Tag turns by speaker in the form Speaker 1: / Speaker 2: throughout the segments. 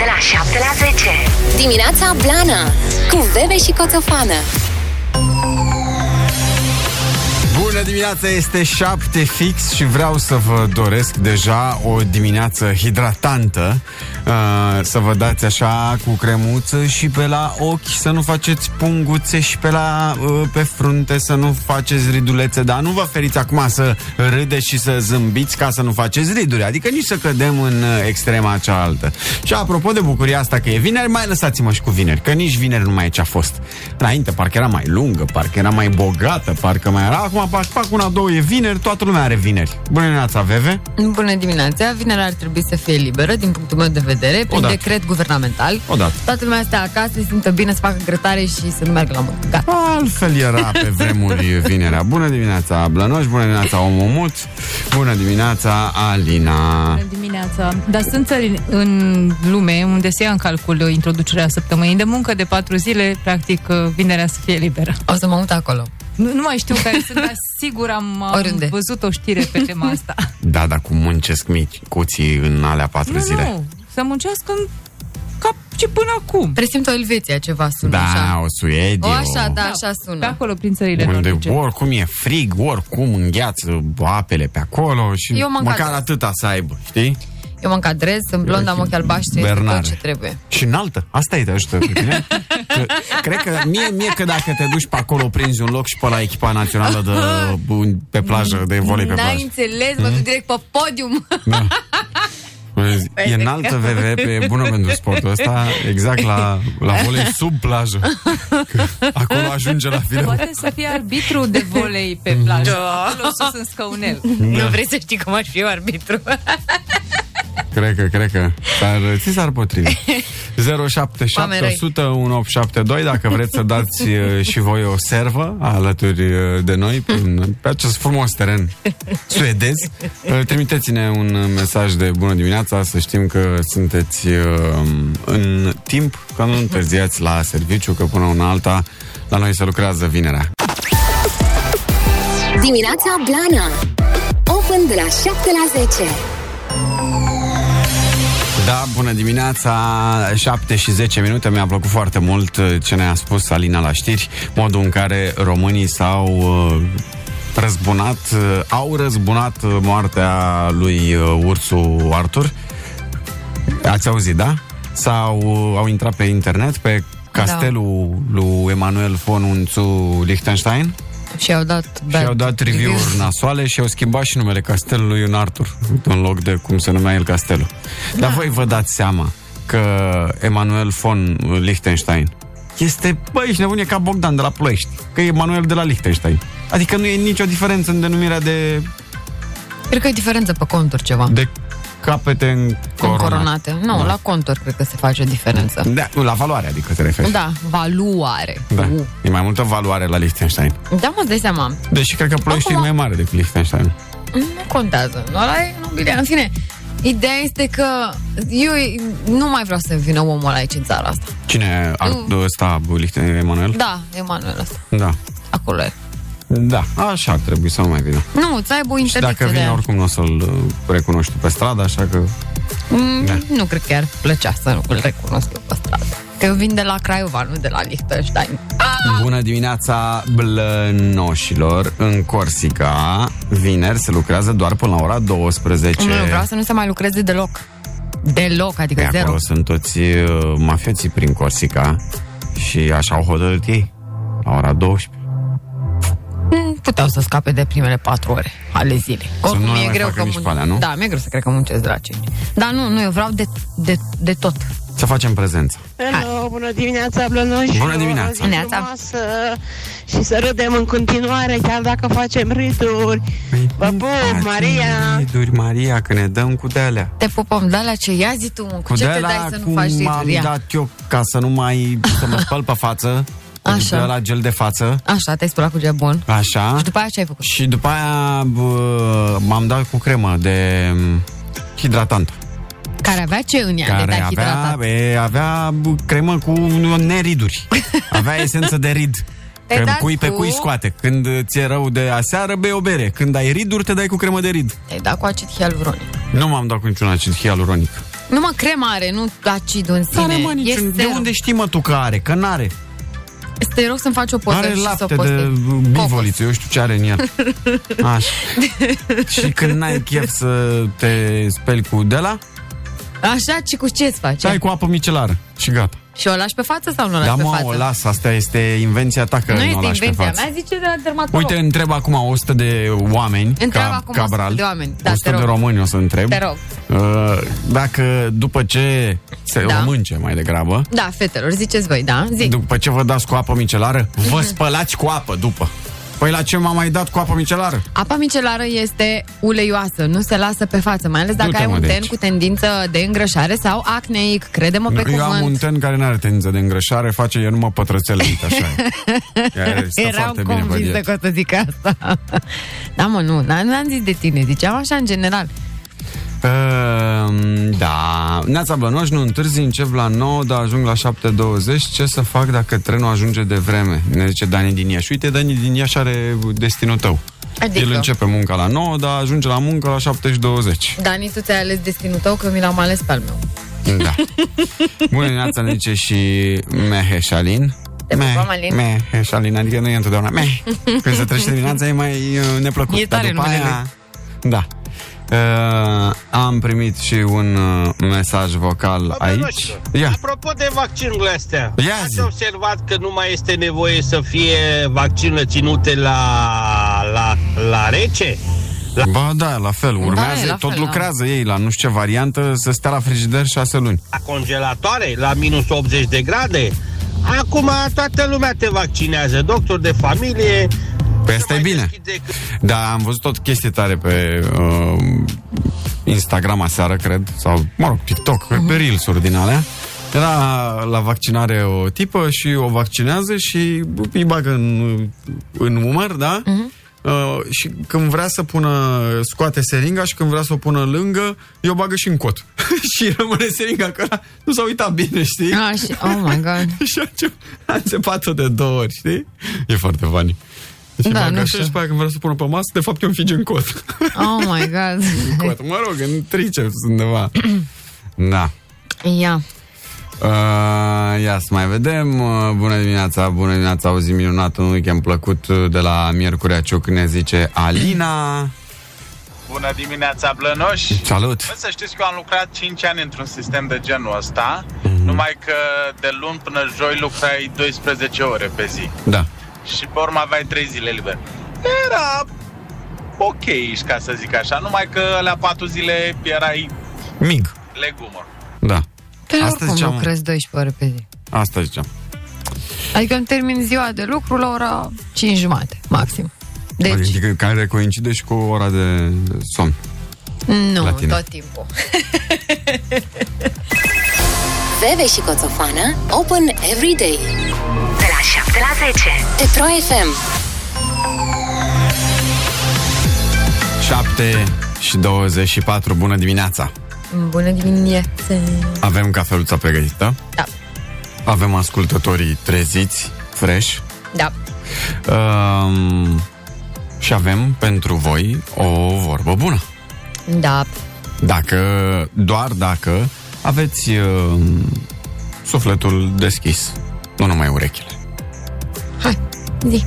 Speaker 1: la 10.
Speaker 2: Dimineața Blana Cu Bebe și Coțofană
Speaker 3: Bună dimineața, este 7 fix și vreau să vă doresc deja o dimineață hidratantă uh, Să vă dați așa cu cremuță și pe la ochi Să nu faceți punguțe și pe la uh, pe frunte Să nu faceți ridulețe Dar nu vă feriți acum să râdeți și să zâmbiți ca să nu faceți riduri Adică nici să cădem în uh, extrema cealaltă Și apropo de bucuria asta că e vineri Mai lăsați-mă și cu vineri, că nici vineri nu mai e ce a fost Înainte parcă era mai lungă, parcă era mai bogată, parcă mai era Acum fac, fac una, două, e vineri, toată lumea are vineri Bună dimineața, Veve
Speaker 4: Bună dimineața! Vinerea ar trebui să fie liberă, din punctul meu de vedere, prin
Speaker 3: Odată.
Speaker 4: decret guvernamental.
Speaker 3: Odată.
Speaker 4: Toată lumea stă acasă, se simtă bine să facă grătare și să nu meargă la muncă. Gata.
Speaker 3: Altfel era pe vremuri vinerea Bună dimineața, Blănoș, bună dimineața, Omomut Bună dimineața, Alina
Speaker 5: Bună dimineața! Dar sunt țări în lume unde se ia în calcul introducerea săptămânii de muncă de patru zile, practic uh, vinerea să fie liberă.
Speaker 4: O să mă mut acolo.
Speaker 5: Nu, nu mai știu care sunt, dar sigur am, am
Speaker 4: Oriunde.
Speaker 5: văzut o știre pe tema asta.
Speaker 3: Da, dar cum muncesc mici cuții în alea patru
Speaker 5: nu,
Speaker 3: zile
Speaker 5: nu, să muncească în cap și până acum.
Speaker 4: Presimt o Elveția ceva sună
Speaker 3: Da,
Speaker 4: așa.
Speaker 3: o suedie
Speaker 4: O așa,
Speaker 3: o...
Speaker 4: da, așa sună.
Speaker 5: Pe acolo, prin țările
Speaker 3: Unde
Speaker 5: nordice.
Speaker 3: oricum e frig, oricum îngheață apele pe acolo și
Speaker 4: Eu m-am
Speaker 3: măcar
Speaker 4: cadrat.
Speaker 3: atâta să aibă, știi?
Speaker 4: Eu mă încadrez, sunt blond, am ochi albaștri, este tot
Speaker 3: Bernare.
Speaker 4: ce trebuie.
Speaker 3: Și înaltă. Asta e de ajută pe tine. Că, cred că mie, mie că dacă te duci pe acolo, prinzi un loc și pe la echipa națională de, bun- pe plajă, de volei pe
Speaker 4: N-ai
Speaker 3: plajă. Hmm?
Speaker 4: înțeles, mă duc direct pe podium.
Speaker 3: E înaltă VV pe bună pentru sportul ăsta, exact la, la volei sub plajă. Că Acolo ajunge la final.
Speaker 5: Poate să fie arbitru de volei pe plajă.
Speaker 3: Da.
Speaker 5: Acolo sus în scăunel.
Speaker 4: Nu vrei să știi cum aș fi eu arbitru.
Speaker 3: Cred că, cred că. Dar ți s-ar potrivi. 077 100 1872 dacă vreți să dați uh, și voi o servă alături uh, de noi prin, pe acest frumos teren suedez. Uh, Trimiteți-ne un uh, mesaj de bună dimineața să știm că sunteți uh, în timp, că nu întârziați la serviciu, că până una alta la noi se lucrează vinerea.
Speaker 2: Dimineața Blana Open de la 7 la 10
Speaker 3: Da, bună dimineața, 7 și 10 minute, mi-a plăcut foarte mult uh, ce ne-a spus Alina la știri, modul în care românii s-au uh, răzbunat, uh, au răzbunat uh, moartea lui uh, Ursu Artur. Ați auzit, da? Sau uh, au intrat pe internet, pe castelul lui Emanuel von Unzu Liechtenstein
Speaker 4: și au dat...
Speaker 3: și au dat review-uri nasoale și au schimbat și numele castelului în Artur, în loc de cum se numea el castelul. Dar
Speaker 4: Da.
Speaker 3: voi vă dați seama că Emanuel von Liechtenstein este, băi, ești nebun, e ca Bogdan de la Ploiești, că e Emanuel de la Liechtenstein. Adică nu e nicio diferență în denumirea de,
Speaker 4: Cred că e diferență pe conturi ceva.
Speaker 3: de capete în corona.
Speaker 4: Încoronate. Nu,
Speaker 3: Da.
Speaker 4: la conturi cred că se face diferență.
Speaker 3: Da, nu, la valoare, adică te referi.
Speaker 4: Da, Uh. valuare.
Speaker 3: da.
Speaker 4: U.
Speaker 3: E mai multă valoare la Liechtenstein.
Speaker 4: Da, mă, îți dai seama.
Speaker 3: Deși cred că Ploiești
Speaker 4: Acum-
Speaker 3: e mai mare decât Liechtenstein.
Speaker 4: Nu contează. Ăla e nobilia. În fine, ideea este că eu nu mai vreau să vină omul ăla aici în țara asta. Uh.
Speaker 3: Cine? Ar, ăsta, Liechtenstein, Emanuel?
Speaker 4: Da, Emanuel ăsta.
Speaker 3: da.
Speaker 4: Acolo e.
Speaker 3: Da, așa ar trebui să nu mai vină.
Speaker 4: Nu, să aibă o
Speaker 3: Și
Speaker 4: interdicție
Speaker 3: dacă
Speaker 4: de
Speaker 3: vine,
Speaker 4: aia.
Speaker 3: oricum nu o să-l uh, recunoști pe stradă, așa că...
Speaker 4: Mm,
Speaker 3: Da.
Speaker 4: Nu cred că ar plăcea să nu îl recunosc eu pe stradă. Că eu vin de la Craiova, nu de la Liechtenstein.
Speaker 3: Bună dimineața, blănoșilor! În Corsica, vineri, se lucrează doar până la ora 12.
Speaker 4: Nu, eu vreau să nu se mai lucreze deloc. Deloc, adică
Speaker 3: Păi
Speaker 4: zero.
Speaker 3: acolo sunt toți uh, mafioții prin Corsica și așa au hotărât ei, la ora 12.
Speaker 4: Mm, Puteau să scape de primele patru ore ale zilei. Oricum,
Speaker 3: nu le
Speaker 4: e
Speaker 3: mai
Speaker 4: greu
Speaker 3: facă
Speaker 4: că
Speaker 3: nici pe alea, nu?
Speaker 4: Da, mi-e greu să cred că muncesc de la 5. Dar nu, nu, eu vreau de, de, de tot.
Speaker 3: Să facem prezență.
Speaker 6: Hello, bună dimineața, Blănoș.
Speaker 3: Bună dimineața.
Speaker 6: O zi
Speaker 4: Dimineața.
Speaker 6: frumoasă Și să râdem în continuare, chiar dacă facem riduri.
Speaker 3: Păi,
Speaker 6: Vă pup, Maria!
Speaker 3: Duri Maria, că ne dăm cu de-alea.
Speaker 4: Te pupăm, da, la ce ia zi tu, mă, cu ce te dai să nu
Speaker 3: cum
Speaker 4: faci
Speaker 3: am
Speaker 4: riduri? Ia.
Speaker 3: dat eu ca să nu mai să mă spăl pe față,
Speaker 4: Așa.
Speaker 3: la gel de față,
Speaker 4: Așa, te-ai spălat cu gel bun.
Speaker 3: așa.
Speaker 4: Și după aia ce ai făcut?
Speaker 3: Și după aia bă, m-am dat cu cremă de m, hidratant.
Speaker 4: Care avea ce în ea de
Speaker 3: care
Speaker 4: dat
Speaker 3: avea,
Speaker 4: hidratat?
Speaker 3: e, avea bă, cremă cu neriduri. Avea esență de rid.
Speaker 4: Te
Speaker 3: Că
Speaker 4: dai
Speaker 3: cui pe
Speaker 4: cu-
Speaker 3: cui scoate. Când ți-e rău de aseară, bei o bere. Când ai riduri, te dai cu cremă de rid.
Speaker 4: Te-ai dat cu acid hialuronic.
Speaker 3: Nu m-am dat cu niciun acid hialuronic.
Speaker 4: Numai crema are, nu acidul în sine.
Speaker 3: Care, mă, niciun... De
Speaker 4: sterol.
Speaker 3: unde știi, mă, tu că are? Că n-are.
Speaker 4: Să Te rog să-mi faci o poză
Speaker 3: Are
Speaker 4: și să o
Speaker 3: lapte
Speaker 4: postez.
Speaker 3: de bivoliță, eu știu ce are în el. Așa. și când n-ai chef să te speli cu de la,
Speaker 4: Așa, ci cu ce-ți faci?
Speaker 3: tai cu apă micelară și gata.
Speaker 4: Și o lași pe față sau nu o lași
Speaker 3: Dar
Speaker 4: pe
Speaker 3: Da, mă,
Speaker 4: față?
Speaker 3: o las, asta este invenția ta că
Speaker 4: nu
Speaker 3: n-o
Speaker 4: este
Speaker 3: lași pe
Speaker 4: invenția
Speaker 3: față.
Speaker 4: mea, zice de la dermatolog.
Speaker 3: Uite, întreb acum 100 de oameni
Speaker 4: Întreabă
Speaker 3: ca,
Speaker 4: acum
Speaker 3: Cabral,
Speaker 4: 100 de oameni. Da, te
Speaker 3: 100 de
Speaker 4: rog.
Speaker 3: români o să întreb
Speaker 4: Te rog.
Speaker 3: uh, Dacă după ce Se
Speaker 4: Da.
Speaker 3: o mânce mai degrabă
Speaker 4: Da, fetelor, ziceți voi, da? Zic.
Speaker 3: După ce vă dați cu apă micelară Vă spălați cu apă după Păi la ce m-am mai dat cu apă micelară?
Speaker 4: Apa micelară este uleioasă, nu se lasă pe față, mai ales dacă
Speaker 3: Du-te,
Speaker 4: ai
Speaker 3: mă, deci.
Speaker 4: un
Speaker 3: de
Speaker 4: ten
Speaker 3: aici.
Speaker 4: cu tendință de îngrășare sau acneic, crede-mă pe
Speaker 3: Eu
Speaker 4: cuvânt.
Speaker 3: am un ten care nu are tendință de îngrășare Face eu numai pătrățele uite, așa e. Care stă
Speaker 4: Eram
Speaker 3: foarte bine pe
Speaker 4: convinsă
Speaker 3: diet.
Speaker 4: că o să zic asta. da, mă, nu, n-am, n-am zis de tine, ziceam așa în general.
Speaker 3: Ehm, da, Neața Blănoș, nu întârzi, încep la 9, dar ajung la 7.20. Ce să fac dacă trenul ajunge de vreme? Ne zice Dani din Iași. Uite, Dani din Iași are destinul tău.
Speaker 4: Adică?
Speaker 3: El începe munca la 9, dar ajunge la muncă la 7.20.
Speaker 4: Dani, tu ți-ai ales destinul tău, că mi l-am ales pe al meu.
Speaker 3: Da. Bună dimineața, ne zice și Meheșalin.
Speaker 4: Te pupăm, Alin.
Speaker 3: Meheșalin, adică nu e întotdeauna meh. Când se trece dimineața e mai uh, neplăcut.
Speaker 5: E tare
Speaker 3: Dar după
Speaker 5: numele
Speaker 3: aia... Da. Uh, am primit și un uh, mesaj vocal aici.
Speaker 1: Ia.
Speaker 3: Ia,
Speaker 1: Apropo de vaccinurile astea,
Speaker 3: Ia zi.
Speaker 1: ați observat că nu mai este nevoie să fie vaccinurile ținute la, la, la rece? La...
Speaker 3: ba da, la fel, urmează,
Speaker 4: e la
Speaker 3: tot
Speaker 4: fel, da.
Speaker 3: lucrează ei la nu știu ce variantă, să stea la frigider șase luni.
Speaker 1: la congelatoare, la minus 80 de grade. Acum toată lumea te vaccinează, doctor de familie.
Speaker 3: Păi
Speaker 1: Nu
Speaker 3: asta e
Speaker 1: mai
Speaker 3: bine.
Speaker 1: deschide câ-
Speaker 3: Da, am văzut tot chestii tare pe uh, Instagram aseară, cred, sau, mă rog, TikTok, uh-huh. pe Reels-uri din alea. Era la vaccinare o tipă și o vaccinează și îi bagă în, în umăr, da? Uh-huh. Uh, și când vrea să pună, scoate seringa și când vrea să o pună lângă, eu bagă și în cot. și rămâne seringa acolo. Nu s-a uitat bine, știi?
Speaker 4: Așa, oh my god.
Speaker 3: și a, început, a înțepat-o de două ori, știi? E foarte funny. Și
Speaker 4: Da,
Speaker 3: da,
Speaker 4: nu
Speaker 3: nu
Speaker 4: știu.
Speaker 3: așa și pe aia când vrea să pună pe masă, de fapt eu înfige în cot.
Speaker 4: Oh my god.
Speaker 3: în cot, mă rog, în triceps undeva. da.
Speaker 4: Ia.
Speaker 3: Uh, ia să mai vedem uh, Bună dimineața, bună dimineața O zi minunată, un weekend plăcut uh, De la Miercurea Ciuc ne zice Alina
Speaker 7: Bună dimineața, Blănoș!
Speaker 3: Salut!
Speaker 7: Bă, să știți că eu am lucrat 5 ani într-un sistem de genul ăsta, numai că de luni până joi lucrai 12 ore pe zi
Speaker 3: Da,
Speaker 7: și pe urmă aveai 3 zile liber. Era ok, ca să zic așa, numai că la 4 zile erai
Speaker 3: mig
Speaker 7: legumă.
Speaker 3: Da,
Speaker 4: Pe
Speaker 3: Asta
Speaker 4: oricum
Speaker 3: ziceam.
Speaker 4: lucrezi 12 ore pe zi.
Speaker 3: asta ziceam
Speaker 4: Adică îmi termin ziua de lucru la ora 5 jumate, maxim. Deci,
Speaker 3: Adică care coincide și cu ora de somn la
Speaker 4: nu,
Speaker 3: tine.
Speaker 4: tot timpul.
Speaker 2: Bebe și Coțofană Open every day De la 7 la 10 Pe Pro FM
Speaker 3: 7 și 24, bună dimineața!
Speaker 4: Bună dimineața!
Speaker 3: Avem cafeluța pregătită,
Speaker 4: Da,
Speaker 3: avem ascultătorii treziți, fresh,
Speaker 4: da.
Speaker 3: um, și avem pentru voi o vorbă bună.
Speaker 4: Da,
Speaker 3: Dacă, doar dacă aveți uh, sufletul deschis, nu numai urechile.
Speaker 4: hai, zi.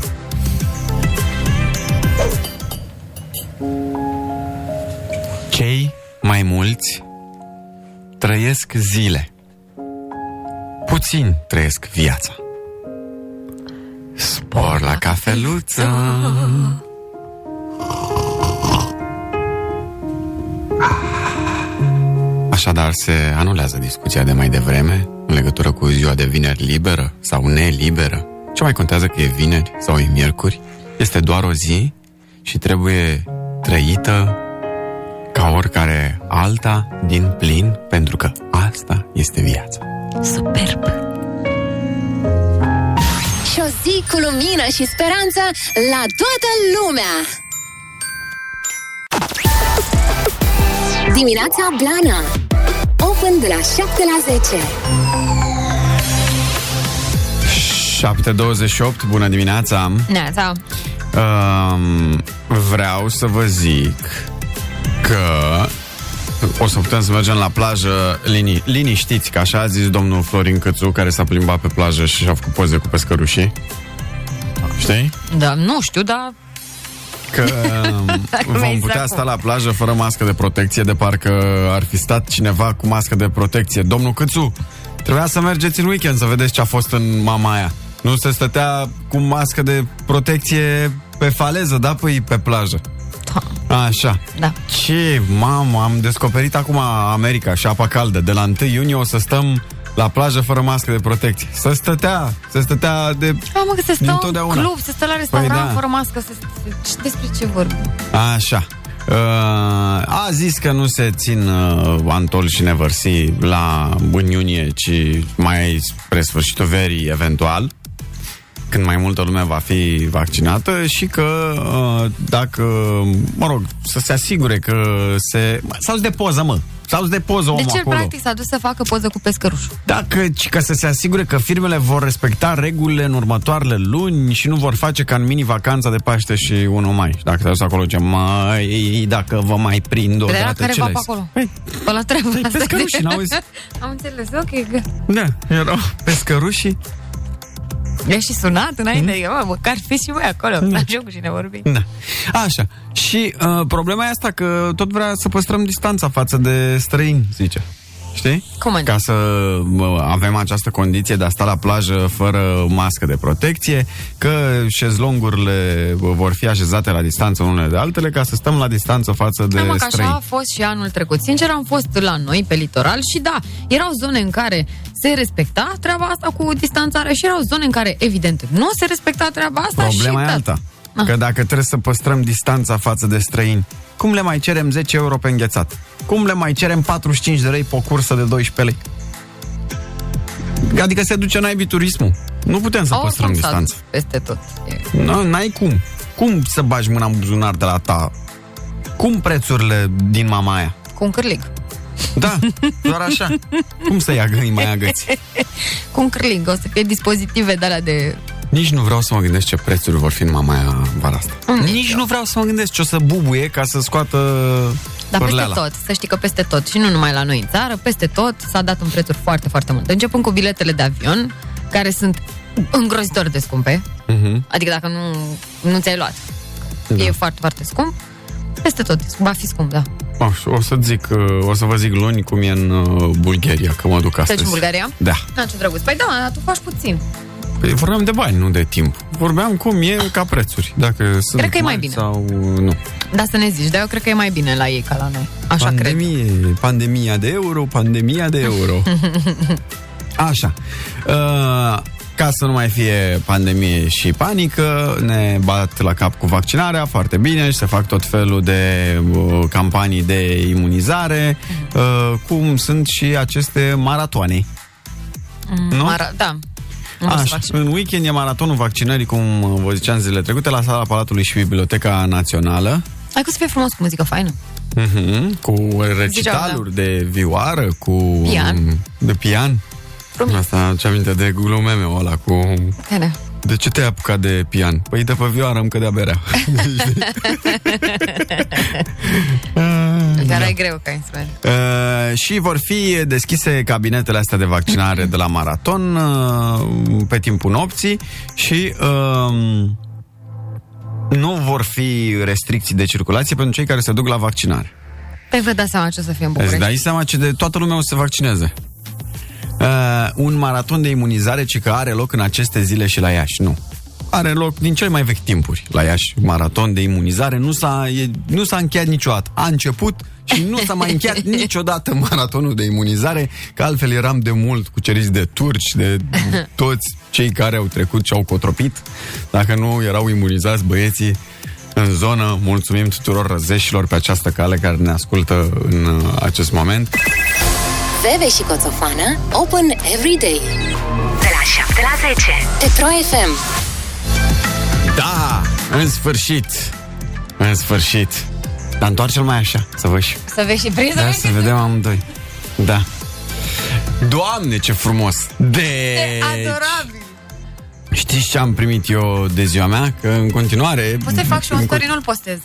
Speaker 3: Cei mai mulți trăiesc zile. Puțin trăiesc viața. Spor la cafeluță. Așadar se anulează discuția de mai devreme în legătură cu ziua de vineri liberă sau neliberă. Ce mai contează că e vineri sau e miercuri? Este doar o zi și trebuie trăită ca oricare alta din plin, pentru că asta este viața.
Speaker 4: Superb!
Speaker 2: Și o zi cu lumină și speranță La toată lumea Dimineața Blana Open de la 7 la 10
Speaker 3: 7.28, bună dimineața!
Speaker 4: Neața!
Speaker 3: Um, vreau să vă zic că o să putem să mergem la plajă lini, liniștiți, că așa a zis domnul Florin Cățu, care s-a plimbat pe plajă și a făcut poze cu pescărușii. Știi?
Speaker 4: Da, nu știu, dar
Speaker 3: Că um, vom
Speaker 4: vezi
Speaker 3: putea
Speaker 4: acum.
Speaker 3: sta la plajă fără mască de protecție, de parcă ar fi stat cineva cu mască de protecție. Domnul Cățu, trebuia să mergeți în weekend să vedeți ce a fost în mama aia. Nu se stătea cu mască de protecție pe faleză, da? Păi pe plajă. Așa.
Speaker 4: Da.
Speaker 3: Ce, mamă, am descoperit acum America și apa caldă. De la 1 iunie o să stăm la plajă fără mască de protecție. Să stătea, să stătea de...
Speaker 4: Da, mă, că se stă în
Speaker 3: Dintotdeauna.
Speaker 4: club, se stă la restaurant
Speaker 3: Păi da.
Speaker 4: da. fără mască, se, ce, despre ce vorbim?
Speaker 3: Așa. Uh, a zis că nu se țin uh, antol și nevărsi la în iunie, ci mai spre sfârșitul verii, eventual, când mai multă lume va fi vaccinată și că uh, dacă, mă rog, să se asigure că se... Sau de poză, mă! Sau de poză omul
Speaker 4: Deci el
Speaker 3: acolo.
Speaker 4: practic s-a dus să facă poză cu pescărușul.
Speaker 3: Dacă, ci ca să se asigure că firmele vor respecta regulile în următoarele luni și nu vor face ca în mini-vacanța de Paște și 1 mai. Și Dacă te duci acolo, ce mai, dacă vă mai prind o
Speaker 4: Dar era
Speaker 3: dată, ce
Speaker 4: careva
Speaker 3: le-ai
Speaker 4: pe
Speaker 3: zis?"
Speaker 4: acolo. Pe la treaba
Speaker 3: păi,
Speaker 4: asta.
Speaker 3: pescărușii, n-auzi?
Speaker 4: Am înțeles, ok. Gă.
Speaker 3: Da, erau pescărușii.
Speaker 4: I-a și sunat înainte, mm? mă, măcar fi și voi acolo,
Speaker 3: Mm.
Speaker 4: la joc și ne vorbim.
Speaker 3: Da. Așa. Și uh, problema e asta că tot vrea să păstrăm distanța față de străini, zice. Știi?
Speaker 4: Cum adică?
Speaker 3: Ca să bă, avem această condiție de a sta la plajă fără mască de protecție, că șezlongurile bă, vor fi așezate la distanță unele de altele, ca să stăm la distanță față de
Speaker 4: Da, mă, că
Speaker 3: străini.
Speaker 4: așa a fost și anul trecut. Sincer, am fost la noi, pe litoral, și da, erau zone în care se respecta treaba asta cu distanțarea și erau zone în care, evident, nu se respecta treaba asta
Speaker 3: Problema
Speaker 4: și
Speaker 3: e
Speaker 4: da.
Speaker 3: alta. Că dacă trebuie să păstrăm distanța față de străini, cum le mai cerem 10 euro pe înghețat? Cum le mai cerem 45 de lei pe o cursă de 12 lei? Adică se duce naibii turismul. Nu putem să păstrăm
Speaker 4: Oricum s-a
Speaker 3: distanța.
Speaker 4: dus peste tot. E-
Speaker 3: Nu, n-ai cum. Cum să bagi mâna în buzunar de la ta? Cum prețurile din mama aia?
Speaker 4: Cu un cârlig.
Speaker 3: Da, doar așa. Cum să ia găini mai agăți?
Speaker 4: Cu un cârlig. O să fie dispozitive de alea de...
Speaker 3: Nici nu vreau să mă gândesc ce prețuri vor fi în mama aia vara asta.
Speaker 4: Ah.
Speaker 3: Nici
Speaker 4: Da.
Speaker 3: nu vreau să mă gândesc ce o să bubuie ca să scoată uh,
Speaker 4: Dar peste
Speaker 3: pârleala.
Speaker 4: tot, să știi că peste tot, și nu numai la noi în țară, peste tot s-a dat un prețuri foarte, foarte mult. Începând cu biletele de avion, care sunt îngrozitor de scumpe,
Speaker 3: Mhm.
Speaker 4: Adică dacă nu, nu ți-ai luat. Da. E foarte, foarte scump. Peste tot. e scump. Va fi scump, da.
Speaker 3: O, Ah, o să zic, uh, o să vă zic luni cum e în uh, Bulgaria, că mă duc astăzi.
Speaker 4: Deci în Bulgaria?
Speaker 3: Da.
Speaker 4: Da, ce drăguț. Păi da, dar tu faci puțin.
Speaker 3: Păi vorbeam de bani, nu de timp. Vorbeam cum e ca prețuri. Dacă sunt
Speaker 4: Cred că e mai
Speaker 3: mari
Speaker 4: bine.
Speaker 3: Sau uh, nu.
Speaker 4: Da, să ne zici. Dar eu cred că e mai bine la ei ca la noi. Așa cred.
Speaker 3: Pandemie, pandemia de euro, pandemia de euro. Așa. Uh, ca să nu mai fie pandemie și panică, ne bat la cap cu vaccinarea, foarte bine, și se fac tot felul de uh, campanii de imunizare,
Speaker 4: Mhm.
Speaker 3: uh, cum sunt și aceste maratoane. Nu?
Speaker 4: Mara- da. Nu vreau să
Speaker 3: Așa,
Speaker 4: fac și-
Speaker 3: în weekend e maratonul vaccinării, cum uh, vă ziceam zilele trecute, la sala Palatului și Biblioteca Națională.
Speaker 4: Hai că o să fie frumos cu muzică faină.
Speaker 3: Mhm, cu recitaluri de vioară, cu...
Speaker 4: Pian.
Speaker 3: De pian.
Speaker 4: Frumos.
Speaker 3: Asta ce aminte de glume meu ăla cu...
Speaker 4: Care?
Speaker 3: De ce te-ai apucat de pian? Păi de pe vioară îmi cădea berea.
Speaker 4: Care
Speaker 3: da.
Speaker 4: e greu ca instrument.
Speaker 3: Uh, și vor fi deschise cabinetele astea de vaccinare de la maraton uh, pe timpul nopții și uh, nu vor fi restricții de circulație pentru cei care se duc la vaccinare.
Speaker 4: Păi vă dați seama ce o să fie în
Speaker 3: Îți
Speaker 4: București.
Speaker 3: dai seama ce de toată lumea o să se vaccineze. Uh, un maraton de imunizare ce că are loc în aceste zile și la Iași, nu. Are loc din cele mai vechi timpuri la Iași. Maraton de imunizare nu s-a, e, nu s-a încheiat niciodată. A început și nu s-a mai încheiat niciodată maratonul de imunizare, că altfel eram de mult cuceriți de turci, de toți cei care au trecut și au cotropit. Dacă nu erau imunizați băieții, în zonă. Mulțumim tuturor răzeșilor pe această cale care ne ascultă în uh, acest moment.
Speaker 2: Veve și Coțofană Open every day De la 7 la 10 Pe Pro FM
Speaker 3: Da, în sfârșit, în sfârșit. Dar întoarce-l mai așa, să văd și.
Speaker 4: Să vezi și priză.
Speaker 3: Da,
Speaker 4: Da,
Speaker 3: să vedem amândoi. Da. Doamne, ce frumos! Deci,
Speaker 4: Adorabil.
Speaker 3: știți ce am primit eu de ziua mea? Că în continuare...
Speaker 4: Poți să fac și
Speaker 3: în
Speaker 4: un
Speaker 3: cu-
Speaker 4: story, nu-l postez.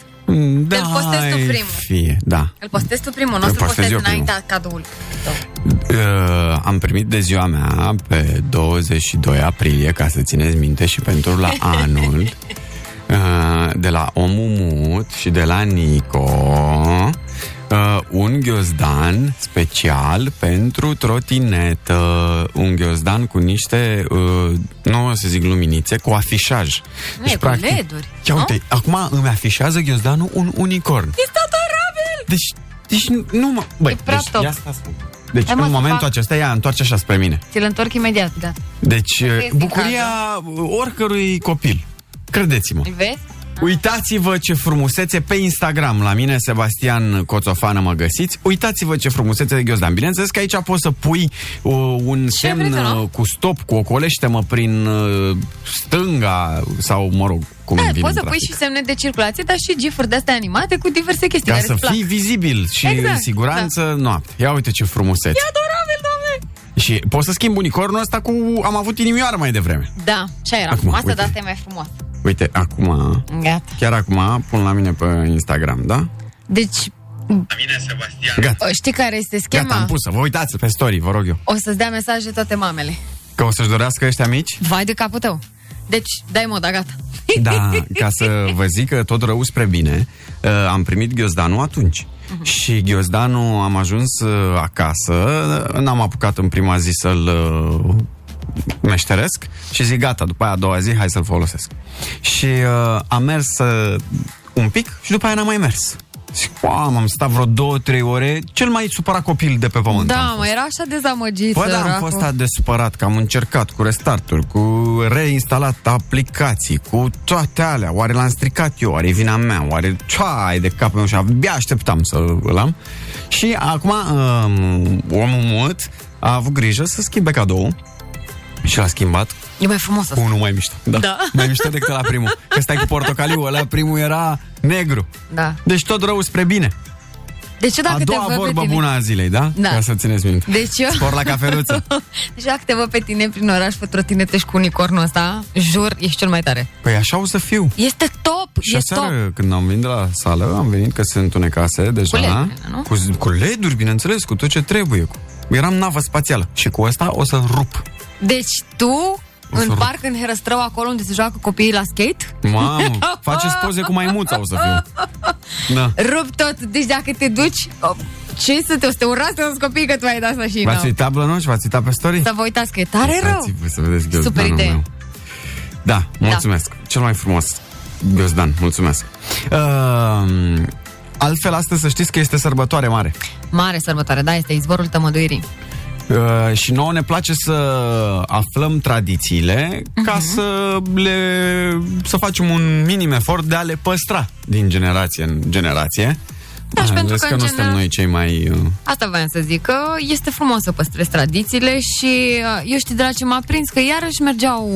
Speaker 3: Da,
Speaker 4: Îl postezi tu
Speaker 3: ai
Speaker 4: primul.
Speaker 3: Fie, da.
Speaker 4: Îl postezi tu primul, nu o
Speaker 3: Îl
Speaker 4: să-l
Speaker 3: postez
Speaker 4: postezi
Speaker 3: eu primul.
Speaker 4: înaintea cadoul. tău.
Speaker 3: Uh, am primit de ziua mea pe 22 aprilie, ca să țineți minte, și pentru la anul, uh, de la Omul Mut și de la Nico, uh, un ghiozdan special pentru trotinetă, un ghiozdan cu niște, uh, nu o să zic luminițe, cu afișaj. Deci,
Speaker 4: Nu, e cu LED-uri,
Speaker 3: Ia
Speaker 4: nu?
Speaker 3: uite, acum îmi afișează ghiozdanul un unicorn.
Speaker 4: Este adorabil!
Speaker 3: Deci, deci nu- nu mă... Băi,
Speaker 4: E prea
Speaker 3: deci,
Speaker 4: top.
Speaker 3: ia asta spun. Deci, Hai,
Speaker 4: Hai, mă,
Speaker 3: în
Speaker 4: să
Speaker 3: momentul
Speaker 4: fac-
Speaker 3: acesta, ea întoarce așa spre mine.
Speaker 4: Ți-l întorc imediat, da.
Speaker 3: Deci,
Speaker 4: este
Speaker 3: bucuria oricărui copil. Credeți-mă.
Speaker 4: Îl vezi?
Speaker 3: Uitați-vă ce frumusețe pe Instagram la mine, Sebastian Coțofană, mă găsiți. Uitați-vă ce frumusețe de ghiozdan. Bineînțeles că aici poți să pui uh, un ce semn
Speaker 4: vrei tu, nu?
Speaker 3: uh, cu stop, cu ocolește-mă prin uh, stânga sau, mă rog, cum
Speaker 4: Da,
Speaker 3: îmi vine
Speaker 4: poți să
Speaker 3: în
Speaker 4: pui
Speaker 3: trafic.
Speaker 4: și semne de circulație, dar și gifuri de astea animate cu diverse chestii
Speaker 3: Ca
Speaker 4: care
Speaker 3: să
Speaker 4: îți plac.
Speaker 3: fii vizibil și
Speaker 4: Exact,
Speaker 3: în siguranță da. noapte. Ia uite ce frumusețe.
Speaker 4: Adorabil, doamne!
Speaker 3: Și poți să schimbi unicornul ăsta cu... Am avut inimioară mai devreme.
Speaker 4: Da, așa era.
Speaker 3: Acum,
Speaker 4: Acum, Asta
Speaker 3: uite.
Speaker 4: da, asta e mai frumoasă.
Speaker 3: Uite, acum...
Speaker 4: Gata.
Speaker 3: Chiar acum pun la mine pe Instagram, da?
Speaker 4: Deci,
Speaker 3: Gata,
Speaker 4: știi care este schema?
Speaker 3: gata, am pus Vă uitați pe story, vă rog eu.
Speaker 4: O să-ți dea mesaje toate mamele.
Speaker 3: Că o să-și dorească ăștia mici?
Speaker 4: Vai de capul tău. Deci, dai moda, gata.
Speaker 3: Da, ca să vă zic că tot rău spre bine, uh, am primit ghiozdanul atunci. Și ghiozdanul am ajuns uh, acasă, n-am apucat în prima zi să-l uh, meșteresc și zic gata, după aia a doua zi hai să-l folosesc. Și uh, am mers uh, un pic și după aia n-am mai mers. Zic, "Mamă, am stat vreo două, trei ore, cel mai supărat copil de pe pământ. am
Speaker 4: Da,
Speaker 3: fost.
Speaker 4: mă, era așa dezamăgit.
Speaker 3: Bă, da, am
Speaker 4: săracul.
Speaker 3: fost atât de supărat că am încercat cu restarturi, cu reinstalat aplicații, cu toate alea. Oare l-am stricat eu? Oare e vina mea? Oare ceai de capul meu? Și abia așteptam să îl am. Și acum um, omul mut a avut grijă să schimbe cadou și l-a schimbat
Speaker 4: E mai frumos
Speaker 3: cu
Speaker 4: asta.
Speaker 3: unul mai mișto. Da.
Speaker 4: Da.
Speaker 3: Mai mișto decât la primul. Că stai cu portocaliu, ăla primul era negru.
Speaker 4: Da.
Speaker 3: Deci tot rău spre bine.
Speaker 4: De ce Deci, dacă
Speaker 3: a
Speaker 4: te
Speaker 3: doua
Speaker 4: văd pe
Speaker 3: vorbă
Speaker 4: tine...
Speaker 3: bună a zilei, da?
Speaker 4: Da.
Speaker 3: Ca să țineți minte.
Speaker 4: Deci eu...
Speaker 3: Spor la cafeluță.
Speaker 4: Deci dacă te văd pe tine prin oraș pe trotinete și cu unicornul ăsta, jur, ești cel mai tare.
Speaker 3: Păi așa o să fiu.
Speaker 4: Este top!
Speaker 3: Și
Speaker 4: e top!
Speaker 3: aseară, când am venit de la sală, am venit că sunt unecase deja.
Speaker 4: LED-urile, nu?
Speaker 3: cu, cu LED-uri, bineînțeles, cu tot ce trebuie. Cu... Eram navă spațială și cu asta o să rup.
Speaker 4: Deci tu,
Speaker 3: să
Speaker 4: în
Speaker 3: rog.
Speaker 4: parc, în Herăstrău, acolo unde se joacă copiii la skate,
Speaker 3: Mamă, faceți poze cu maimuța o să fiu. Da.
Speaker 4: rup tot. Deci dacă te duci, o, ce să te, o să te urați să copiii că tu ai dat asta și
Speaker 3: V-ați
Speaker 4: nu.
Speaker 3: uitat, Blănoș? V-ați uitat pe story?
Speaker 4: Să vă uitați că e tare Păi rău.
Speaker 3: Uitați-vă Să vedeți ghiozdanul
Speaker 4: Super idee.
Speaker 3: Meu. Da, mulțumesc. Cel mai frumos ghiozdan, mulțumesc. Uh, altfel, astăzi să știți că este sărbătoare mare.
Speaker 4: Mare sărbătoare, da, este izvorul tămăduirii.
Speaker 3: Uh, și nouă ne place să aflăm tradițiile ca
Speaker 4: Mhm.
Speaker 3: să le să facem un minim efort de a le păstra din generație în generație.
Speaker 4: Da, și
Speaker 3: Mai
Speaker 4: pentru
Speaker 3: ales
Speaker 4: că,
Speaker 3: că
Speaker 4: în
Speaker 3: nu
Speaker 4: general-
Speaker 3: suntem noi cei mai... uh,
Speaker 4: Asta voiam să zic, că este frumos să păstrezi tradițiile și uh, eu știi de la ce m-a prins, că iarăși mergeau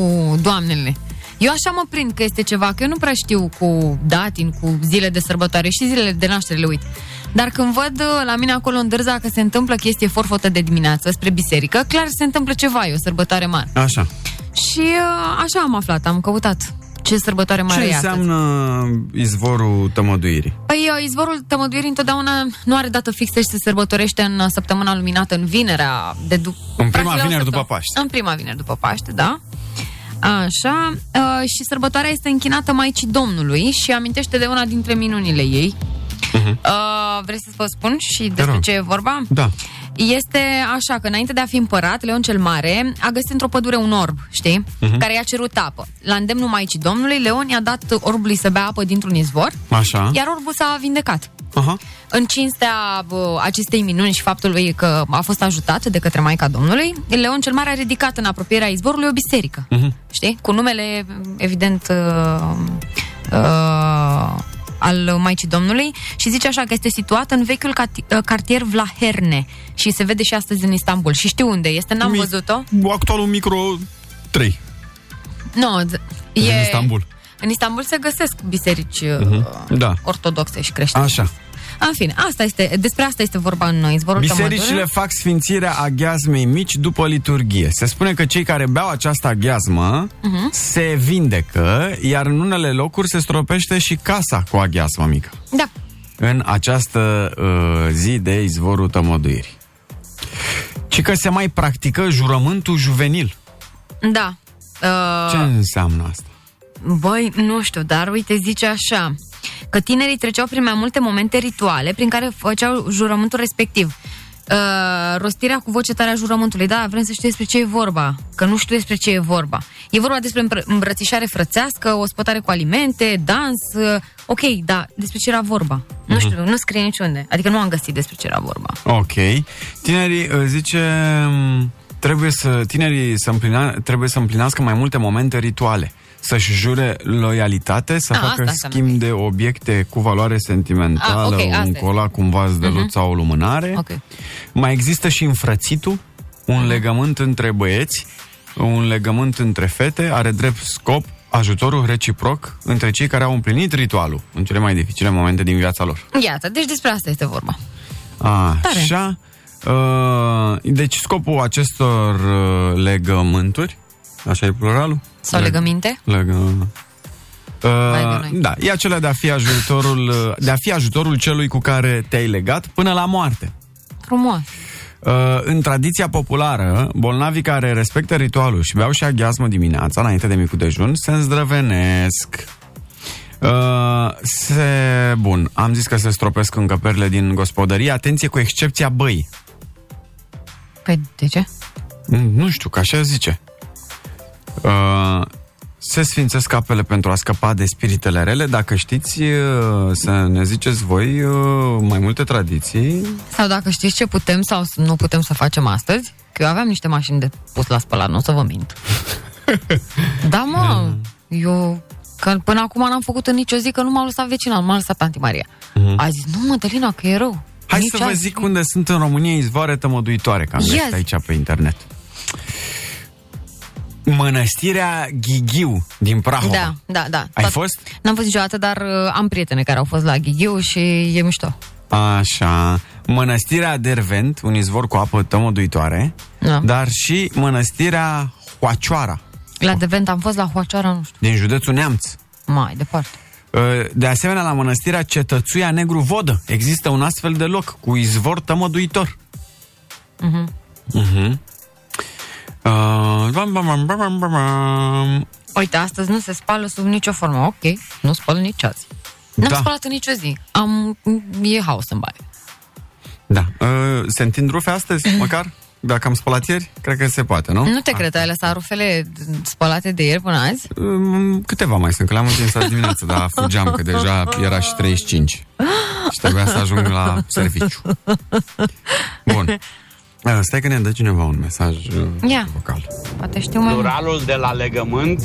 Speaker 4: doamnele. Eu așa mă prind că este ceva, că eu nu prea știu cu datin, cu zile de sărbătoare și zilele de naștere le uit. Dar când văd uh, la mine acolo în Dârza că se întâmplă chestie forfotă de dimineață spre biserică, clar se întâmplă ceva, e o sărbătoare mare.
Speaker 3: Așa.
Speaker 4: Și uh, așa am aflat, am căutat ce sărbătoare mare
Speaker 3: Ce
Speaker 4: e astăzi.
Speaker 3: înseamnă izvorul tămăduirii?
Speaker 4: Păi uh, izvorul tămăduirii întotdeauna nu are dată fixă și se sărbătorește în uh, săptămâna luminată, în vinerea de dup-
Speaker 3: prima
Speaker 4: practic la o
Speaker 3: vineri
Speaker 4: săptămână.
Speaker 3: după Paște.
Speaker 4: În prima vineri după Paște, da. Așa, uh, și sărbătoarea este închinată Maicii Domnului și amintește de una dintre minunile ei. Uh-huh. Uh, vrei să vă spun și despre
Speaker 3: Mhm. rog.
Speaker 4: ce e vorba?
Speaker 3: Da.
Speaker 4: Este așa că înainte de a fi împărat, Leon cel Mare a găsit într-o pădure un orb, știi?
Speaker 3: Mhm.
Speaker 4: Uh-huh. Care i-a cerut apă. La îndemnul Maicii Domnului, Leon i-a dat orbului să bea apă dintr-un izvor,
Speaker 3: Așa.
Speaker 4: iar orbul s-a vindecat
Speaker 3: Aha.
Speaker 4: în cinstea bă, acestei minuni și faptului că a fost ajutat de către Maica Domnului, Leon cel Mare a ridicat în apropierea izvorului o biserică,
Speaker 3: Mhm.
Speaker 4: știi? Cu numele, evident, uh, uh, al Maicii Domnului și zice așa că este situată în vechiul cat- cartier Vlaherne și se vede și astăzi în Istanbul. Și știu unde este, n-am
Speaker 3: Mi-
Speaker 4: văzut-o.
Speaker 3: Actualul micro 3.
Speaker 4: Nu, d- e...
Speaker 3: În Istanbul.
Speaker 4: În Istanbul se găsesc biserici uh
Speaker 3: Da.
Speaker 4: ortodoxe și creștine.
Speaker 3: Așa.
Speaker 4: În fine, asta este, despre asta este vorba în noi. Izvorul
Speaker 3: Bisericile fac sfințirea aghiazmei mici după liturghie. Se spune că cei care beau această aghiazmă uh-huh. se vindecă, iar în unele locuri se stropește și casa cu aghiazma mică.
Speaker 4: Da.
Speaker 3: În această uh, zi de izvorul tămăduirii. Și că se mai practică jurământul juvenil.
Speaker 4: Da. Uh,
Speaker 3: Ce înseamnă asta?
Speaker 4: Băi, nu știu, dar uite, zice așa că tinerii treceau prin mai multe momente rituale prin care făceau jurământul respectiv. Uh, rostirea cu voce tare a jurământului. Da, vrem să știu despre ce e vorba, că nu știu despre ce e vorba. E vorba despre îmbră- îmbrățișare frățească, ospătare cu alimente, dans. Uh, ok, da, despre ce era vorba? Uh-huh. Nu știu, nu scrie niciunde. Adică nu am găsit despre ce era vorba.
Speaker 3: Ok. Tinerii, uh, zice, mm, trebuie să, tinerii să împlina, trebuie să împlinească mai multe momente rituale să-și jure loialitate, să
Speaker 4: A,
Speaker 3: A,
Speaker 4: Ah, asta
Speaker 3: facă
Speaker 4: înseamnă.
Speaker 3: schimb de obiecte cu valoare
Speaker 4: A,
Speaker 3: sentimentală,
Speaker 4: ok,
Speaker 3: A,
Speaker 4: asta
Speaker 3: okay, un
Speaker 4: este.
Speaker 3: colac, un vas de lut sau o lumânare.
Speaker 4: Ok. Mhm.
Speaker 3: Mai există și înfrățitul, un legământ între băieți, un legământ între fete, are drept scop ajutorul reciproc între cei care au împlinit ritualul în cele mai dificile momente din viața lor.
Speaker 4: Iată, deci despre asta este vorba.
Speaker 3: Așa. Uh, Deci scopul acestor uh, legământuri, așa e pluralul?
Speaker 4: Sau
Speaker 3: Leg-
Speaker 4: legăminte?
Speaker 3: Legă...
Speaker 4: Vai
Speaker 3: Uh,
Speaker 4: de noi.
Speaker 3: da, e acela de a, fi ajutorul, uh, de a fi ajutorul celui cu care te-ai legat până la moarte.
Speaker 4: Frumos.
Speaker 3: Uh, în tradiția populară, bolnavii care respectă ritualul și beau și aghiazmă dimineața, înainte de micul dejun, se îndrăvenesc. Uh, se... Bun, am zis că se stropesc încăperile din gospodărie, atenție cu excepția băii.
Speaker 4: Păi, de ce?
Speaker 3: Mm, Nu știu, că așa zice. Uh, se sfințesc apele pentru a scăpa de spiritele rele. Dacă știți uh, să ne ziceți voi uh, mai multe tradiții,
Speaker 4: Sau dacă știți ce putem sau nu putem să facem astăzi, că eu aveam niște mașini de pus la spălat, nu o să vă mint. da, mă,
Speaker 3: Mm.
Speaker 4: eu că până acum n-am făcut în nicio zi că nu m-a lăsat vecina, nu m-a lăsat tanti Maria. A zis, nu mă, Delina, că e rău.
Speaker 3: Mm-hmm. Hai
Speaker 4: Nici
Speaker 3: să vă
Speaker 4: azi.
Speaker 3: zic unde sunt în România izvoare tămăduitoare, că am găsit
Speaker 4: Ia zi.
Speaker 3: aici pe internet. Mănăstirea Ghigiu din Prahova.
Speaker 4: Da, da, da.
Speaker 3: Ai
Speaker 4: Tot-
Speaker 3: fost?
Speaker 4: N-am fost niciodată, dar uh, am prietene care au fost la Ghigiu și e mișto.
Speaker 3: Așa. Mănăstirea Dervent, un izvor cu apă tămăduitoare,
Speaker 4: Da.
Speaker 3: dar și mănăstirea Hoacioara, Oh.
Speaker 4: La Devent am fost la Hoacioara, nu știu,
Speaker 3: din județul Neamț.
Speaker 4: mai departe.
Speaker 3: Uh, De asemenea, la mănăstirea Cetățuia Negru Vodă există un astfel de loc cu izvor tămăduitor. Mhm. Uh, bam, bam, bam, bam, bam, bam, bam.
Speaker 4: Uite, astăzi nu se spală sub nicio formă. Ok, nu spăl nici azi. N-am
Speaker 3: Da.
Speaker 4: spălat în nicio zi. Am, e haos în baie.
Speaker 3: Da. Uh, Se întind rufe astăzi, măcar? Dacă am spălat ieri, cred că se poate, nu?
Speaker 4: Nu te cred, ai lăsat rufele spălate de ieri până azi?
Speaker 3: Um, Câteva mai sunt, că le-am întins azi dimineață, dar fugeam, că deja era și 35. Și trebuia să ajung la serviciu. Bun. Uh, Stai că ne dă cineva un mesaj uh,
Speaker 4: Ia.
Speaker 3: vocal.
Speaker 4: Poate știu mai mult.
Speaker 8: Pluralul de la legământ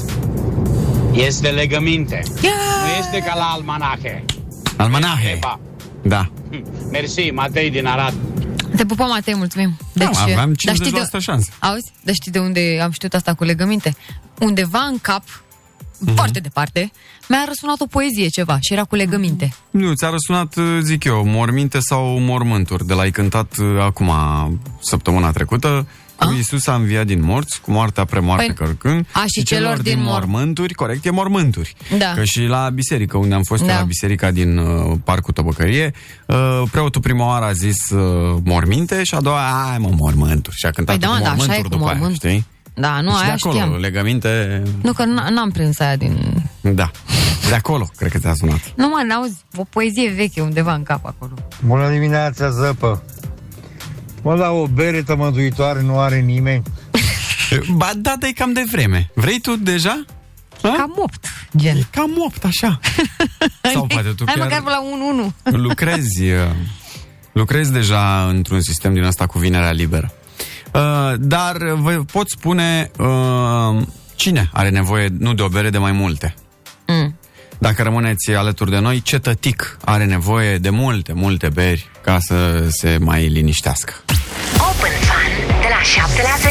Speaker 8: este legăminte.
Speaker 4: Ia!
Speaker 8: Nu este ca la almanahe.
Speaker 3: Almanahe!
Speaker 8: Ba.
Speaker 3: Da.
Speaker 8: Mersi, Matei din Arad.
Speaker 4: Te pupăm, Matei, mulțumim. Deci,
Speaker 3: Da, mă, aveam
Speaker 4: dar știi
Speaker 3: 50% șanse.
Speaker 4: Auzi? Dar știi de unde am știut asta cu legăminte? Undeva în cap,
Speaker 3: Mhm.
Speaker 4: foarte departe, mi-a răsunat o poezie ceva și era cu legăminte.
Speaker 3: Nu, ți-a răsunat, uh, zic eu, morminte sau mormânturi, de la ai cântat uh, acum, săptămâna trecută, cu Iisus a înviat din morți, cu moartea premoarte
Speaker 4: Ah. Păi-
Speaker 3: păi, cărcând.
Speaker 4: A, și celor din mor-
Speaker 3: mormânturi, corect, e mormânturi.
Speaker 4: Da.
Speaker 3: Că și la biserică, unde am fost da.
Speaker 4: Da.
Speaker 3: la biserica din uh, Parcul Tăbăcărie, uh, preotul prima oară a zis uh, morminte și a doua, ai mă, mormânturi. Și a cântat
Speaker 4: Păi da,
Speaker 3: cu
Speaker 4: mă, da,
Speaker 3: mormânturi
Speaker 4: așa e cu
Speaker 3: după aia,
Speaker 4: mormânt.
Speaker 3: știi?
Speaker 4: Da, nu,
Speaker 3: și de
Speaker 4: aia
Speaker 3: acolo,
Speaker 4: știam.
Speaker 3: legăminte,
Speaker 4: Nu, că n- n-am prins aia din...
Speaker 3: da. De acolo, cred că ți-a sunat.
Speaker 4: Nu, mă, n-auzi, o poezie veche undeva în cap acolo.
Speaker 9: Bună dimineața, zăpă! Mă, la o bere tămăduitoare nu are nimeni.
Speaker 3: Ba, da, dar e cam de vreme. Vrei tu deja? Ha?
Speaker 4: Cam opt, gen.
Speaker 3: E cam 8, așa. Sau poate tu
Speaker 4: Hai
Speaker 3: chiar
Speaker 4: măcar la 1-1.
Speaker 3: lucrezi, uh, lucrezi deja într-un sistem din asta cu vinerea liberă. Uh, Dar vă pot spune uh, cine are nevoie, nu de o bere, de mai multe.
Speaker 4: Mm.
Speaker 3: Dacă rămâneți alături de noi, cetătic are nevoie de multe, multe beri ca să se mai liniștească.
Speaker 2: Open Fun de la 7 la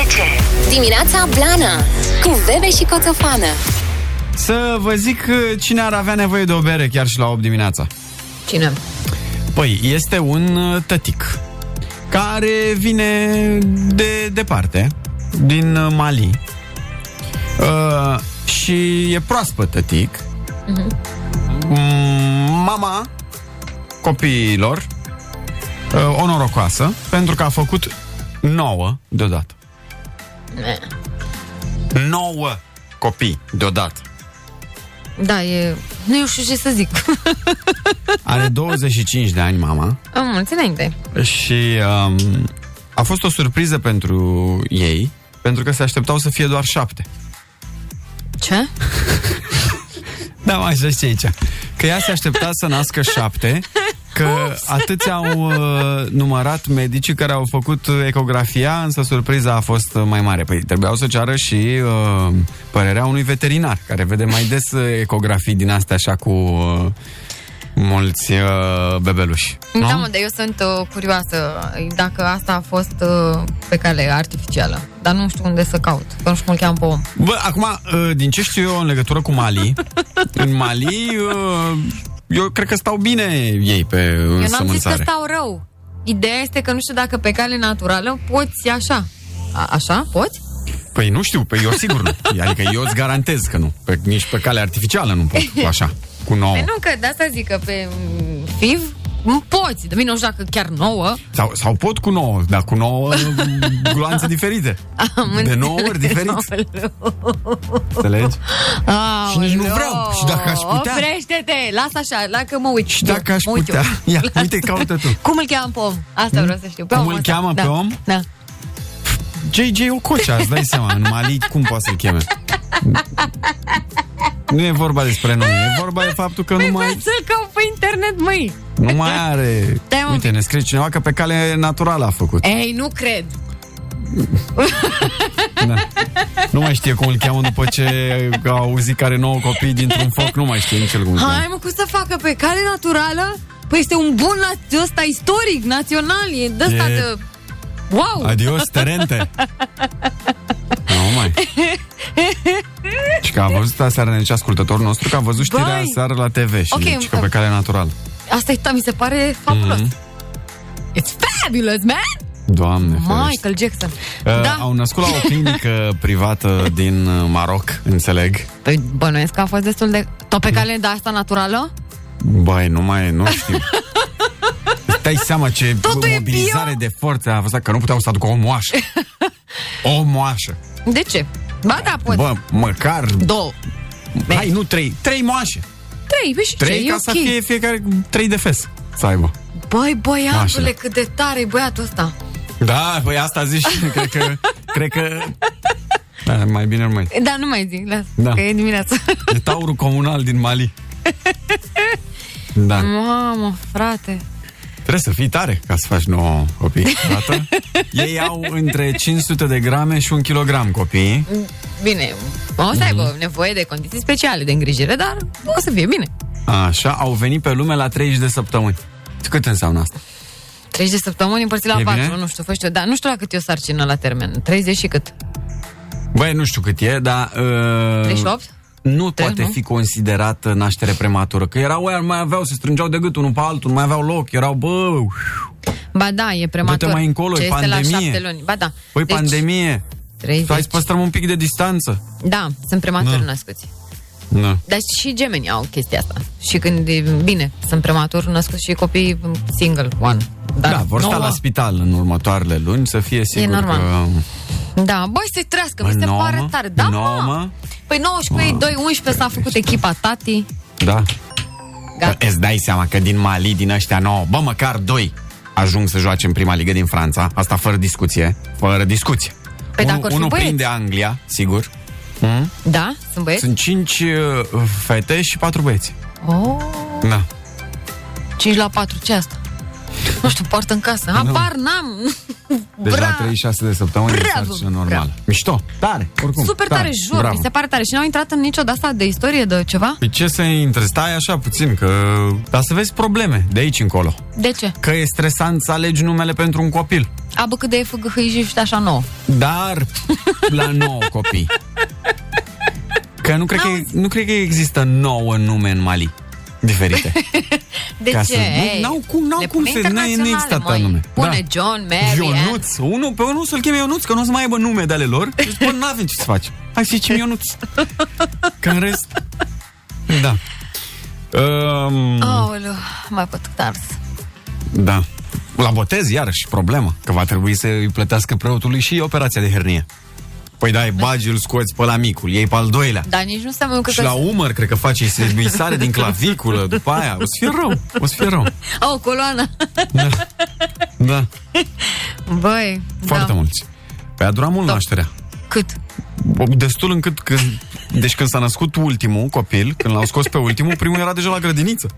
Speaker 2: 10. Dimineața Blana cu Bebe și Coțofană.
Speaker 3: Să vă zic uh, cine ar avea nevoie de o bere chiar și la 8 dimineața.
Speaker 4: Cine?
Speaker 3: Păi, este un uh, tătic care vine de departe, din uh, Mali. Uh, și e proaspăt tătic. Mm, Mama copiilor uh, o norocoasă, pentru că a făcut nouă deodată. Nouă copii deodată.
Speaker 4: Da, e... Nu știu ce să zic.
Speaker 3: Are 25 de ani mama.
Speaker 4: Am mulți înainte.
Speaker 3: Și um, a fost o surpriză pentru ei, pentru că se așteptau să fie doar șapte.
Speaker 4: Ce?
Speaker 3: Da, mai așa și aici. Că ea se aștepta să nască șapte, că atâți au uh, numărat medicii care au făcut uh, ecografia, însă surpriza a fost uh, mai mare. Păi trebuiau să ceară și uh, părerea unui veterinar, care vede mai des uh, ecografii din astea așa cu uh, mulți uh, bebeluși. Nu?
Speaker 4: Da, mă, dar eu sunt uh, curioasă dacă asta a fost uh, pe cale artificială. Dar nu știu unde să caut, că nu știu cum îl cheam pe om.
Speaker 3: Bă, acum, uh, din ce știu eu în legătură cu Mali, în Mali, uh, eu cred că stau bine ei pe
Speaker 4: Eu
Speaker 3: însămânțare.
Speaker 4: n-am zis că stau rău. Ideea este că nu știu dacă pe cale naturală poți așa. A, așa? Poți?
Speaker 3: Păi nu știu, pe eu sigur nu. Adică eu îți garantez că nu. Pe, nici pe calea artificială nu pot cu așa, cu nouă.
Speaker 4: Păi nu, că de asta zic că pe mm, FIV mm, poți. De bine, nu știu dacă chiar nouă.
Speaker 3: Sau, sau pot cu nouă, dar cu nouă gloanțe diferite.
Speaker 4: Am
Speaker 3: de nouă ori
Speaker 4: înțeles.
Speaker 3: diferit,
Speaker 4: Aoleu.
Speaker 3: înțelegi? Și nici nu
Speaker 4: Aoleu.
Speaker 3: vreau. Și dacă aș putea-
Speaker 4: Oprește-te, lasă așa, dacă mă uit.
Speaker 3: Și dacă aș
Speaker 4: Mă uit
Speaker 3: putea...
Speaker 4: eu.
Speaker 3: Ia, uite, caută tu.
Speaker 4: Cum îl cheamă pe om? Asta vreau să știu. Pe
Speaker 3: Cum
Speaker 4: omul
Speaker 3: îl
Speaker 4: ăsta.
Speaker 3: cheamă pe
Speaker 4: da.
Speaker 3: om?
Speaker 4: Da.
Speaker 3: JJ Ococea, îți dai seama, în Mali, cum poate să-l cheme? Nu e vorba despre nume, e vorba de faptul că nu
Speaker 4: Păi
Speaker 3: mai,
Speaker 4: vreau să-l caut pe internet, măi.
Speaker 3: nu mai are...
Speaker 4: Stai un
Speaker 3: Uite, ne scrie cineva că pe cale naturală a făcut.
Speaker 4: Ei, nu cred.
Speaker 3: Nu mai știe cum îl cheamă după ce a auzit care nouă copii dintr-un foc, nu mai știe nici el cum îl
Speaker 4: Hai
Speaker 3: cheamă.
Speaker 4: mă, cum să facă pe cale naturală? Păi este un bun la ăsta istoric, național, e de ăsta
Speaker 3: E-
Speaker 4: de... Wow!
Speaker 3: Adios, terente! Nu mai. Și că a văzut aseară deci ascultătorul nostru că a văzut știrea
Speaker 4: Băi!
Speaker 3: aseară la TV și
Speaker 4: Ok,
Speaker 3: okay, că
Speaker 4: um,
Speaker 3: pe cale naturală.
Speaker 4: Asta e, mi se pare
Speaker 3: Mm.
Speaker 4: fabulos. It's fabulous, man!
Speaker 3: Doamne ferește.
Speaker 4: Michael Jackson.
Speaker 3: Uh,
Speaker 4: da.
Speaker 3: Au născut la o clinică privată din uh, Maroc, înțeleg.
Speaker 4: Păi bănuiesc că a fost destul de... Tot
Speaker 3: Mm.
Speaker 4: pe cale de asta naturală?
Speaker 3: Băi, nu mai, nu știu. Îți dai seama ce
Speaker 4: Totul e
Speaker 3: mobilizare de forțe a fost că nu puteau să aducă o moașă. O moașă.
Speaker 4: De ce? Ba da, poți.
Speaker 3: Bă, măcar...
Speaker 4: Două.
Speaker 3: Hai, nu trei. Trei moașe.
Speaker 4: Trei, vezi și
Speaker 3: Trei
Speaker 4: ce?
Speaker 3: ca
Speaker 4: e
Speaker 3: să
Speaker 4: ok.
Speaker 3: fie fiecare cu trei de fes. Să aibă.
Speaker 4: Băi, băiatule,
Speaker 3: Așa.
Speaker 4: cât de tare e băiatul ăsta.
Speaker 3: Da, păi asta zici. cred că... Cred că... Da, mai bine nu mai.
Speaker 4: Da, nu mai zic, las,
Speaker 3: Da.
Speaker 4: da. că e dimineața.
Speaker 3: E taurul comunal din Mali. Da.
Speaker 4: Mamă, frate.
Speaker 3: Trebuie să fii tare ca să faci 9 copii. Odată. Ei au între 500 de grame și 1 kg copii.
Speaker 4: Bine, o să aibă
Speaker 3: Mm.
Speaker 4: nevoie de condiții speciale de îngrijire, dar o să fie bine.
Speaker 3: Așa, au venit pe lume la 30 de săptămâni. Cât înseamnă asta?
Speaker 4: 30 de săptămâni împărțit la
Speaker 3: E
Speaker 4: 4,
Speaker 3: bine?
Speaker 4: nu știu, fă știu, dar nu știu la cât e o sarcină la termen. 30 și cât?
Speaker 3: Uh, Băi, nu știu cât e, dar... Uh,
Speaker 4: 38?
Speaker 3: Nu
Speaker 4: Trei,
Speaker 3: poate
Speaker 4: Deci nu?
Speaker 3: fi considerată naștere prematură. Că erau oia, nu mai aveau, se strângeau de gât unul pe altul, nu mai aveau loc, erau, bă... uiu.
Speaker 4: Ba da, e prematur.
Speaker 3: mai încolo,
Speaker 4: ce
Speaker 3: e
Speaker 4: este la
Speaker 3: pandemie.
Speaker 4: 7 luni. Ba da.
Speaker 3: Păi, pandemie,
Speaker 4: 30.
Speaker 3: hai să păstrăm un pic de distanță.
Speaker 4: Da, sunt prematur
Speaker 3: Da.
Speaker 4: născuți.
Speaker 3: Nu.
Speaker 4: Dar și gemenii au chestia asta. Și când e bine, sunt prematur născuți și copii single one. Dar
Speaker 3: Da, vor sta
Speaker 4: nouă-
Speaker 3: la spital în următoarele luni, să fie sigur
Speaker 4: normal.
Speaker 3: că...
Speaker 4: Da, băi, să-i trească,
Speaker 3: Bă,
Speaker 4: mi se
Speaker 3: nouă,
Speaker 4: pare
Speaker 3: mă?
Speaker 4: tare. Da,
Speaker 3: Nouă, mă?
Speaker 4: mă. Păi 9 și cu ei 2, 11 s-a făcut echipa tati.
Speaker 3: Da.
Speaker 4: Gata.
Speaker 3: Că Îți dai seama că din Mali, din ăștia nouă, bă, măcar doi ajung să joace în prima ligă din Franța. Asta fără discuție. Fără discuție.
Speaker 4: Păi
Speaker 3: unul
Speaker 4: dacă ar fi
Speaker 3: unul
Speaker 4: băieți. Păi?
Speaker 3: prinde Anglia, sigur.
Speaker 4: Da, sunt băieți.
Speaker 3: Sunt cinci uh, fete și patru băieți.
Speaker 4: Oh,
Speaker 3: Da.
Speaker 4: 5 la 4, ce asta? Nu știu, poartă în
Speaker 3: Păi
Speaker 4: casă. Apar, n-am.
Speaker 3: Deci la
Speaker 4: Bra-
Speaker 3: 36 de săptămâni e
Speaker 4: Bravo!
Speaker 3: sarcină normală.
Speaker 4: Bravo!
Speaker 3: Mișto. Tare. Oricum.
Speaker 4: Super tare, jur,
Speaker 3: da, Bravo.
Speaker 4: mi se pare tare. Și n-au intrat în nicio de asta de istorie, de ceva?
Speaker 3: Păi ce să intre? Stai așa puțin, că... Dar să vezi probleme de aici încolo.
Speaker 4: De ce?
Speaker 3: Că e stresant să alegi numele pentru un copil.
Speaker 4: Abă cât de e făgăhăi și așa nouă.
Speaker 3: Dar la 9 copii. Că nu cred, că, nu cred că există 9 nume în Mali diferite.
Speaker 4: De
Speaker 3: Ca
Speaker 4: ce?
Speaker 3: să- nu- n-au cum- n-au
Speaker 4: Le
Speaker 3: cum
Speaker 4: pune
Speaker 3: să- n-ai- nu
Speaker 4: internaționale,
Speaker 3: există atâta
Speaker 4: măi.
Speaker 3: nume.
Speaker 4: Pune
Speaker 3: Da.
Speaker 4: John, Mary, Ionuț.
Speaker 3: Ionuț, unul pe unul să-l cheme Ionuț, că nu o să mai aibă nume de ale lor. Deci, bă, n-avem ce să facem. Hai să zicem Ionuț. Că în rest... Da. Um,
Speaker 4: Aoleu, mai pot tars.
Speaker 3: Da. La botez, iarăși, problemă. Că va trebui să îi plătească preotului și operația de hernie. Păi dai, bagi, îl scoți pe la micul, iei pe al doilea.
Speaker 4: Dar nici nu seamănă că...
Speaker 3: Și la umăr, cred că face, îi se- îi sare din claviculă, după aia, o să fie rău, o să fie rău.
Speaker 4: Au, coloana.
Speaker 3: Da,
Speaker 4: Băi,
Speaker 3: foarte
Speaker 4: da.
Speaker 3: mulți. Păi a durat mult nașterea.
Speaker 4: Cât?
Speaker 3: Destul încât când, deci când s-a născut ultimul copil, când l-au scos pe ultimul, primul era deja la grădiniță.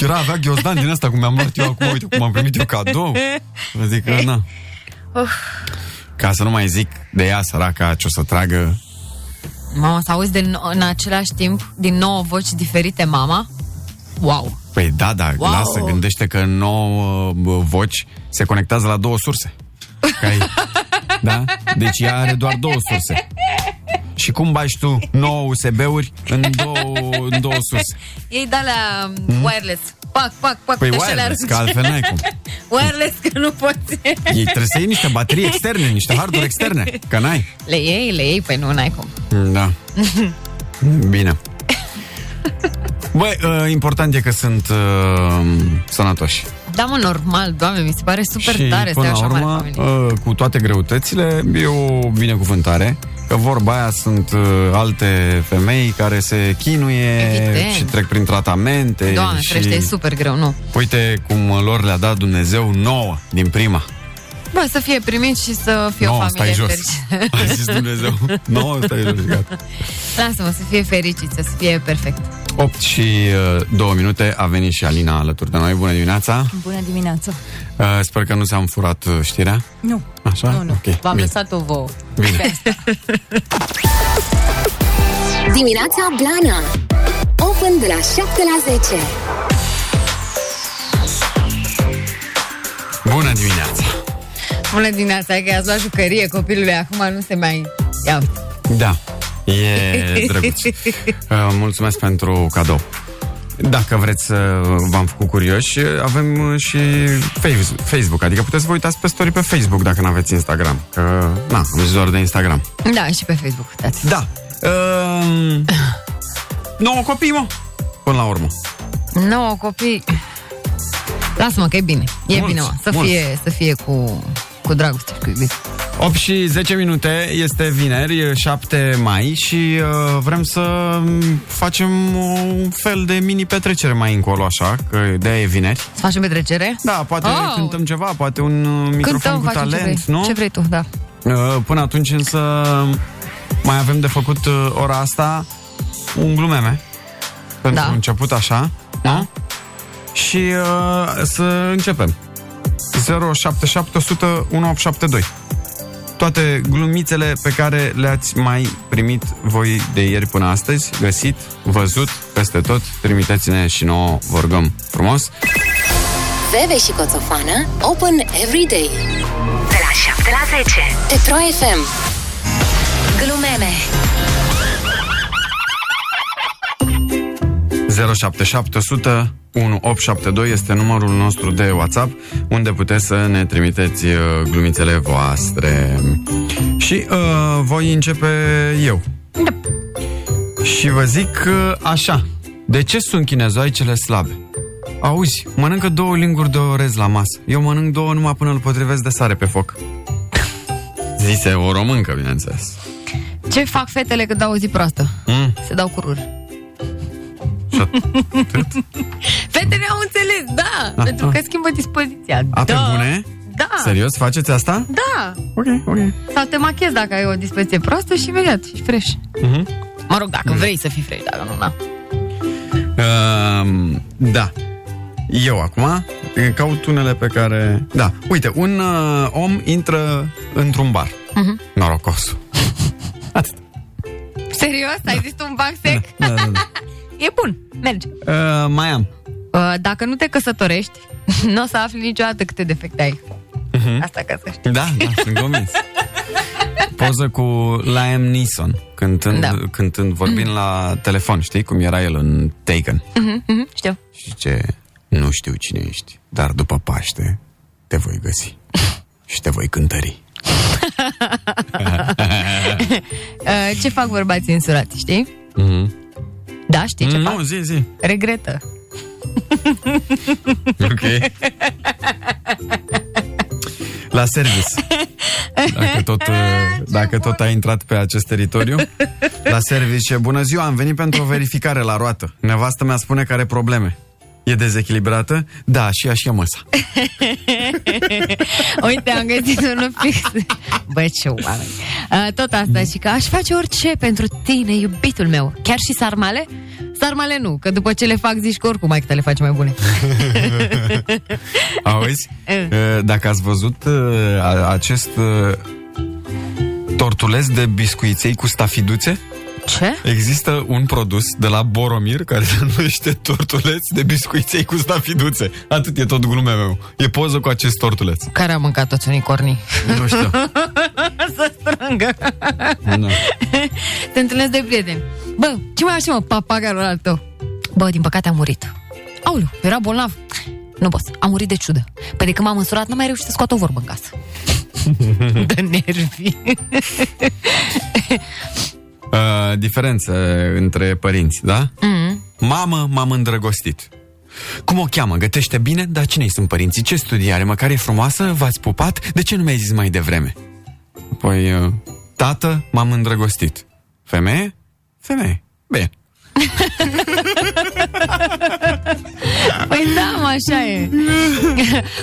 Speaker 3: Era, avea ghiozdan din asta, cum mi-am luat eu acum, uite cum am primit eu cadou. Vă zic că, na. Ca să nu mai zic de ea, săraca, ce o să tragă.
Speaker 4: Mama, să auzi din, în același timp din nouă voci diferite, mama? Wow.
Speaker 3: Păi da, da,
Speaker 4: Wow.
Speaker 3: lasă, gândește că nouă bă, voci se conectează la două surse. Că ai- da? Deci ea are doar două surse. Și cum bagi tu 9 USB-uri în două, în două surse?
Speaker 4: Ei de alea mm? wireless. Pac, pac,
Speaker 3: Hmm?
Speaker 4: pac.
Speaker 3: Păi
Speaker 4: uite așa le
Speaker 3: wireless,
Speaker 4: arunci.
Speaker 3: că altfel n-ai cum.
Speaker 4: wireless, că nu poți.
Speaker 3: Ei trebuie să iei niște baterii externe, niște harduri externe, că n-ai.
Speaker 4: Le iei, le iei, păi nu, n-ai cum.
Speaker 3: Da. Bine. Băi, uh, important e că sunt uh, sănătoși.
Speaker 4: Da, mă, normal, doamne, mi se pare super
Speaker 3: și
Speaker 4: tare să
Speaker 3: până
Speaker 4: ai
Speaker 3: la
Speaker 4: așa mare
Speaker 3: urmă,
Speaker 4: familie.
Speaker 3: uh, cu toate greutățile, e o binecuvântare. Că vorba aia sunt uh, alte femei care se chinuie
Speaker 4: Evident.
Speaker 3: și trec prin tratamente.
Speaker 4: Doamne,
Speaker 3: ă, și...
Speaker 4: crește, e super greu, nu.
Speaker 3: Uite cum lor le-a dat Dumnezeu nouă din prima.
Speaker 4: Bă, să fie primit și să fie o
Speaker 3: Nouă,
Speaker 4: familie
Speaker 3: stai jos.
Speaker 4: fericită.
Speaker 3: A zis Dumnezeu. nouă, stai jos, gata.
Speaker 4: Lasă-mă, să fie fericit, să fie perfect.
Speaker 3: 8 și uh, 2 minute a venit și Alina alături de noi. Bună dimineața!
Speaker 5: Bună dimineața!
Speaker 3: Uh, sper că nu s-am furat uh, știrea.
Speaker 5: Nu,
Speaker 3: Așa?
Speaker 5: nu, nu.
Speaker 3: Ok,
Speaker 5: V-am
Speaker 3: bine.
Speaker 5: lăsat-o vouă.
Speaker 3: Bine.
Speaker 2: Dimineața Blana Open de la 7 la 10
Speaker 3: Bună dimineața!
Speaker 4: Bună dimineața, că i-ați luat jucărie copilului, acum nu se mai... Ia.
Speaker 3: Da, e drăguț. Uh, mulțumesc pentru cadou. Dacă vreți să v-am făcut curioși, avem uh, și face- Facebook, adică puteți să vă uitați pe story pe Facebook dacă nu aveți Instagram. Că, na, am zis doar de Instagram.
Speaker 4: Da, și pe Facebook, uitați.
Speaker 3: Da. Uh, nouă copii, mă, până la urmă.
Speaker 4: Nouă copii... Lasă-mă că e bine. E
Speaker 3: Mulți,
Speaker 4: bine, mă. Să
Speaker 3: mulți.
Speaker 4: fie, să fie cu, cu dragoste și cu iubire.
Speaker 3: 8 și 10 minute, este vineri, e 7 mai și uh, vrem să mm, facem un fel de mini petrecere mai încolo, așa, că de e vineri.
Speaker 4: Să facem petrecere?
Speaker 3: Da, poate
Speaker 4: Oh!
Speaker 3: oh. cântăm ceva, poate un uh, microfon
Speaker 4: Cântăm,
Speaker 3: cu
Speaker 4: facem
Speaker 3: talent,
Speaker 4: ce vrei.
Speaker 3: nu?
Speaker 4: Ce vrei tu, da.
Speaker 3: Uh, Până atunci însă mai avem de făcut uh, ora asta un glumeme. Pentru
Speaker 4: Da.
Speaker 3: început așa, da? Și uh, să începem. 077 Toate glumițele pe care le-ați mai primit voi de ieri până astăzi, găsit, văzut, peste tot, trimiteți-ne și nouă, vă rugăm frumos.
Speaker 2: Veve și Coțofană Open every day De la 7 la 10 Pe Pro FM Glumeme
Speaker 3: 077 1872 este numărul nostru de WhatsApp unde puteți să ne trimiteți uh, glumițele voastre. Și uh, voi începe eu.
Speaker 4: Da.
Speaker 3: Și vă zic uh, așa. De ce sunt chinezoaicele slabe? Auzi, mănâncă două linguri de orez la masă. Eu mănânc două numai până îl potrivesc de sare pe foc. Zise o româncă, bineînțeles.
Speaker 4: Ce fac fetele când au o zi proastă?
Speaker 3: Mm.
Speaker 4: Se dau cu ruri. Fetele au înțeles, da,
Speaker 3: Ah,
Speaker 4: pentru
Speaker 3: ah.
Speaker 4: că schimbă dispoziția.
Speaker 3: A, pe
Speaker 4: da.
Speaker 3: bune?
Speaker 4: Da,
Speaker 3: Serios, faceți asta?
Speaker 4: da.
Speaker 3: Ok, ok.
Speaker 4: Sau te machezi dacă ai o dispoziție proastă și imediat și fresh.
Speaker 3: Mhm.
Speaker 4: Mă rog, dacă vrei să fii fresh, dacă nu, na.
Speaker 3: Um, da. Eu acum eh, caut unele pe care... Da, uite, un uh, om intră într-un bar. Uh-huh. Norocos. Atât.
Speaker 4: Serios? Ai zis tu un banc sec?
Speaker 3: Da, da, da.
Speaker 4: E bun, merge.
Speaker 3: Uh, mai am.
Speaker 4: Uh, Dacă nu te căsătorești, nu o să afli niciodată câte defecte ai. Asta ca să știi.
Speaker 3: Da, da, sunt convins. Poză cu Liam Neeson cântând,
Speaker 4: Da.
Speaker 3: cântând vorbind la telefon, știi? Cum era el în Taken.
Speaker 4: Mhm, mhm, știu.
Speaker 3: Și ce? Nu știu cine ești, dar după Paște te voi găsi și te voi cântări.
Speaker 4: Uh, Ce fac bărbații însurați, știi?
Speaker 3: Mm-hmm.
Speaker 4: Da, știi ce fac?
Speaker 3: Nu, zi, zi.
Speaker 4: Regretă.
Speaker 3: Ok. La service. Dacă tot, uh, dacă tot ai intrat pe acest teritoriu. La service. Bună ziua, am venit pentru o verificare la roată. Nevastă mea spune că are probleme. E dezechilibrată? Da, și ea și ea măsa.
Speaker 4: Uite, am găsit unul fix. Bă, ce oameni. Uh, tot asta și că aș face orice pentru tine, iubitul meu. Chiar și sarmale? Sarmale nu, că după ce le fac zici că oricum mai că te le faci mai bune.
Speaker 3: Auzi? Uh, Dacă ați văzut uh, a- acest uh, tortuleț de biscuiței cu stafiduțe,
Speaker 4: Ce?
Speaker 3: există un produs de la Boromir care se numește tortuleț de biscuiței cu stafiduțe. Atât e tot glumea meu. E poză cu acest tortuleț.
Speaker 4: Care a mâncat toți unicornii?
Speaker 3: Nu știu.
Speaker 4: Să strângă.
Speaker 3: nu.
Speaker 4: Te întâlnesc de prieteni. Bă, ce mai așa, mă, papagalul al tău? Bă, din păcate a murit. Aoleu, era bolnav. Nu, boss, a murit de ciudă. Păi de când m-am însurat, n-am mai reușit să scot o vorbă în casă. de nervi.
Speaker 3: Uh, diferență între părinți, da?
Speaker 4: Mm.
Speaker 3: Mamă, m-am îndrăgostit. Cum o cheamă? Gătește bine? Dar cine sunt părinții? Ce studii are? Măcar e frumoasă? V-ați pupat? De ce nu mi-ai zis mai devreme? Păi, uh, tată, m-am îndrăgostit. Femeie? Femeie. Bine.
Speaker 4: Păi da, mă, așa e.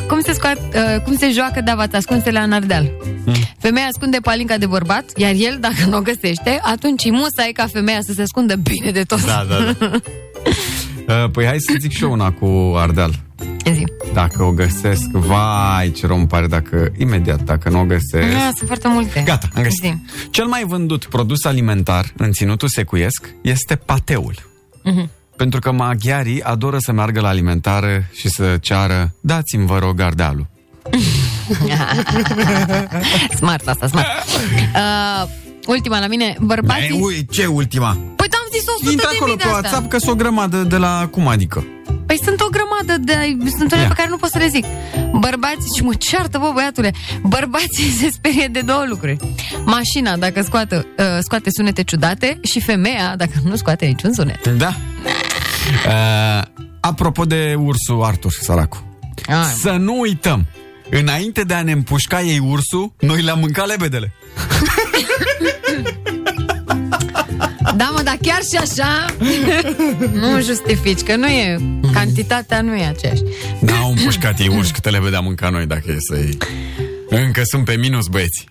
Speaker 4: cum, se scoat, uh, cum se joacă davați ascunse la nardal?
Speaker 3: Hmm.
Speaker 4: Femeia ascunde palinca de bărbat, iar el, dacă nu o găsește, atunci îi musai ca femeia să se ascundă bine de tot.
Speaker 3: da, da. Uh, Păi hai să zic și eu una cu Ardeal.
Speaker 4: Zi.
Speaker 3: Dacă o găsesc, vai ce rău îmi pare dacă, imediat, dacă nu o găsesc...
Speaker 4: Ah, sunt foarte multe.
Speaker 3: Gata, am găsit.
Speaker 4: Zi.
Speaker 3: Cel mai vândut produs alimentar în ținutul secuiesc este pateul.
Speaker 4: Mhm.
Speaker 3: Pentru că maghiarii adoră să meargă la alimentară și să ceară, dați-mi vă rog ardealul.
Speaker 4: Smart asta, smart. Uh, ultima la mine, bărbații...
Speaker 3: ui, ce ultima?
Speaker 4: Păi am zis 100
Speaker 3: Intră
Speaker 4: de
Speaker 3: acolo
Speaker 4: mii de
Speaker 3: pe
Speaker 4: asta.
Speaker 3: WhatsApp că sunt o grămadă de la cum adică.
Speaker 4: Păi sunt o grămadă de... Sunt unele
Speaker 3: Ia.
Speaker 4: pe care nu pot să le zic. Bărbații... Și mă ceartă, bă, băiatule. Bărbații se sperie de două lucruri. Mașina, dacă scoată, uh, scoate sunete ciudate și femeia, dacă nu scoate niciun sunet.
Speaker 3: Da. Uh, apropo de ursul Artur, săracu.
Speaker 4: Ah,
Speaker 3: Să nu uităm, înainte de a ne împușca ei ursul, noi le-am mâncat lebedele.
Speaker 4: da, mă, dar chiar și așa nu justifici, că nu e...
Speaker 3: Mm.
Speaker 4: Cantitatea nu e aceeași.
Speaker 3: N-au împușcat ei urși câte lebede am mâncat noi, dacă e să-i... Încă sunt pe minus, băieți.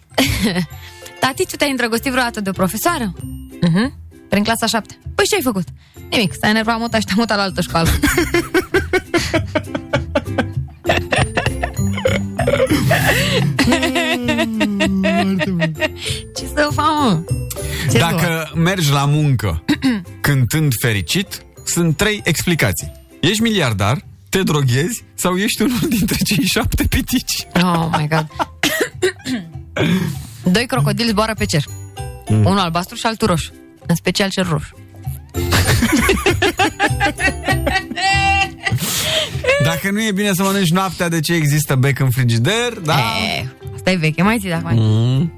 Speaker 4: Tati, tu te-ai îndrăgostit vreodată de o profesoară? Mhm. Prin clasa 7. Păi ce ai făcut? Nimic, s-a enervat muta și te-a mutat la altă școală. ce să fac, mă? Ce să fac?
Speaker 3: Mm, Dacă mergi la muncă cântând fericit, sunt trei explicații. Ești miliardar, te droghezi sau ești unul dintre cei șapte pitici.
Speaker 4: Oh my god. Doi crocodili zboară pe cer. Mm. Unul albastru și altul roșu. În special cel roșu.
Speaker 3: Dacă nu e bine să mănânci noaptea, de ce există bec în frigider? Da?
Speaker 4: E, Eh, asta e veche, mai zi dacă mai...
Speaker 3: Mm.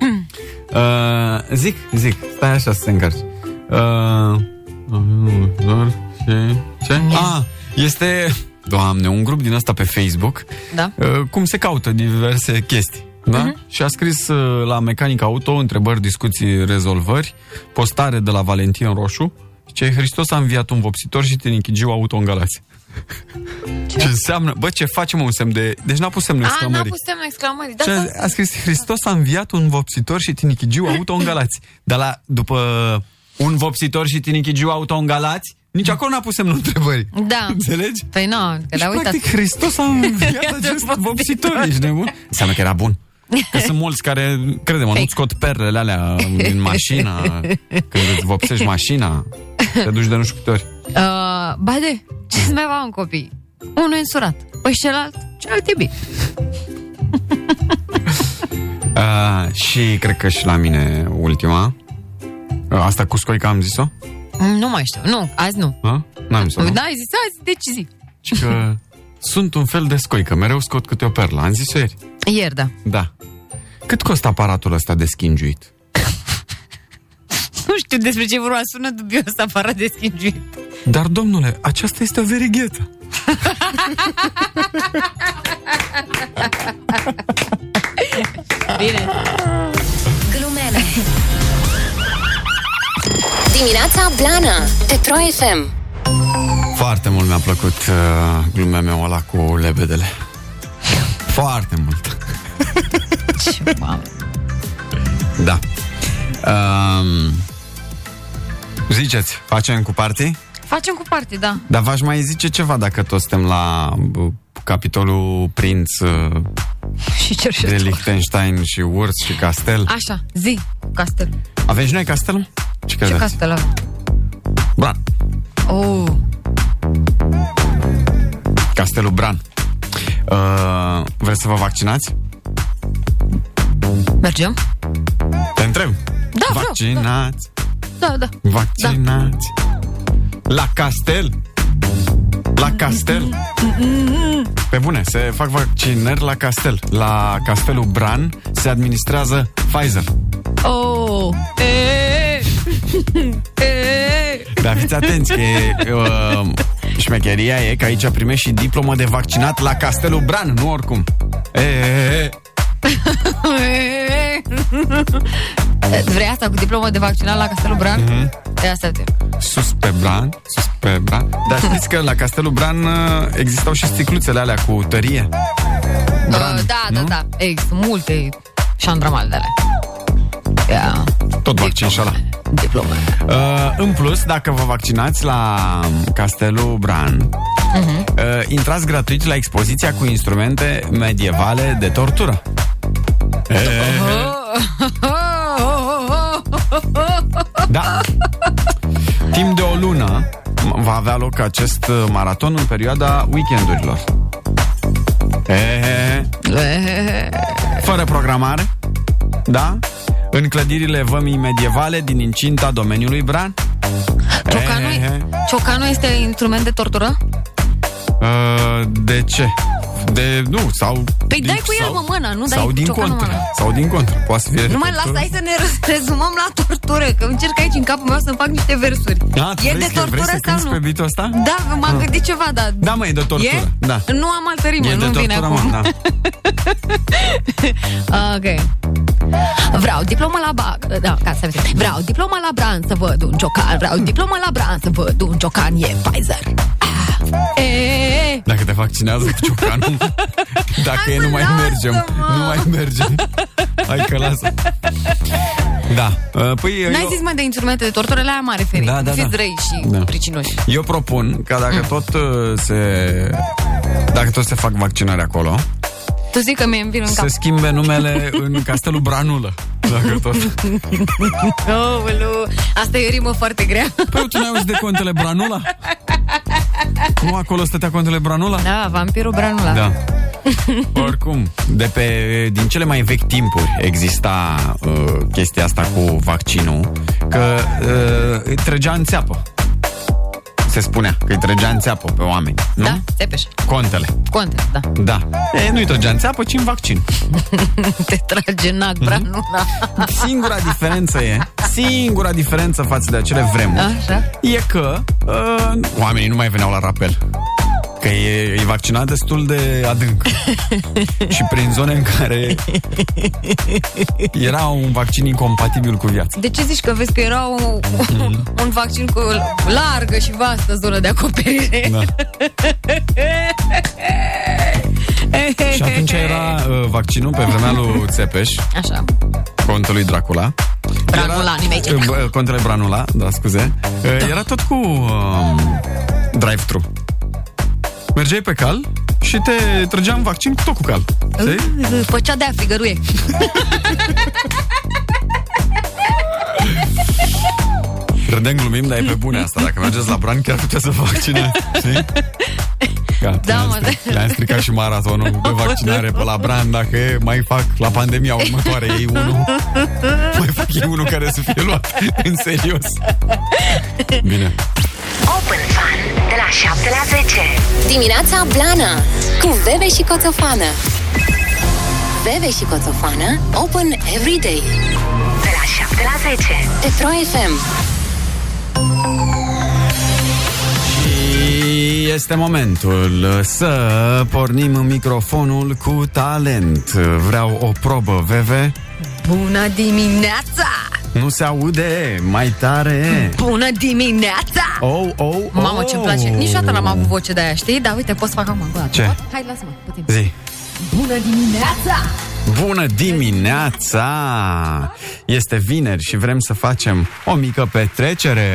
Speaker 3: Uh, zic, zic, stai așa să te încarci. Uh, doar și... Ce? Ah, este... Doamne, un grup din asta pe Facebook
Speaker 4: Da? Mhm.
Speaker 3: Uh, cum se caută diverse chestii. Da? Uh-huh. Și a scris uh, la Mecanic Auto întrebări, discuții, rezolvări, postare de la Valentin Roșu, ce Hristos a înviat un vopsitor și din Chigiu auto în galați. Ce? ce înseamnă? Bă, ce facem un semn de... Deci n-a pus semnul
Speaker 4: A, n-a
Speaker 3: exclamării.
Speaker 4: pus semnul exclamării. Da,
Speaker 3: Și
Speaker 4: da.
Speaker 3: a, a scris Hristos a înviat un vopsitor și tinichigiu auto în Galați. Dar la, după un vopsitor și tinichigiu auto în Galați, nici acolo n-a pus semnul întrebării.
Speaker 4: Da.
Speaker 3: Înțelegi?
Speaker 4: Păi nu, că
Speaker 3: Deci,
Speaker 4: le-a uitat.
Speaker 3: practic, Hristos a înviat acest vopsitor. Ești nebun? Înseamnă că era bun. Că sunt mulți care, crede-mă, nu
Speaker 4: Fake.
Speaker 3: scot perlele alea din mașina, când îți vopsești mașina, te duci de nu știu câte ori.
Speaker 4: Uh, ba de, ce să mai fac un copii? Unul e însurat. Păi și celălalt, celălalt e bine.
Speaker 3: Uh, și cred că și la mine ultima. Uh, asta cu scoica am zis-o?
Speaker 4: Mm, Nu mai știu. Nu, azi nu.
Speaker 3: A? N-am zis
Speaker 4: Da, ai zis azi, deci zi.
Speaker 3: Și că sunt un fel de scoică, mereu scot câte o perlă. Am zis ieri.
Speaker 4: Ieri, da.
Speaker 3: Da. Cât costă aparatul ăsta de schingiuit?
Speaker 4: Nu știu despre ce vorba, sună dubios afară de schingiuit.
Speaker 3: Dar, domnule, aceasta este o verighetă.
Speaker 4: Bine.
Speaker 2: Glumele Dimineața Blana Petro FM
Speaker 3: Foarte mult mi-a plăcut uh, glumea mea ăla cu lebedele. Foarte mult.
Speaker 4: Ce, mamă.
Speaker 3: Da. Um, ziceți, facem cu partii?
Speaker 4: Facem cu parte, da.
Speaker 3: Dar v-aș mai zice ceva dacă toți suntem la bă, capitolul Prinț uh,
Speaker 4: Și
Speaker 3: de
Speaker 4: cerșetul.
Speaker 3: Liechtenstein și Urs și Castel.
Speaker 4: Așa, zi, castel.
Speaker 3: Avem și noi castelul? Ce
Speaker 4: Ce
Speaker 3: credeți?
Speaker 4: castel avem?
Speaker 3: Bran.
Speaker 4: Oh,
Speaker 3: Castelul Bran. Uh, vreți să vă vaccinați?
Speaker 4: mergem?
Speaker 3: Te întreb.
Speaker 4: Da, vreau.
Speaker 3: vaccinați,
Speaker 4: Da, da.
Speaker 3: vaccinați. La castel? La castel? Pe bune, se fac vaccinări la castel. La castelul Bran se administrează Pfizer.
Speaker 4: Oh, Eh. e, e.
Speaker 3: Dar fiți atenți că e, uh, șmecheria e că aici primești și diplomă de vaccinat la Castelul Bran, nu oricum. E, e, e.
Speaker 4: Eh. Vrei asta cu diplomă de vaccinat la Castelul Bran?
Speaker 3: Mhm.
Speaker 4: Mm-hmm. Ia stai
Speaker 3: sus pe Bran, sus pe Bran. Dar știți că la Castelul Bran uh, existau și sticluțele alea cu tărie. Bran,
Speaker 4: uh, da, da,
Speaker 3: nu?
Speaker 4: da. Există multe șandramal de alea. Ia,
Speaker 3: Tot vaccin și ăla.
Speaker 4: diplomă.
Speaker 3: Uh, în plus, dacă vă vaccinați la Castelul Bran, uh, intrați gratuit la expoziția cu instrumente medievale de tortură. Da. Timp de o lună va avea loc acest uh, maraton în perioada weekendurilor. Ehehe. Fără programare, da? În clădirile vămii medievale din incinta domeniului Bran. Eh, Ehehe.
Speaker 4: Ciocanul, ciocanul este instrument de tortură?
Speaker 3: Uh, De ce? De, nu, sau...
Speaker 4: Păi dai cu el,
Speaker 3: sau-
Speaker 4: mă, mână, nu dai
Speaker 3: Sau
Speaker 4: cu
Speaker 3: din
Speaker 4: ciocanul,
Speaker 3: contră,
Speaker 4: mă.
Speaker 3: sau din contră. Poate să fie...
Speaker 4: Nu mai lasă, hai să ne rez- rezumăm la tortură, că încerc aici în capul meu să-mi fac niște versuri.
Speaker 3: Da,
Speaker 4: e de
Speaker 3: vrei
Speaker 4: tortură
Speaker 3: să
Speaker 4: sau
Speaker 3: cânti
Speaker 4: nu?
Speaker 3: pe bitul ăsta?
Speaker 4: Da, m-am gândit ceva, da.
Speaker 3: Da, mă, e de tortură.
Speaker 4: E?
Speaker 3: Da.
Speaker 4: Nu am altă rimă,
Speaker 3: E de
Speaker 4: nu-mi vine
Speaker 3: tortură,
Speaker 4: acum.
Speaker 3: mă, da.
Speaker 4: Ok. Vreau diploma la ba... Da, ca să vedem. Vreau diploma la Bran să văd un ciocan. Vreau diploma la Bran să văd un ciocan. E Pfizer.
Speaker 3: Păi
Speaker 4: Ah. E,
Speaker 3: Dacă te vaccinează cu ciocanul Dacă
Speaker 4: Hai,
Speaker 3: e, nu mai
Speaker 4: lasă-mă!
Speaker 3: mergem Nu mai mergem Hai că lasă Da, uh, păi
Speaker 4: N-ai
Speaker 3: eu,
Speaker 4: zis, mă, de instrumente de tortură, la aia mare ferit.
Speaker 3: Da, da,
Speaker 4: Fiți
Speaker 3: da.
Speaker 4: răi și
Speaker 3: Da.
Speaker 4: pricinoși.
Speaker 3: eu propun Că dacă tot uh, se Dacă tot se fac vaccinări acolo
Speaker 4: Tu zici că mi-e îmi vin în cap.
Speaker 3: Se schimbe numele în castelul Branulă Dacă tot
Speaker 4: Aoleu, Asta e o rimă foarte grea.
Speaker 3: Păi tu n-ai de contele Branula? Nu acolo stătea contele Branula?
Speaker 4: Da, vampirul Branula.
Speaker 3: Da. Oricum, de pe, din cele mai vechi timpuri exista uh, chestia asta cu vaccinul, că uh, îi trăgea în țeapă. Se spunea că îi trăgea în țeapă pe oameni, nu?
Speaker 4: Da, tepeș.
Speaker 3: Contele,
Speaker 4: Conte, da.
Speaker 3: da. E, nu-i trăgea în țeapă, ci în vaccin.
Speaker 4: Te trage în nac,
Speaker 3: Mhm.
Speaker 4: Branula.
Speaker 3: Singura diferență e, singura diferență față de acele vremuri,
Speaker 4: Așa.
Speaker 3: e că uh, oamenii nu mai veneau la rapel. Că e, e vaccinat destul de adânc. și prin zone în care era un vaccin incompatibil cu viața.
Speaker 4: De ce zici că vezi că era un,
Speaker 3: Mhm.
Speaker 4: un vaccin cu largă și vastă zonă de acoperire?
Speaker 3: Da. și atunci era uh, vaccinul pe vremea lui Țepeș,
Speaker 4: Așa.
Speaker 3: contul lui Dracula.
Speaker 4: Branula, nimeni ce-
Speaker 3: uh, bă, Contele Branula, da, scuze. Uh, Era tot cu uh, drive-thru. Mergeai pe cal și te trăgeam vaccin tot cu cal. Știi?
Speaker 4: Făcea de-aia frigăruie.
Speaker 3: Râdem, glumim, dar e pe bune asta. Dacă mergeți la Bran, chiar puteți să vă vaccinați. Știi? Gata,
Speaker 4: Da,
Speaker 3: le-am
Speaker 4: mă,
Speaker 3: stric-
Speaker 4: da.
Speaker 3: Le-am stricat și maratonul de vaccinare pe la Bran Dacă mai fac la pandemia următoare Ei unul Mai fac e unul care să fie luat în serios. Bine.
Speaker 2: Open Fun de la 7 la 10. Dimineața Blana cu Bebe și Coțofană. Bebe și Coțofană Open Every Day de la 7 la 10 Petro FM.
Speaker 3: Și este momentul să pornim microfonul cu talent. Vreau o probă, VV.
Speaker 4: Bună dimineața!
Speaker 3: Nu se aude, mai tare.
Speaker 4: Bună dimineața!
Speaker 3: Oh, oh, oh.
Speaker 4: Mamă, ce-mi place. Niciodată n-am avut voce de aia, știi? Dar uite, pot să fac acum. Gata.
Speaker 3: Ce?
Speaker 4: Hai, lasă-mă, puțin.
Speaker 3: Zi.
Speaker 4: Bună dimineața!
Speaker 3: Bună dimineața! Este vineri și vrem să facem o mică petrecere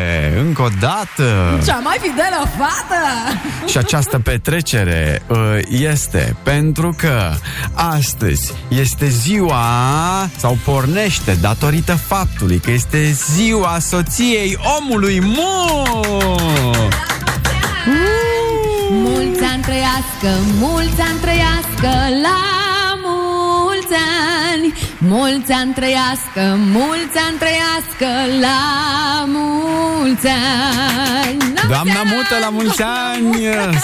Speaker 3: încă o dată.
Speaker 4: Cea mai fidelă fată!
Speaker 3: Și această petrecere uh, este pentru că astăzi este ziua sau pornește datorită faptului că este ziua soției omului Mu!
Speaker 4: Mulți ani trăiască, mulți ani trăiască la mulți ani, mulți ani trăiască, mulți ani trăiască la mulți ani. La
Speaker 3: Doamna Mută, la mulți ani!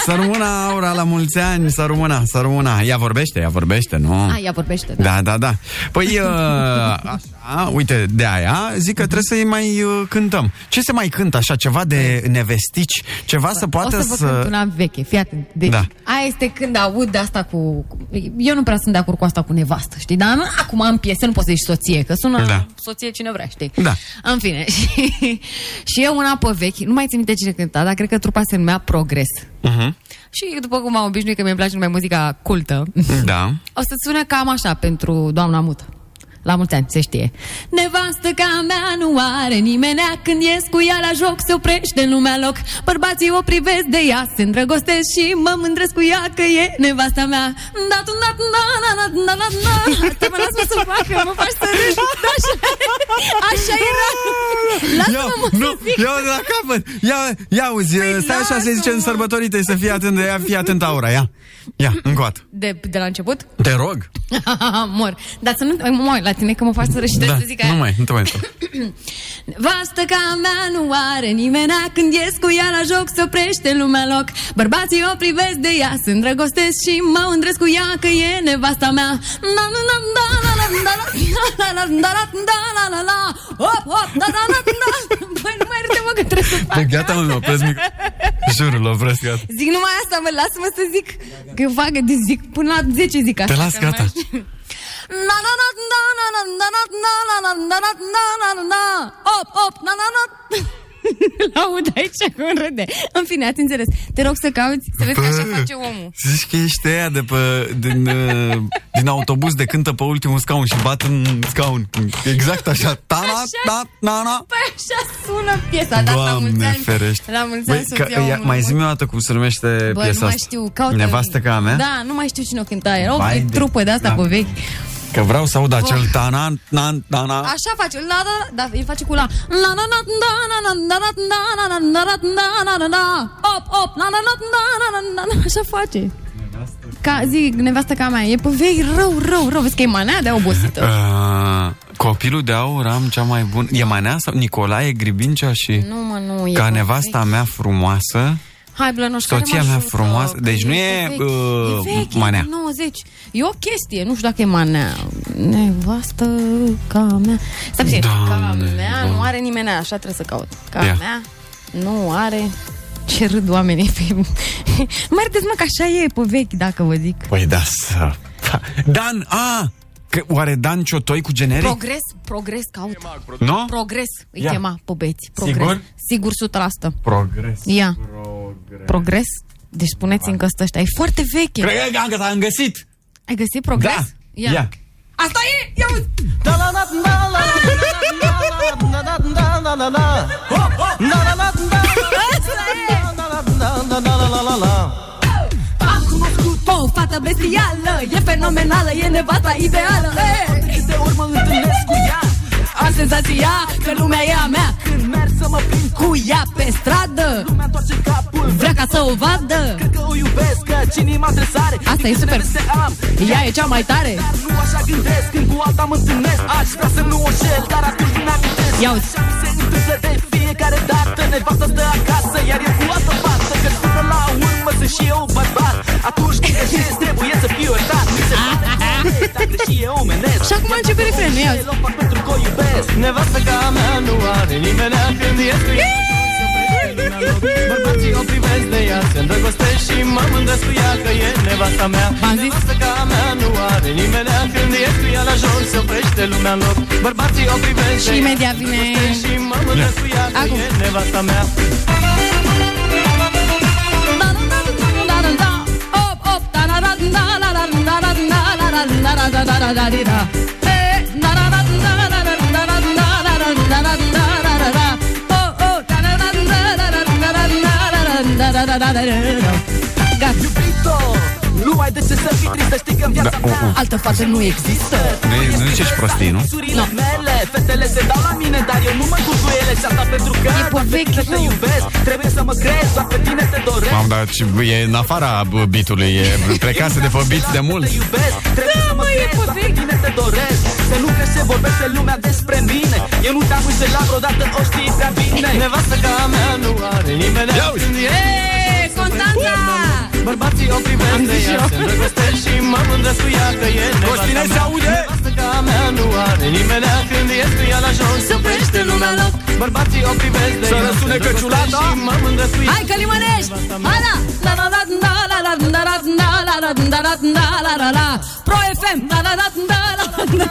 Speaker 3: Să rămână Aura, la mulți ani! Să rămână, să rămână! Ea vorbește, ea vorbește, nu?
Speaker 4: A, ea vorbește, da.
Speaker 3: Da, da, da. Păi, uh, așa, uite, de aia zic că trebuie să-i mai uh, cântăm. Ce se mai cântă așa, ceva de nevestici? Ceva să poată
Speaker 4: o să...
Speaker 3: Da, să...
Speaker 4: vă cânt una veche, fii atent. Deci,
Speaker 3: Da.
Speaker 4: da. aia este când aud asta cu... cu- Eu nu prea sunt de acord cu asta cu nevastă, știi? Dar nu- acum am piese, nu poți să zici soție, că sună
Speaker 3: Da.
Speaker 4: da. soție cine vrea, știi?
Speaker 3: Da.
Speaker 4: În fine, și, și eu una pe vechi, nu mai țin minte cine cânta, dar cred că trupa se numea Progres.
Speaker 3: Uh-huh.
Speaker 4: Și după cum m-am obișnuit că mi-e place numai muzica cultă,
Speaker 3: Da.
Speaker 4: o să sună cam așa pentru doamna mută. La mulți ani, se știe. Nevastă ca mea nu are nimenea Când ies cu ea la joc, se oprește în lumea loc Bărbații o privesc de ea, se îndrăgostesc Și mă mândresc cu ea că e nevasta mea Da, tu, da, tu, da, da, da, da, da, da Te mă las să facă, mă faci să râzi Da, Așa, așa era Lasă-mă, mă,
Speaker 3: nu,
Speaker 4: să zic Păi
Speaker 3: ia de la capăt. Ia, ia uzi, stai așa se zice în
Speaker 4: lasă-mă.
Speaker 3: sărbătorite, să fii atent de ea, fii atent aura, ia. Ia, încă o dată.
Speaker 4: de, de la început?
Speaker 3: Te rog.
Speaker 4: Mor. Dar să nu mă uit la tine că mă faci să râzi și trebuie să zic aia.
Speaker 3: Da. nu mai, nu te mai întorc.
Speaker 4: Vastă ca mea nu are nimenea Când ies cu ea la joc se oprește în lumea loc Bărbații o privesc de ea Se îndrăgostesc și mă îndresc cu ea Că e nevasta mea Na, na, na, da, la, la, da, la, la, la, da, la, da, la, la, la. Hop, hop, da, da, da, da. Băi, nu mai râde, mă, că trebuie să
Speaker 3: Bă,
Speaker 4: fac
Speaker 3: gata, mă, opresc mic. Jur, îl opresc, gata.
Speaker 4: Zic numai asta, mă, lasă-mă să zic Că eu fac, de zic până la 10 zic așa
Speaker 3: Te las,
Speaker 4: că
Speaker 3: gata.
Speaker 4: mai- Na, na, na, na, na, na, na, na, na, na, na, na, na, na, na, na, na. Op, op, na, na, na. L-aud aici cum râde. În fine, ați înțeles. Te rog să cauți, să vezi că așa
Speaker 3: Bă,
Speaker 4: face omul.
Speaker 3: Zici că ești aia de pe, din, uh, din autobuz de cântă pe ultimul scaun și bat în scaun. Exact așa. Tana,
Speaker 4: Așa.
Speaker 3: ta, na, na.
Speaker 4: Păi așa sună piesa, da. dar la mulți
Speaker 3: Doamne
Speaker 4: ani.
Speaker 3: ferește.
Speaker 4: La mulți
Speaker 3: Băi,
Speaker 4: ani
Speaker 3: că,
Speaker 4: soția
Speaker 3: ia,
Speaker 4: omului
Speaker 3: mai
Speaker 4: mult.
Speaker 3: zi-mi o dată cum se numește
Speaker 4: Bă,
Speaker 3: piesa
Speaker 4: nu mai
Speaker 3: asta.
Speaker 4: știu, caută...
Speaker 3: Nevastă ca a mea?
Speaker 4: Da, nu mai știu cine o cânta. Era o
Speaker 3: Vai de-
Speaker 4: trupă de asta
Speaker 3: da.
Speaker 4: pe vechi.
Speaker 3: Că vreau să aud acel tanan, nan, nana.
Speaker 4: Așa face, la da, da, el face cu la. La na na na na na da, na na na na na na na na na na na op op na na na na da, na na na na așa face. Ca, zic, nevasta ca mea, e pe vei rău, rău, rău, vezi că e manea de obosită.
Speaker 3: Uh, copilul de aur am cea mai bună. E Manea sau Nicolae Gribincea și...
Speaker 4: Nu, mă, nu, e
Speaker 3: Ca
Speaker 4: pe
Speaker 3: nevasta
Speaker 4: vechi.
Speaker 3: mea frumoasă
Speaker 4: Hai, Blănoș, care
Speaker 3: Soția
Speaker 4: mă
Speaker 3: mea
Speaker 4: ajută?
Speaker 3: frumoasă.
Speaker 4: Că
Speaker 3: Deci nu e,
Speaker 4: vechi.
Speaker 3: uh,
Speaker 4: e vechi,
Speaker 3: manea.
Speaker 4: E 90. E o chestie, nu știu dacă e manea. Nevastă ca mea. Stai puțin, ca
Speaker 3: Doamne,
Speaker 4: mea
Speaker 3: Doamne.
Speaker 4: nu are nimeni, așa trebuie să caut. Ca
Speaker 3: Ia.
Speaker 4: mea nu are... Ce râd oamenii pe... Mergeți, mă, că așa e pe vechi, dacă vă zic.
Speaker 3: Păi da să... Dan, a! Că, oare Dan Ciotoi cu generic?
Speaker 4: Progres, progres, caut.
Speaker 3: nu? No?
Speaker 4: Progres, îi
Speaker 3: Ia.
Speaker 4: chema pe beți. Progres.
Speaker 3: Sigur?
Speaker 4: Sigur, 100%.
Speaker 3: Progres
Speaker 4: Ia. Progres? Deci spuneți-mi că ăsta ăsta e foarte veche.
Speaker 3: Cred că am găsit, am găsit
Speaker 4: Ai găsit progres?
Speaker 3: Da, ia, ia.
Speaker 4: Asta e! Ia uzi!
Speaker 10: Da, Da,
Speaker 4: Asta e! Am cunoscut o fată bestială E fenomenală, e nevasta ideală Ei!
Speaker 10: De urmă întâlnesc cu ea
Speaker 4: Am senzația că lumea e a mea
Speaker 10: Când merg să mă plimb cu
Speaker 4: Cu ea pe stradă
Speaker 10: lumea întoarce capul
Speaker 4: Vrea ca să o vadă
Speaker 10: Cred că o iubesc, căci inima se sare
Speaker 4: e
Speaker 10: Din câte
Speaker 4: super.
Speaker 10: neveste am,
Speaker 4: Ea e cea mai tare
Speaker 10: dar nu așa gândesc Când cu alta mă întâlnesc Aș vrea să nu o șel Dar atunci vine
Speaker 4: Ia uite.
Speaker 10: Se întâmplă de fiecare dată Nevasta stă acasă, iar eu cu altă fată Că până la urmă sunt și eu bărbat Atunci când greșesc, trebuie să fiu iertat Mi se pare corect, dar greși e omenesc
Speaker 4: Și acum începe refrenul, ia uite.
Speaker 10: Pentru că o iubesc Nevasta ca a mea nu are nimeni Când e cu ea Bărbații o privesc de ea Se îndrăgostesc și mă mândresc cu ea Că e nevasta mea Nevasta ca a mea nu are nimeni Când e cu ea la joc se oprește lumea în loc Bărbații o privesc de
Speaker 4: Și
Speaker 10: ea,
Speaker 4: imediat vine...
Speaker 10: și mă mândresc cu ea că
Speaker 4: Acum.
Speaker 10: e nevasta mea Iubito, nu ai de ce să fii trist, să știi că în viața
Speaker 3: Da, uh, uh.
Speaker 4: Altă fată nu există.
Speaker 3: Nu, nu zicești prostii, nu?
Speaker 10: Surile mele, fetele se dau la mine Dar eu nu mă duc cu ele și asta pentru că Doar pe tine te iubesc, trebuie să mă crezi Doar pe tine te doresc
Speaker 3: Mamă, dar ce- e în afara bă, bitului, e plecase de
Speaker 10: Exact.
Speaker 3: pe bit de mult.
Speaker 10: iubesc Trebuie să mă crezi, doar pe tine te doresc Să nu crezi ce vorbește lumea despre mine Eu nu te-am uitat la vreodată, o știi prea bine Nevastă ca a mea nu are nimeni Când e
Speaker 4: Constanța!
Speaker 10: Bărbații o privesc de ea Se îndrăgostesc și mă mândresc cu ea Că e nevasta mea Nevastă ca a mea nu are nimeni Când e cu ea la jos Se oprește lumea loc Bărbații o privesc de ea Se îndrăgostesc și mă mândresc cu ea
Speaker 4: Hai că limănești! Ala! La la la la la la la la la la la la la la la la Pro FM! La la la la la la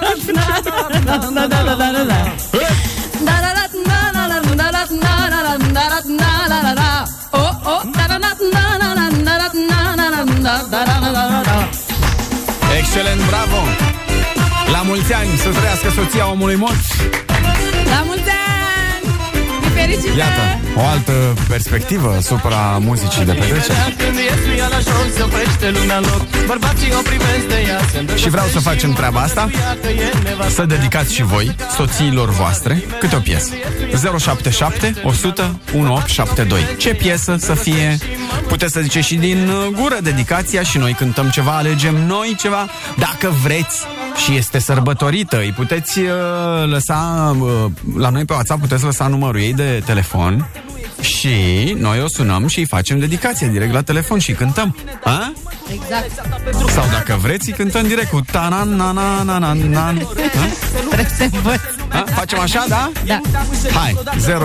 Speaker 4: la la la la la la la Da, da,
Speaker 3: Excelent, bravo! La mulți ani să trăiască soția omului mort.
Speaker 4: La mulți ani! E fericită!
Speaker 3: Iată, o altă perspectivă asupra muzicii de petrecere.
Speaker 10: Când e cu ea la jos Se oprește lumea loc Bărbații o privesc de ea Se
Speaker 3: Și vreau să facem treaba asta Să dedicați și voi soțiilor voastre Câte o piesă 077 100 1872 Ce piesă să fie Puteți să ziceți și din uh, gură dedicația Și noi cântăm ceva, alegem noi ceva Dacă vreți și este sărbătorită Îi puteți uh, lăsa uh, La noi pe WhatsApp puteți lăsa numărul ei de telefon și noi o sunăm și îi facem dedicație direct la telefon și cântăm. A?
Speaker 4: Exact!
Speaker 3: Sau dacă vreți, îi cântăm direct cu tanan na na na na na
Speaker 4: Trebuie să învăț!
Speaker 3: Facem așa, da?
Speaker 4: Da!
Speaker 3: Hai,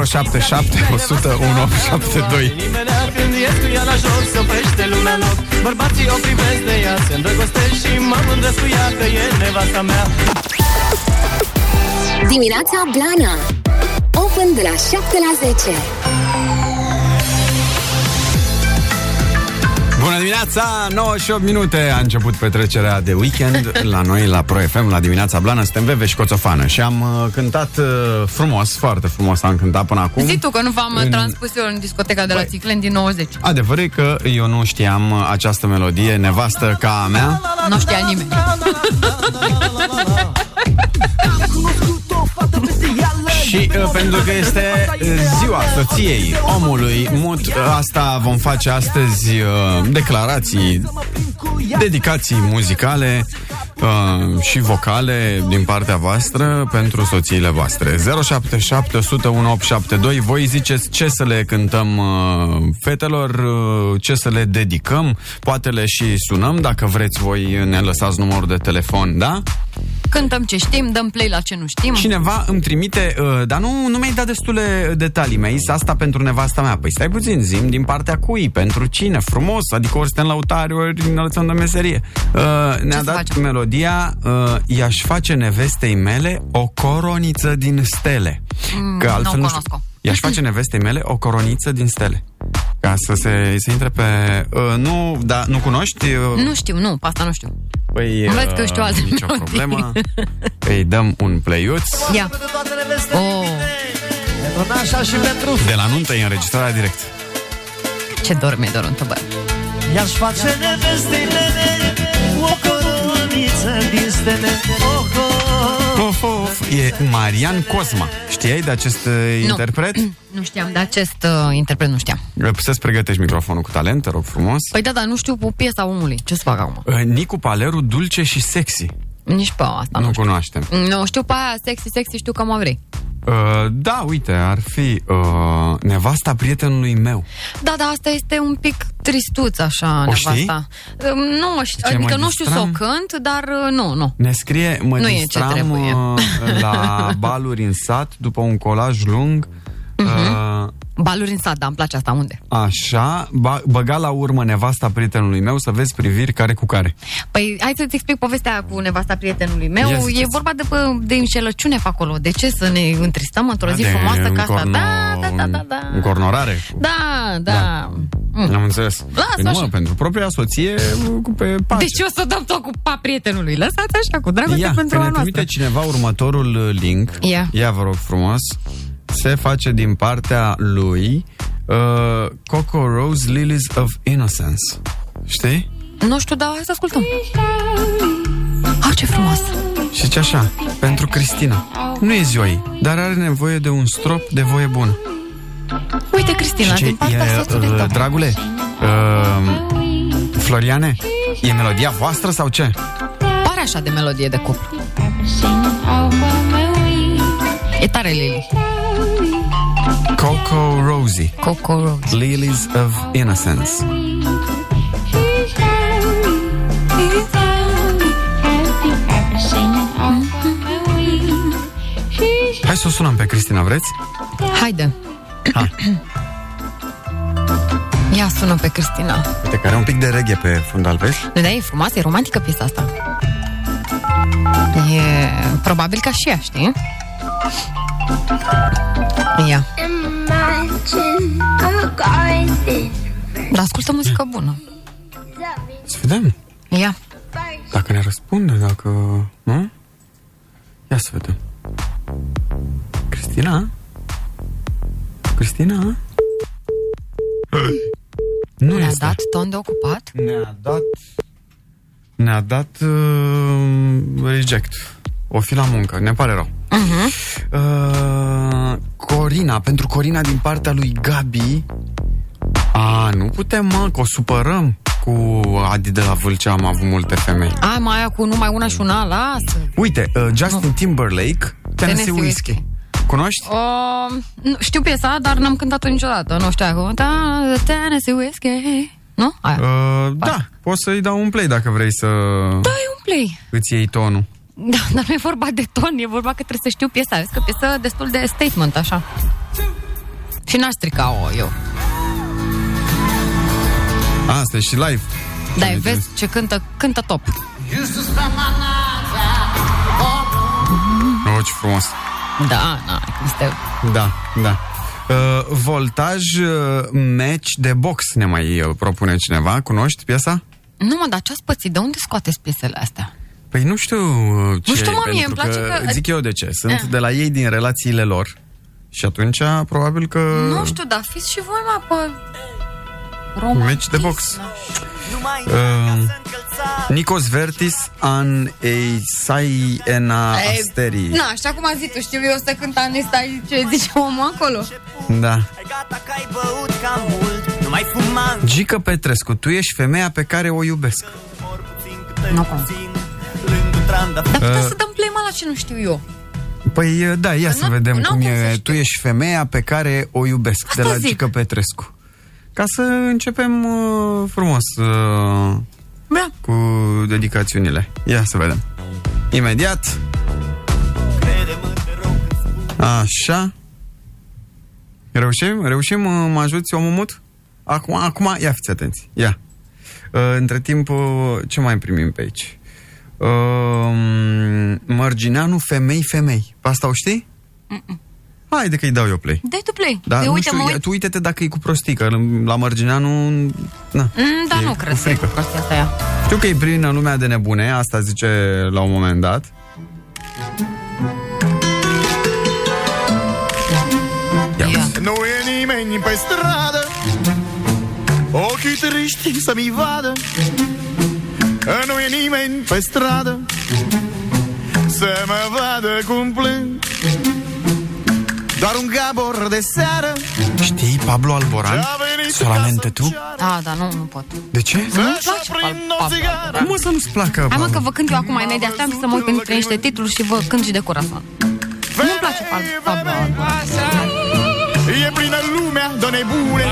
Speaker 3: 077 101 872
Speaker 10: Lumea când e cu ea la joc Se oprește lumea loc Bărbații o privesc de ea Se îndrăgostesc și mă mândresc cu ea Că e nevasta mea
Speaker 2: Dimineața Blana Open de la 7 la 10
Speaker 3: Bună dimineața, 98 minute A început petrecerea de weekend La noi, la Pro FM, la dimineața blană Suntem Veve și Coțofană Și am uh, cântat uh, frumos, foarte frumos Am cântat până acum
Speaker 4: Zi tu că nu v-am
Speaker 3: În- Păi.
Speaker 4: transpus eu în discoteca de la Ciclen din 90.
Speaker 3: Adevărul e că eu nu știam uh, această melodie Nevastă ca a mea
Speaker 4: Nu știa nimeni.
Speaker 3: Și uh, pentru că este uh, ziua soției omului mut, uh, asta vom face astăzi uh, declarații, dedicații muzicale uh, și vocale din partea voastră pentru soțiile voastre. 077 101 872. Voi ziceți ce să le cântăm uh, fetelor, uh, ce să le dedicăm, poate le și sunăm, dacă vreți voi ne lăsați numărul de telefon, da?
Speaker 4: Cântăm ce știm, dăm play la ce nu știm.
Speaker 3: Cineva îmi trimite, uh, dar nu, nu mi-ai dat destule uh, detalii mei, asta pentru nevasta mea. Păi stai puțin, zim din partea cui, pentru cine, frumos, adică ori suntem la utare, ori înălțăm de meserie. Uh, ne-a
Speaker 4: să
Speaker 3: dat
Speaker 4: facem?
Speaker 3: melodia uh, I-aș face nevestei mele o coroniță din stele.
Speaker 4: Mm,
Speaker 3: Că
Speaker 4: nu
Speaker 3: altfel
Speaker 4: o
Speaker 3: nu știu.
Speaker 4: cunosc-o.
Speaker 3: I-aș face nevestei mele o coroniță din stele. Ca să se, se intre pe... Uh, nu, da, nu cunoști? Uh,
Speaker 4: Nu știu, nu, pe asta nu știu.
Speaker 3: Păi,
Speaker 4: Văd că știu alte
Speaker 3: nicio
Speaker 4: melodii.
Speaker 3: problemă. Îi dăm un pleiuț.
Speaker 4: Ia. Oh,
Speaker 10: Așa și pentru
Speaker 3: De la nuntă e înregistrarea direct.
Speaker 4: ce dorme dorontă, bă.
Speaker 10: I-aș face nevestei mele O coroniță din stele O coroniță
Speaker 3: Of, of, e Marian Cosma. Știai de acest uh, interpret?
Speaker 4: Nu știam, de acest uh, interpret nu știam.
Speaker 3: Să-ți pregătești microfonul cu talent, te rog frumos.
Speaker 4: Păi da, dar nu știu pe piesa omului. Ce să fac acum?
Speaker 3: Uh, Nicu Paleru, dulce și sexy.
Speaker 4: Nici pe asta nu,
Speaker 3: Nu cunoaștem.
Speaker 4: știu. Nu știu pe aia sexy, sexy, știu că mă vrei.
Speaker 3: Uh, da, uite, ar fi uh, nevasta prietenului meu.
Speaker 4: Da, da, asta este un pic tristuț, așa,
Speaker 3: O
Speaker 4: nevasta.
Speaker 3: știi?
Speaker 4: Uh, Nu, o ș-
Speaker 3: Ce,
Speaker 4: adică
Speaker 3: mă
Speaker 4: nu știu să o
Speaker 3: distram?
Speaker 4: cânt, dar uh, nu, nu.
Speaker 3: Ne scrie, mă
Speaker 4: Nu e ce
Speaker 3: distram
Speaker 4: trebuie.
Speaker 3: uh, la baluri în sat după un colaj lung.
Speaker 4: Mhm.
Speaker 3: Uh,
Speaker 4: Baluri în sat, da, îmi place asta, unde?
Speaker 3: Așa, ba- băga la urmă nevasta prietenului meu să vezi priviri care cu care.
Speaker 4: Păi, hai să-ți explic povestea cu nevasta prietenului meu.
Speaker 3: Ia ziceți.
Speaker 4: e vorba de, pă- de înșelăciune pe acolo. De ce să ne întristăm într-o zi
Speaker 3: de
Speaker 4: frumoasă ca asta?
Speaker 3: încorno-
Speaker 4: Da, da, da, da, da.
Speaker 3: Încornorare.
Speaker 4: Da, da. da.
Speaker 3: Mm. Am înțeles.
Speaker 4: Lasă
Speaker 3: Păi nu,
Speaker 4: așa.
Speaker 3: mă, pentru propria soție cu pe pace.
Speaker 4: Deci eu o să dăm tot cu pa prietenului. Lăsați așa, cu dragoste
Speaker 3: Ia,
Speaker 4: pentru
Speaker 3: că
Speaker 4: a
Speaker 3: ne
Speaker 4: noastră.
Speaker 3: trimite cineva următorul uh, link.
Speaker 4: Ia.
Speaker 3: Ia, vă rog frumos. Se face din partea lui uh, Coco Rose Lilies of Innocence. Știi?
Speaker 4: Nu știu, dar hai să ascultăm. Ah, ce frumos!
Speaker 3: Și zice așa, pentru Cristina. Nu e ziua ei, dar are nevoie de un strop de voie bună.
Speaker 4: Uite, Cristina,
Speaker 3: Și ce,
Speaker 4: din partea
Speaker 3: e,
Speaker 4: soțului
Speaker 3: uh,
Speaker 4: tău.
Speaker 3: dragule, uh, Floriane, e melodia voastră sau ce?
Speaker 4: Pare așa de melodie de cuplu. E tare, Lili.
Speaker 3: Coco Rosie.
Speaker 4: Coco Rosie.
Speaker 3: Lilies of Innocence. Hai să o sunăm pe Cristina, vreți?
Speaker 4: Haide.
Speaker 3: Ha.
Speaker 4: Ia sună pe Cristina.
Speaker 3: Uite, care are un pic de reghe pe fundal, vezi?
Speaker 4: Da, e frumoasă, e romantică piesa asta. E probabil ca și ea, știi? Ia. Dar ascultă muzică bună.
Speaker 3: Să vedem
Speaker 4: Ia.
Speaker 3: dacă ne răspunde, dacă... Nu? Ia să vedem. Cristina? Cristina? Nu
Speaker 4: Ne-a
Speaker 3: este.
Speaker 4: dat ton de ocupat?
Speaker 3: Ne-a dat... Ne-a dat uh, reject. O fi la muncă, ne pare rău.
Speaker 4: Uh-huh.
Speaker 3: Uh, Corina, pentru Corina din partea lui Gabi. A, nu putem, mă, că o supărăm. Cu Adi de la Vâlcea am avut multe femei.
Speaker 4: Ai mai aia cu numai una și una, lasă.
Speaker 3: Uite, uh, Justin Timberlake, Tennessee
Speaker 4: Whiskey.
Speaker 3: Whiskey. Uh, Cunoști?
Speaker 4: O, nu, știu piesa, dar n-am cântat-o niciodată. Nu știu acum. Da, Tennessee Whiskey. Nu? Aia.
Speaker 3: Uh, da, poți să-i dau un play dacă vrei să Da.
Speaker 4: E un play.
Speaker 3: îți iei tonul.
Speaker 4: Da, dar nu e vorba de ton, e vorba că trebuie să știu piesa. Vezi că piesa destul de statement, așa. Și n-aș strica-o eu.
Speaker 3: Asta e și live.
Speaker 4: Da, vezi ce cântă, cântă top.
Speaker 3: Oh, ce frumos.
Speaker 4: Da, na, este...
Speaker 3: Da, da. Uh, voltaj uh, match de box ne mai uh, propune cineva. Cunoști piesa?
Speaker 4: Nu mă, dar ce-ați pățit? De unde scoateți piesele astea?
Speaker 3: Păi nu știu uh, ce
Speaker 4: știu,
Speaker 3: e,
Speaker 4: mă, mie
Speaker 3: pentru
Speaker 4: îmi place că-
Speaker 3: Zic eu de ce. Sunt
Speaker 4: Ah.
Speaker 3: de la ei din relațiile lor. Și atunci, probabil că...
Speaker 4: Nu știu, dar fiți și voi, mă, pe...
Speaker 3: Match de box. Uh, Nikos Vertis an Eisai ena
Speaker 4: Ei,
Speaker 3: Asteri.
Speaker 4: Na, și acum zi tu, știu eu să cânt anesta ce zice omul acolo.
Speaker 3: Da.
Speaker 10: Nu mai fuma
Speaker 3: Gică Petrescu, tu ești femeia pe care o iubesc.
Speaker 4: Nu cum. Dar putem
Speaker 3: Uh,
Speaker 4: să dăm play mă, la ce nu știu eu.
Speaker 3: Păi uh, da, ia să
Speaker 4: nu-
Speaker 3: vedem
Speaker 4: n-am
Speaker 3: cum
Speaker 4: cum să
Speaker 3: e.
Speaker 4: știu.
Speaker 3: Tu ești femeia pe care o iubesc, de
Speaker 4: Asta
Speaker 3: la
Speaker 4: zic.
Speaker 3: Gică Petrescu. Ca să începem uh, frumos uh,
Speaker 4: Da.
Speaker 3: cu dedicațiunile. Ia să vedem. Imediat. Așa. Reușim? Reușim? Uh, Mă ajuți, omul mut? Acum, acum, ia fiți atenți. Ia. Uh, Între timp, uh, ce mai primim pe aici? Uh, Mărgineanu, femei, femei. Pe Asta o știi? Haide că-i dau eu play.
Speaker 4: Dai tu play.
Speaker 3: Da,
Speaker 4: Eu,
Speaker 3: nu
Speaker 4: Păi uite,
Speaker 3: știu,
Speaker 4: mă uit.
Speaker 3: ia- tu uite-te dacă e cu prostii, că la Mărgineanu... Na.
Speaker 4: Mm, dar
Speaker 3: E
Speaker 4: nu
Speaker 3: cu
Speaker 4: cred că e
Speaker 3: frică.
Speaker 4: cu prostia asta ea.
Speaker 3: Știu că e plină lumea de nebune, asta zice la un moment dat.
Speaker 10: Nu e nimeni pe stradă Ochii triști să-mi vadă Nu e nimeni pe stradă Să mă vadă cum plâng Doar un gabor de seară
Speaker 3: Știi Pablo Alboran?
Speaker 10: A venit
Speaker 3: Solamente tu?
Speaker 4: Da, da, nu, nu pot.
Speaker 3: De ce?
Speaker 4: Nu-mi place Pablo Alboran.
Speaker 3: Cum o să nu-ți placă?
Speaker 4: Hai mă că
Speaker 3: Pablo?
Speaker 4: vă cânt eu acum imediat Stai să mă uit printre niște titluri și vă cânt și de corazon Nu-mi place Pablo Pablo
Speaker 11: bune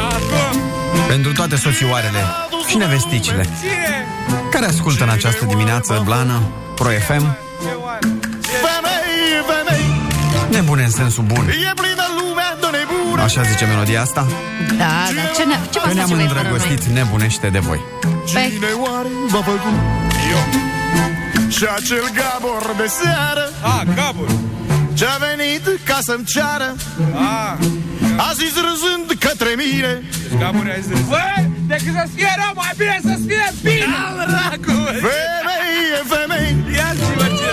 Speaker 3: Pentru toate soțioarele și nevesticile Care ascultă în această dimineață Blana, Pro FM
Speaker 11: Femei, femei
Speaker 3: Nebune în sensul bun
Speaker 11: E plină lumea de nebune
Speaker 3: Așa zice melodia asta
Speaker 4: Da, dar ce, ne- ce
Speaker 3: Că
Speaker 4: v-ați
Speaker 3: ne-am
Speaker 4: face voi fără noi?
Speaker 3: îndrăgostit nebunește de voi
Speaker 11: Cine oare va făcut eu Și acel Gabor de seară A, Gabor Ce-a venit ca să-mi ceară A, a zis râzând către mine Deci Gabor a zis Bă, decât să fie rău, mai bine să fie bine Al racu Femei, e femei Ia zi-mă ce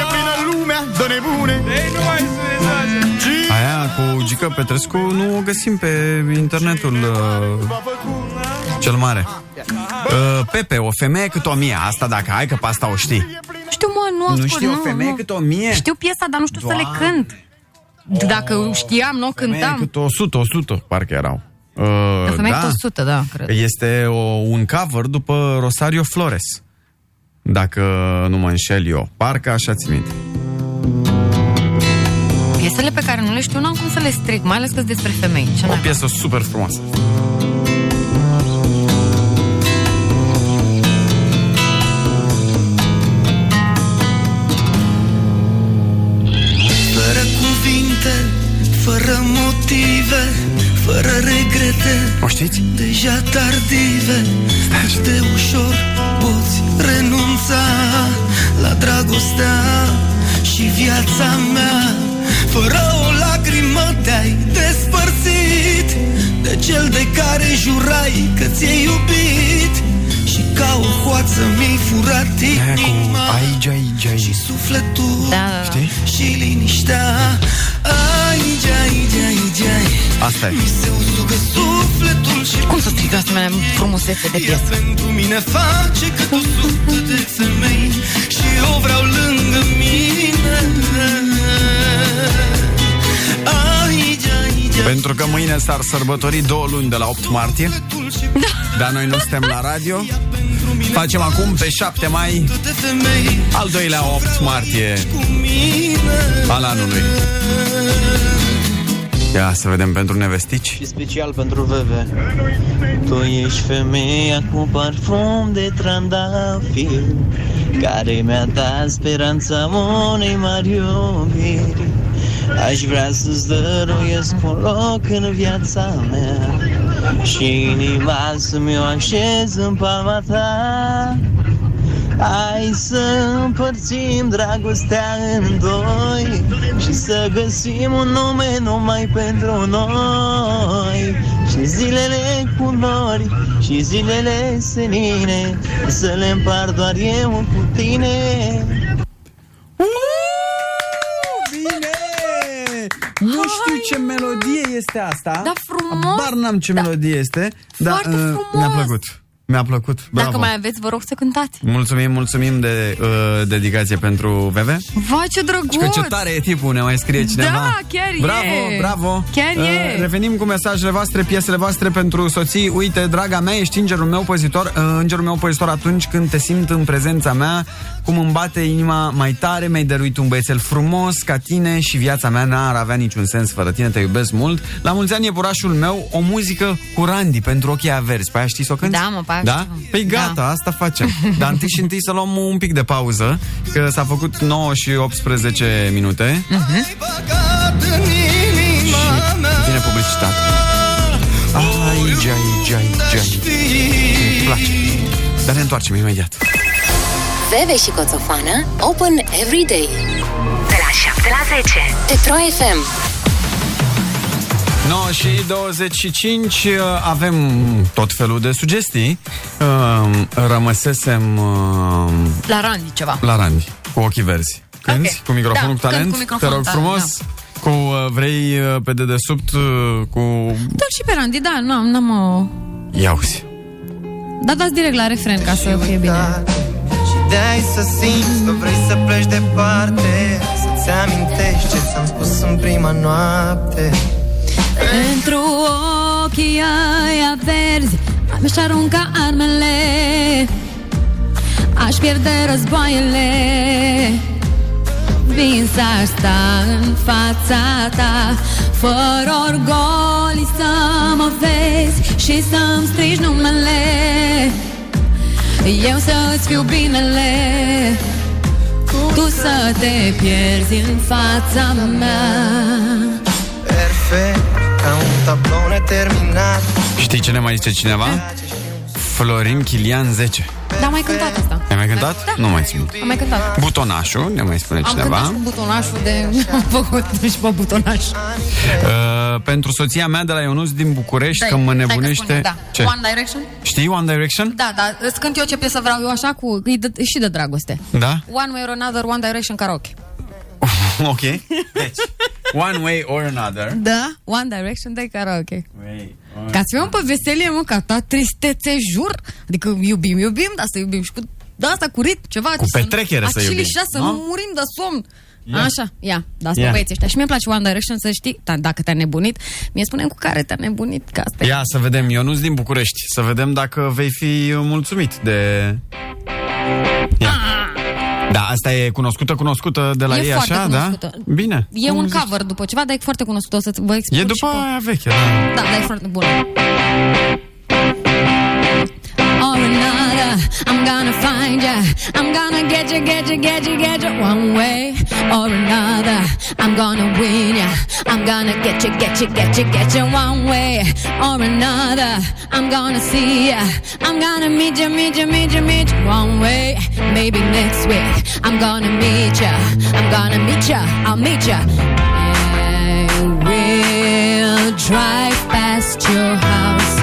Speaker 11: E plină lumea de nebune Ei, nu mai sunt
Speaker 3: Aia cu Gică Petrescu nu o găsim pe internetul uh, cel mare. Uh, Pepe, o femeie cât o mie. Asta dacă ai, că pe asta o știi.
Speaker 4: Știu, mă, nu ascult,
Speaker 3: știu,
Speaker 4: nu,
Speaker 3: femeie
Speaker 4: nu.
Speaker 3: cât o mie.
Speaker 4: Știu piesa, dar nu știu să
Speaker 3: Doamne.
Speaker 4: le cânt. Da. Dacă știam, nu o
Speaker 3: Femeie
Speaker 4: cântam.
Speaker 3: cât 100, 100, parcă erau. Uh,
Speaker 4: Femeie cât 100, da, cred.
Speaker 3: Este o, un cover după Rosario Flores. Dacă nu mă înșel eu. Parcă așa ți minte.
Speaker 4: Piesele pe care nu le știu, n-am cum să le stric, mai ales că despre femei. Ce
Speaker 3: O
Speaker 4: mai
Speaker 3: piesă super frumoasă.
Speaker 12: Fără cuvinte, fără motive, fără regrete
Speaker 3: O știți?
Speaker 12: Deja tardive, ești de ușor poți renunța la dragostea și viața mea Fără o lacrimă te-ai despărțit De cel de care jurai că ți-ai iubit Și ca o hoață mi-ai furat inima
Speaker 3: Aici, aici, aici
Speaker 12: Sufletul
Speaker 4: da.
Speaker 12: și liniștea Aici, aici, aici, aici
Speaker 3: Asta e.
Speaker 4: Cum să stric asemenea frumusețe de piesă?
Speaker 12: Pentru mine face cât o sută de femei Și eu vreau lângă mine Aici, aici,
Speaker 3: Pentru că mâine s-ar sărbători două luni de la 8 martie Dar noi nu suntem la radio Facem acum pe 7 mai
Speaker 12: de femei
Speaker 3: Al doilea 8 martie Al anului Ia să vedem pentru nevestici
Speaker 13: Și special pentru VV Tu ești femeia cu parfum de trandafir Care mi-a dat speranța unei mari iubiri Aș vrea să-ți dăruiesc un loc în viața mea Și inima să-mi o așez în palma ta Hai să împărțim dragostea în doi Și să găsim un nume numai pentru noi Și zilele cu nori și zilele senine Să le împart doar eu cu tine
Speaker 3: Bine! Nu știu ce melodie este asta
Speaker 4: Da, frumos! Da.
Speaker 3: Bar n-am ce melodie este Dar
Speaker 4: Foarte
Speaker 3: uh,
Speaker 4: frumos!
Speaker 3: mi-a plăcut Mi-a plăcut, bravo
Speaker 4: Dacă mai aveți, vă rog să cântați.
Speaker 3: Mulțumim, mulțumim de uh, dedicație pentru VV
Speaker 4: Vai, ce drăguț!
Speaker 3: Și că ce tare e tipul, ne mai scrie cineva
Speaker 4: Da, chiar e.
Speaker 3: Bravo, bravo Uh,
Speaker 4: Chiar e.
Speaker 3: Revenim cu mesajele voastre, piesele voastre pentru soții Uite, draga mea, ești îngerul meu păzitor uh, Îngerul meu păzitor atunci când te simt în prezența mea Cum îmi bate inima mai tare Mi-ai dăruit un băiețel frumos ca tine Și viața mea n-ar avea niciun sens fără tine Te iubesc mult La mulți ani e purașul meu O muzică cu Randy pentru ochii averzi Pe aia știi să o cânti?
Speaker 4: Da, mă, pe aia
Speaker 3: da?
Speaker 4: știu.
Speaker 3: Păi gata, da. asta facem. Dar întâi și întâi să luăm un pic de pauză, că s-a făcut 9 și 18 minute.
Speaker 12: în inima mea
Speaker 3: Vine publicitate. Aici, aici, aici, aici. Îmi place. Dar ne întoarcem imediat.
Speaker 2: Veve și Coțofană Open every day De la 7 la 10 Petro FM
Speaker 3: 9 și 25 uh, avem tot felul de sugestii. Uh, Rămăsesem uh,
Speaker 4: La Randy ceva.
Speaker 3: la Randy, cu ochii verzi. Cânti
Speaker 4: Ok.
Speaker 3: cu microfonul
Speaker 4: Da,
Speaker 3: cu talent,
Speaker 4: cânt cu microfonul
Speaker 3: te rog
Speaker 4: cu talent, da.
Speaker 3: frumos. Cu uh, vrei uh, pe dedesubt uh, cu
Speaker 4: Da, și pe Randy, da, n-am, n-am o...
Speaker 3: Iauzi.
Speaker 4: Da, dați direct la refren ca să fie bine.
Speaker 14: Și de-ai să simți că vrei să pleci departe Să-ți amintești ce ți-am spus în prima noapte
Speaker 15: Pentru ochii aia verzi Mi-aș arunca armele Aș pierde războaiele convins aș sta în fața ta Fără orgoli să mă vezi Și să-mi strigi numele Eu să-ți fiu binele Tu să te pierzi în fața mea
Speaker 14: Perfect, ca un tablou neterminat
Speaker 3: Știi ce ne mai zice cineva?
Speaker 4: Da.
Speaker 3: Florin Chilian 10
Speaker 4: Dar am mai cântat asta.
Speaker 3: Ai mai cântat?
Speaker 4: Da.
Speaker 3: Nu mai țin minte.
Speaker 4: Am mai cântat.
Speaker 3: Butonașul, ne mai spune
Speaker 4: Am
Speaker 3: cineva
Speaker 4: cântat și cu butonașul de... Am făcut și pe butonaș.
Speaker 3: uh, Pentru soția mea de la Ionuț din București Că
Speaker 4: Stai,
Speaker 3: mă
Speaker 4: stai că spune,
Speaker 3: nebunește
Speaker 4: da.
Speaker 3: Ce?
Speaker 4: One Direction?
Speaker 3: Știi One Direction?
Speaker 4: Da, dar îți cânt eu ce piesă vreau eu așa cu... Îi dă, și de dragoste.
Speaker 3: Da?
Speaker 4: One Way or Another, One Direction karaoke.
Speaker 3: ok Deci One way or another
Speaker 4: Da? One Direction de karaoke. Ca să fim pe veselie, mă, ca ta tristețe, jur. Adică iubim, iubim, dar să iubim și cu de asta cu ritm, ceva.
Speaker 3: Cu petrecere să iubim,
Speaker 4: Și să
Speaker 3: nu?
Speaker 4: nu murim de somn.
Speaker 3: Ia.
Speaker 4: Așa, ia, da,
Speaker 3: Ia.
Speaker 4: asta yeah. băieții ăștia. Și mi-e place One Direction să știi, da, dacă te-a nebunit, mi-e spune cu care te-a nebunit, ca asta e.
Speaker 3: Ia să vedem, Ionuț din București Să vedem dacă vei fi mulțumit de... Ia. Da, asta e cunoscută, cunoscută de la
Speaker 4: E
Speaker 3: ei,
Speaker 4: foarte
Speaker 3: așa,
Speaker 4: cunoscută.
Speaker 3: da? Bine.
Speaker 4: E un cover după ceva, dar e foarte cunoscut, o să vă explic
Speaker 3: E după
Speaker 4: și pe-
Speaker 3: aia veche, da.
Speaker 4: Da, dar e foarte bun.
Speaker 15: or another. Oh, I'm gonna find ya. I'm gonna get ya, get ya, get ya, get ya. One way or another. I'm gonna win ya. I'm gonna get ya, get ya, get ya, get ya. One way or another. I'm gonna see ya. I'm gonna meet ya, meet ya, meet ya, meet ya. One way, maybe next week. I'm gonna meet ya. I'm gonna meet ya. I'll meet ya. I will drive past your house.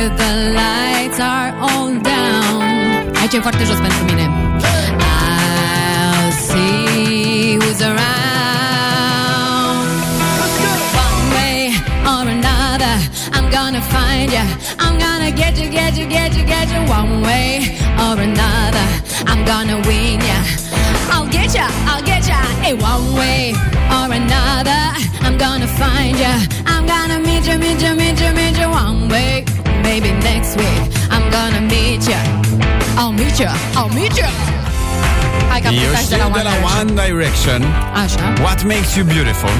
Speaker 15: If the lights are all down Aici e foarte jos pentru mine I'll see who's around One way or another I'm gonna find ya I'm gonna get you, get you, get you, get you One way or another I'm gonna win ya I'll get ya, I'll get ya Hey, one way or another I'm gonna find ya I'm gonna meet ya, meet ya, meet ya, meet ya One way, maybe next week I'm gonna meet ya I'll meet ya, I'll meet ya
Speaker 4: Hai că am
Speaker 3: Eu
Speaker 4: plecat și
Speaker 3: știu
Speaker 4: de la One
Speaker 3: de la One
Speaker 4: Direction.
Speaker 3: Direction
Speaker 4: Așa.
Speaker 3: What Makes You Beautiful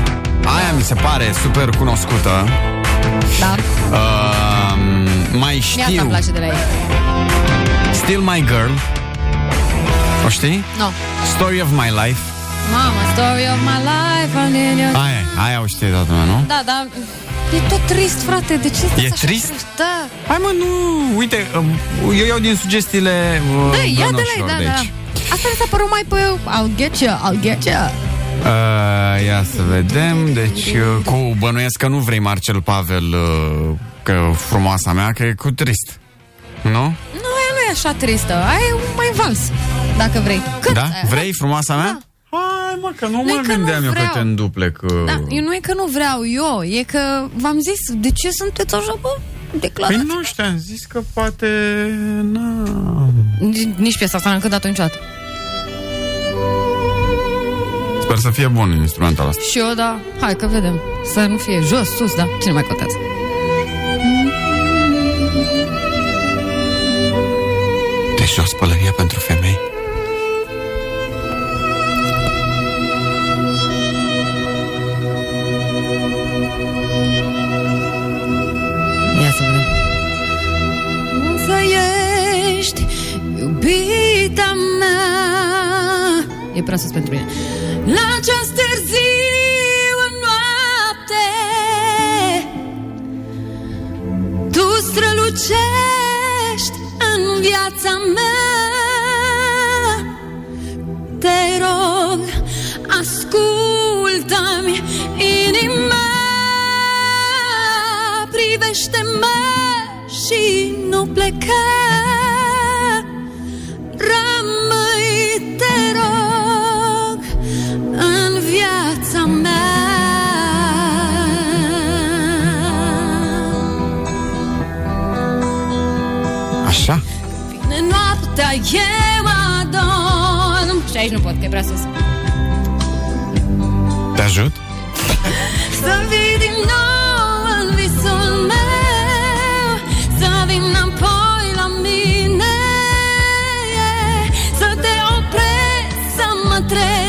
Speaker 3: Aia mi se pare super cunoscută
Speaker 4: Da.
Speaker 3: uh, Mai
Speaker 4: Mi asta îmi
Speaker 3: știu
Speaker 4: place de la ei.
Speaker 3: Still My Girl O știi?
Speaker 4: No.
Speaker 3: Story of My Life
Speaker 4: Mama, story of my life, I'm in your...
Speaker 3: Aia, e, aia o știe toată lumea, nu?
Speaker 4: Da, da. E tot trist, frate. De ce
Speaker 3: E
Speaker 4: e așa
Speaker 3: trist?
Speaker 4: trist? Da.
Speaker 3: Hai mă, nu, uite, um, eu iau din sugestiile uh, deci.
Speaker 4: Da, ia de la
Speaker 3: brănoșilor
Speaker 4: da,
Speaker 3: de
Speaker 4: da.
Speaker 3: aici.
Speaker 4: Asta mi s-a părut mai pe... I'll get you, I'll get you.
Speaker 3: Uh, ia să vedem, deci uh, cu bănuiesc că nu vrei Marcel Pavel, uh, că frumoasa mea, că e cu trist. Nu?
Speaker 4: Nu, aia nu e așa tristă. Aia e un mai vals, dacă vrei. Cânt
Speaker 3: da?
Speaker 4: aia.
Speaker 3: Vrei frumoasa mea? Hai mă, că nu
Speaker 4: Nu-i
Speaker 3: mă
Speaker 4: Da. Păi că
Speaker 3: gândeam
Speaker 4: nu
Speaker 3: eu că
Speaker 4: vreau.
Speaker 3: te uh, înduple că...
Speaker 4: Da, eu nu e că nu vreau eu, e că v-am zis, de ce sunteți așa, bă,
Speaker 3: Păi
Speaker 4: declarați?
Speaker 3: nu știu, am zis că poate... Na.
Speaker 4: Nici, nici piesa asta n-am cântat niciodată.
Speaker 3: Sper să fie bun instrumentul ăsta.
Speaker 4: Și eu, da, hai că vedem. Să nu fie jos, sus, da, cine mai contează?
Speaker 3: Deci o spălărie pentru femei.
Speaker 4: Ia să vedem.
Speaker 15: Însă ești iubita mea
Speaker 4: E prea sus pentru mine.
Speaker 15: La această târziu în noapte Tu strălucești în viața mea Te rog, ascultă-mi inima Privește-mă și nu pleca Rămâi, te rog, în viața mea
Speaker 3: Așa?
Speaker 15: Vine noaptea, eu adorm Și aici nu pot, că e prea sus
Speaker 3: Te ajut?
Speaker 15: Să vii din nou în visul meu Să vin înapoi la mine Să te opresc, să mă trec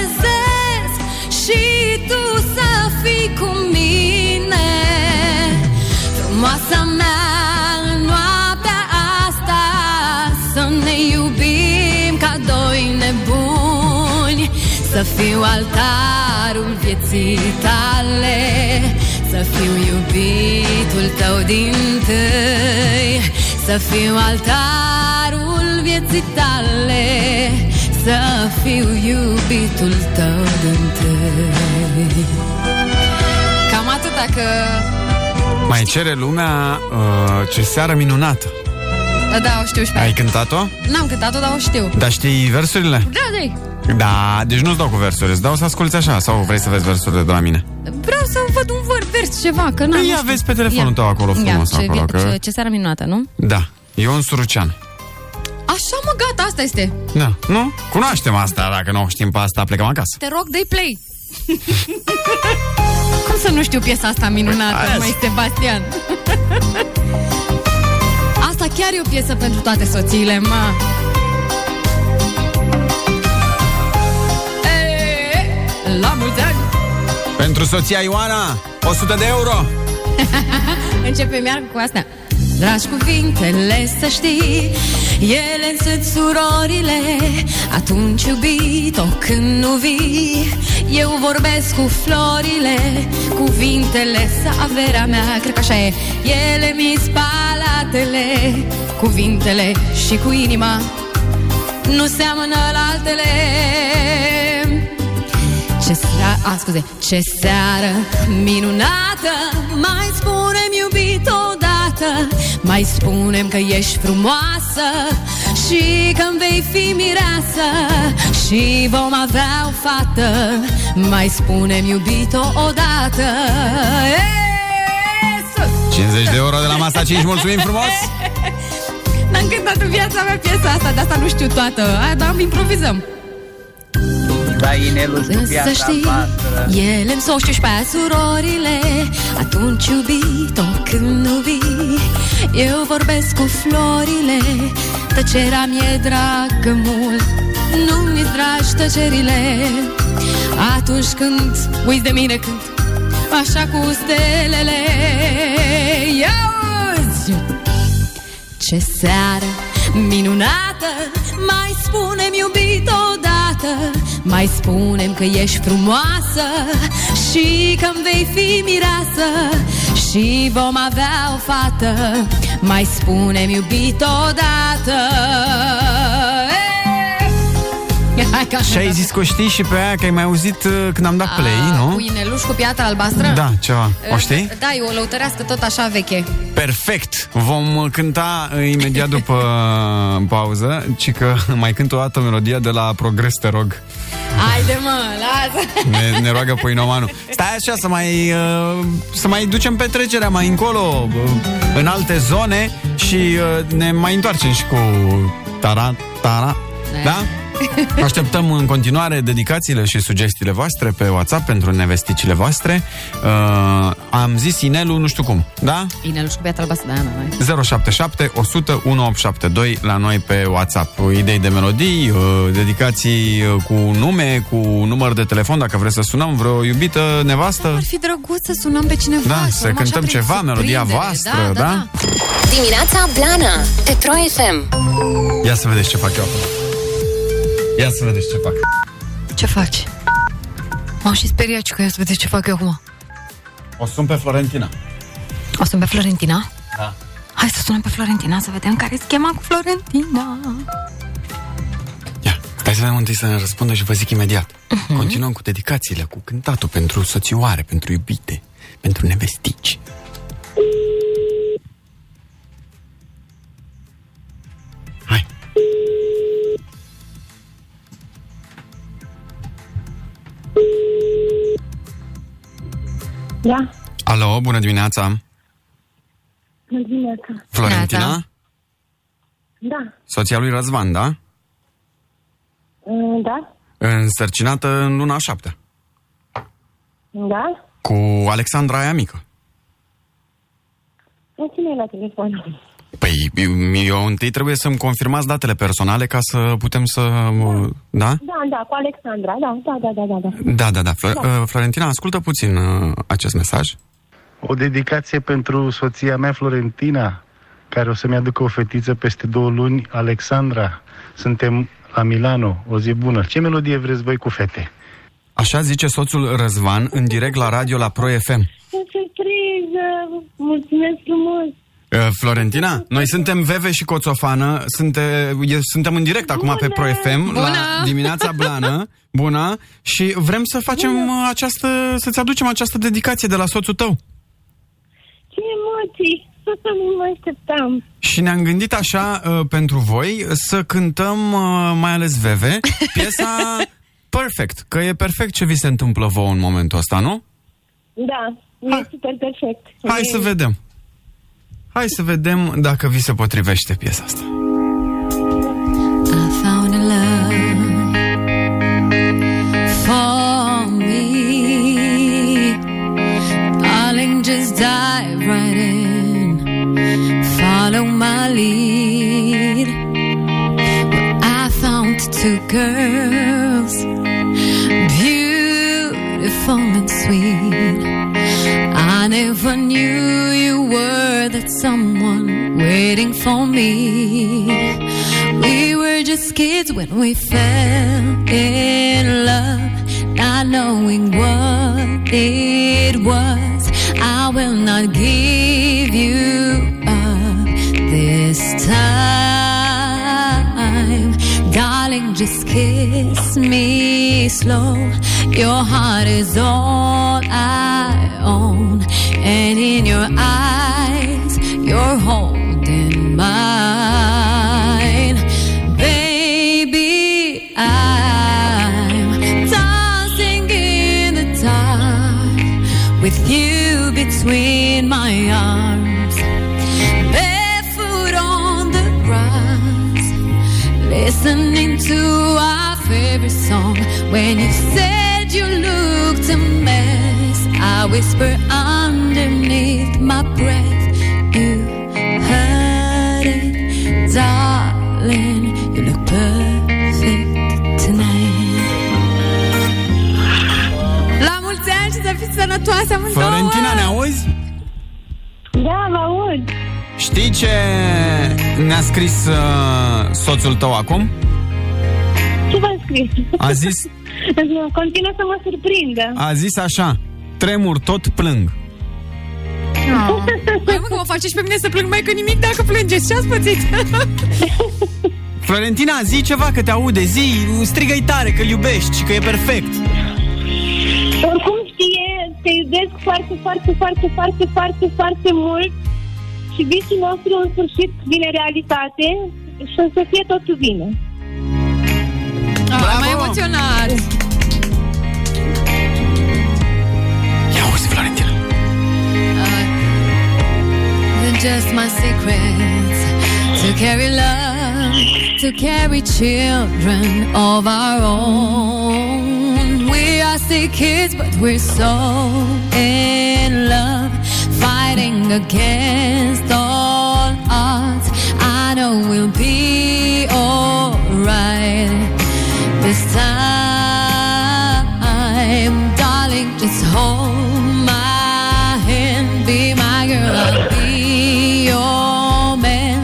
Speaker 15: Să fiu altarul vieții tale Să fiu iubitul tău din tâi Să fiu altarul vieții tale Să fiu iubitul tău din tâi
Speaker 4: Cam atât dacă...
Speaker 3: Mai cere lumea uh, ce seară minunată.
Speaker 4: Da, o știu și pe
Speaker 3: Ai
Speaker 4: aia.
Speaker 3: cântat-o?
Speaker 4: N-am cântat-o, dar o știu.
Speaker 3: Dar știi versurile?
Speaker 4: Da, da
Speaker 3: Da, deci nu-ți dau cu versuri, îți dau să asculti așa Sau vrei să vezi versurile de la mine?
Speaker 4: Vreau să văd un văr vers ceva, că n-am...
Speaker 3: Păi ia vezi pe telefonul tău acolo frumos
Speaker 4: ce,
Speaker 3: acolo, că-
Speaker 4: ce, ce seară minunată, nu?
Speaker 3: Da, Ion Surucean
Speaker 4: Așa mă, gata, asta este.
Speaker 3: Da, nu? Cunoaștem asta, dacă nu o știm pe asta plecăm acasă
Speaker 4: Te rog, dă play. Cum să nu știu piesa asta minunată,
Speaker 3: Păi,
Speaker 4: mai
Speaker 3: azi.
Speaker 4: Sebastian? asta chiar e o piesă pentru toate soțiile, mă. E, La mulți ani!
Speaker 3: Pentru soția Ioana, 100 de euro
Speaker 15: Începem iar cu asta Dragi cuvintele să știi Ele sunt surorile Atunci iubito când nu vii Eu vorbesc cu florile Cuvintele să averea mea Cred că așa e Ele mi spalatele Cuvintele și cu inima Nu seamănă la altele ce seară, a, scuze, ce seară minunată Mai spunem iubit odată Mai spunem că ești frumoasă Și că vei fi mireasă Și vom avea o fată Mai spunem iubito odată Ei, sus!
Speaker 3: 50 de euro de la masa 5, mulțumim frumos
Speaker 15: N-am cântat în viața mea piesa asta De asta nu știu toată Aia, dar improvizăm
Speaker 8: Da, inelul și
Speaker 15: Să
Speaker 8: piatra
Speaker 15: știi,
Speaker 8: voastră.
Speaker 15: ele îmi soștiu și pe aia surorile Atunci iubito, când nu vii Eu vorbesc cu florile Tăcerea mi-e dragă mult Nu mi-e dragi tăcerile Atunci când uiți de mine când Așa cu stelele Ia uzi! Ce seară minunată Mai spunem iubit odată Mai spunem că ești frumoasă Și că vei fi mireasă Și vom avea o fată Mai spunem iubit odată Ei! Hai că
Speaker 3: Și ai zis că o știi și pe aia că ai mai auzit uh, când am dat play,
Speaker 4: Cu
Speaker 3: nu?
Speaker 4: ineluș cu piatra albastră?
Speaker 3: Da, ceva. O știi?
Speaker 4: Da, e o lăutărească tot așa veche.
Speaker 3: Perfect! Vom uh, cânta uh, imediat după uh, pauză, ci că mai cânt o dată melodia de la Progres, te rog.
Speaker 4: Haide mă, lasă!
Speaker 3: Ne, ne roagă Poinomanu. Stai așa să mai, uh, să mai ducem petrecerea mai încolo, uh, în alte zone și uh, ne mai întoarcem și cu tara, tara, da? Așteptăm în continuare dedicațiile și sugestiile voastre pe WhatsApp pentru nevesticile voastre. Uh, am zis Inelu, nu știu cum, da?
Speaker 4: Ineluș cu piatra albastră, da, da, da.
Speaker 3: 077 100 1872 la noi pe WhatsApp. Idei de melodii, uh, dedicații uh, cu nume, cu număr de telefon, dacă vreți să sunăm vreo iubită, nevastă.
Speaker 4: Ar fi drăguț să sunăm pe cineva.
Speaker 3: Da,
Speaker 4: să
Speaker 3: să
Speaker 4: luăm așa
Speaker 3: cântăm
Speaker 4: prin
Speaker 3: ceva, melodia
Speaker 4: surprindere.
Speaker 3: voastră,
Speaker 4: da? da,
Speaker 3: da?
Speaker 2: Dimineața Blana Pe Pro FM
Speaker 3: Ia să vedeți ce fac eu. Ia să vedeți ce fac.
Speaker 4: da. Ce faci? M-am și speriat și că ia să vedeți ce fac eu acum.
Speaker 3: O sun pe Florentina.
Speaker 4: O sun pe Florentina?
Speaker 3: Da.
Speaker 4: Hai să sunăm pe Florentina să vedem care e schema cu Florentina.
Speaker 3: Stai să vedem întâi să ne răspundă și vă zic imediat. Continuăm cu dedicațiile, cu cântatul pentru soțioare, pentru iubite, pentru nevestici.
Speaker 16: Da,
Speaker 3: Alo, bună dimineața!
Speaker 16: bună dimineața.
Speaker 3: Florentina?
Speaker 16: Da,
Speaker 3: Soția lui Răzvan, da?
Speaker 16: Mm, da,
Speaker 3: Însărcinată în luna a șaptea.
Speaker 16: da.
Speaker 3: Cu Alexandra aia mică.
Speaker 16: E cine e la telefon?
Speaker 3: Păi, eu întâi trebuie să-mi confirmați datele personale ca să putem să... Da?
Speaker 16: Da, da, cu Alexandra, da, da, da, da, da. da.
Speaker 3: Da, da, da. Flor- uh, Florentina, ascultă puțin uh, acest mesaj.
Speaker 17: O dedicație pentru soția mea, Florentina, care o să-mi aducă o fetiță peste două luni, Alexandra. Suntem la Milano. O zi bună. Ce melodie vreți voi cu fete?
Speaker 3: Așa zice soțul Răzvan în direct la radio la Pro FM.
Speaker 16: Ce surpriză! Mulțumesc frumos!
Speaker 3: Uh, Florentina, noi suntem Veve și Coțofană, sunte, e, suntem în direct acum pe Pro FM la
Speaker 4: Bună!
Speaker 3: dimineața blană, bună, și vrem să facem uh, această, să-ți aducem această dedicație de la soțul tău.
Speaker 16: Ce emoții! Nu mă așteptam!
Speaker 3: Și ne-am gândit așa uh, pentru voi să cântăm, uh, mai ales Veve, piesa Perfect, că e perfect ce vi se întâmplă vouă în momentul ăsta, nu?
Speaker 16: Da, e super perfect.
Speaker 3: Hai
Speaker 16: Păi-
Speaker 3: să vedem. Hai să vedem dacă vi se potrivește piesa asta.
Speaker 15: I found a love for me. Darling, just dive right in. Follow my lead. I found two girls, beautiful and sweet. I never knew you were that someone waiting for me. We were just kids when we fell in love, not knowing what it was. I will not give you up this time. Darling, just kiss me slow. Your heart is all I own. And in your eyes, you're holding mine. Baby, I'm dancing in the dark with you between my arms. Barefoot on the grass, listening to our favorite song. When you said you looked a mess, I whisper underneath my breath, You heard it, darling. You look perfect tonight.
Speaker 4: La mulți ani și să fiți sănătoase amândouă!
Speaker 3: Florentina, ne auzi?
Speaker 16: Da, vă aud!
Speaker 3: Știi ce ne-a scris uh, soțul tău acum?
Speaker 16: Ce v-am scris?
Speaker 3: A zis,
Speaker 16: Continuă să mă surprindă.
Speaker 3: a zis așa, tremur tot plâng.
Speaker 4: Oh. Mai mă, că mă faceți pe mine să plâng mai că nimic dacă plângeți. Ce ați pățit?
Speaker 3: Florentina, zi ceva că te aude, zi, strigă-i tare că iubești și că e perfect.
Speaker 16: Oricum știe, te iubesc foarte, foarte, foarte, foarte, foarte, foarte mult și visul nostru în sfârșit vine realitate și o să fie totul bine.
Speaker 4: Ah, mai emoționat!
Speaker 3: Ia auzi, Florentina.
Speaker 15: uh, Than just my secrets to carry love, to carry children of our own. We are still kids, but we're so in love, fighting against all odds. I know we'll be alright this time, darling. Just hold my hand, be my girl, I'll be your man.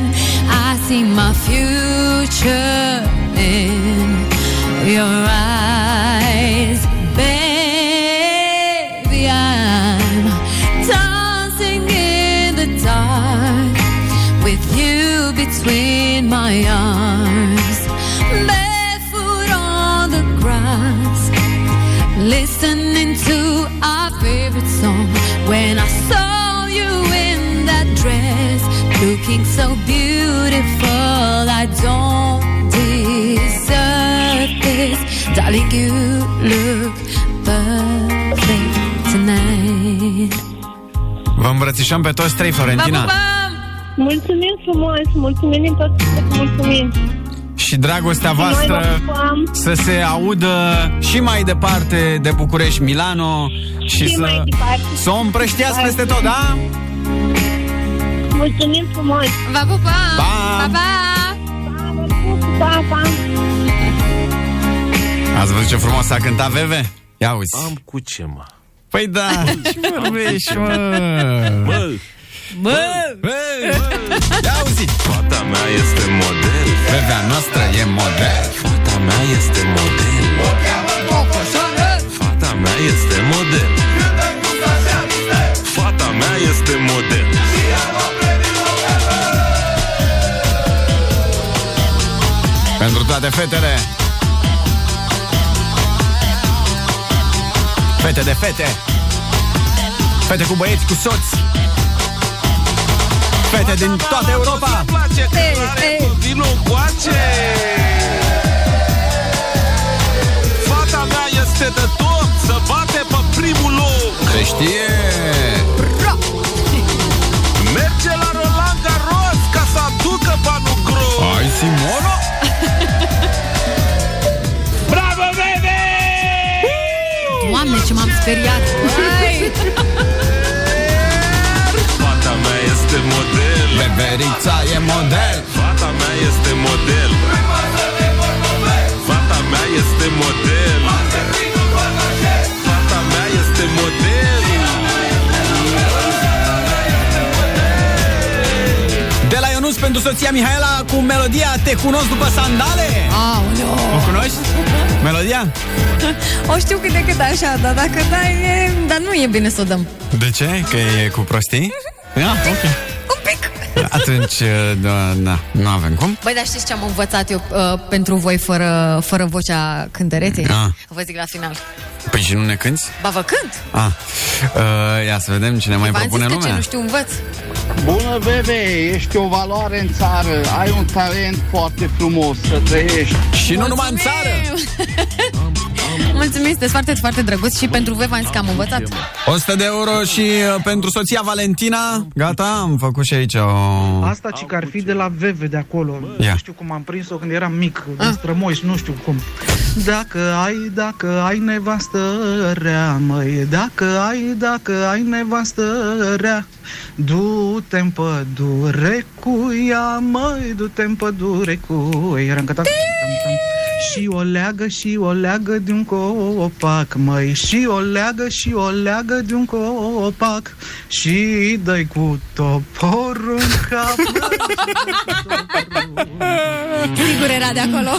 Speaker 15: I see my future in your eyes, baby. I'm dancing in the dark with you between my arms, barefoot on the grass, listening to our favorite song. When I saw you in that dress, looking so beautiful, I don't deserve this, darling. You look perfect tonight.
Speaker 3: Vă îmbrățișăm pe toți trei, Florentina.
Speaker 16: Mulțumim frumos, mulțumim din tot sufletul, mulțumim.
Speaker 3: Și dragostea
Speaker 16: Și noi vă
Speaker 3: voastră
Speaker 16: pupăm.
Speaker 3: să se audă și mai departe de București, Milano și,
Speaker 16: Și
Speaker 3: să,
Speaker 16: mai departe.
Speaker 3: să o împrăștiați peste tot, da?
Speaker 16: Mulțumim frumos!
Speaker 4: Vă pupăm!
Speaker 3: Pa!
Speaker 4: Pa, pa!
Speaker 16: Pa, pa!
Speaker 3: Ați văzut ce frumos a cântat Veve? Ia uzi. Am
Speaker 18: cu ce, mă?
Speaker 3: Păi da, ce vorbești, mă?
Speaker 18: Mă!
Speaker 4: Bă!
Speaker 3: Ia auzi!
Speaker 18: Fata mea este model
Speaker 3: Vevea noastră e model
Speaker 18: Fata mea este model este model Fata mea este model
Speaker 3: Pentru toate fetele Fete de fete Fete cu băieți, cu soți Fete din toată Europa
Speaker 18: Vino coace Fata mea este de tot Să bate pe primul loc
Speaker 3: Se știe
Speaker 18: Merge la Roland Garros Ca să aducă banul gros
Speaker 3: Ai Simona?
Speaker 18: Bravo, bebe!
Speaker 4: Doamne, ce m-am speriat!
Speaker 18: Fata mea este model
Speaker 3: Beberița e model
Speaker 18: Fata mea este model Fata mea este model Fata mea este model
Speaker 3: De la Ionuț pentru soția Mihaela Cu melodia Te cunosc după sandale
Speaker 4: Aoleo!
Speaker 3: O cunoști? Melodia?
Speaker 4: O știu cât de cât așa, dar dacă da, e... dar nu e bine să o dăm.
Speaker 3: De ce? Că e cu prostii? Da, ok
Speaker 4: Un pic.
Speaker 3: Atunci, da, da, nu avem cum
Speaker 4: Băi, dar știți ce am învățat eu uh, pentru voi fără, fără vocea cântăreței?
Speaker 3: Ah.
Speaker 4: Vă zic la final.
Speaker 3: Păi și nu ne cânti?
Speaker 4: Ba, vă cânt!
Speaker 3: Ah. Uh, ia să vedem cine mai
Speaker 4: V-am zis
Speaker 3: propune
Speaker 4: că ce
Speaker 3: lumea
Speaker 4: nu știu învăț.
Speaker 19: Bună, bebe! Ești o valoare în țară. Ai un talent foarte frumos să trăiești.
Speaker 3: Și nu numai în
Speaker 4: Mulțumim, sunteți foarte, foarte drăguț și pentru voi v-am zis că am învățat.
Speaker 3: 100 de euro și uh, pentru soția Valentina Gata, am făcut și aici o...
Speaker 20: Asta ci că ar fi de la Veve de acolo.
Speaker 3: Ia.
Speaker 20: Nu știu cum am prins-o când eram mic, din strămoș, nu știu cum. Dacă ai, dacă ai nevastă rea, măi, dacă ai, dacă ai nevastă rea, du-te în pădure cu ea, măi, du-te în pădure cu ea. Era încătat. Și o leagă și o leagă de un copac, măi Și o leagă și o leagă de un copac Și dai cu toporul în cap
Speaker 4: Sigur era de acolo.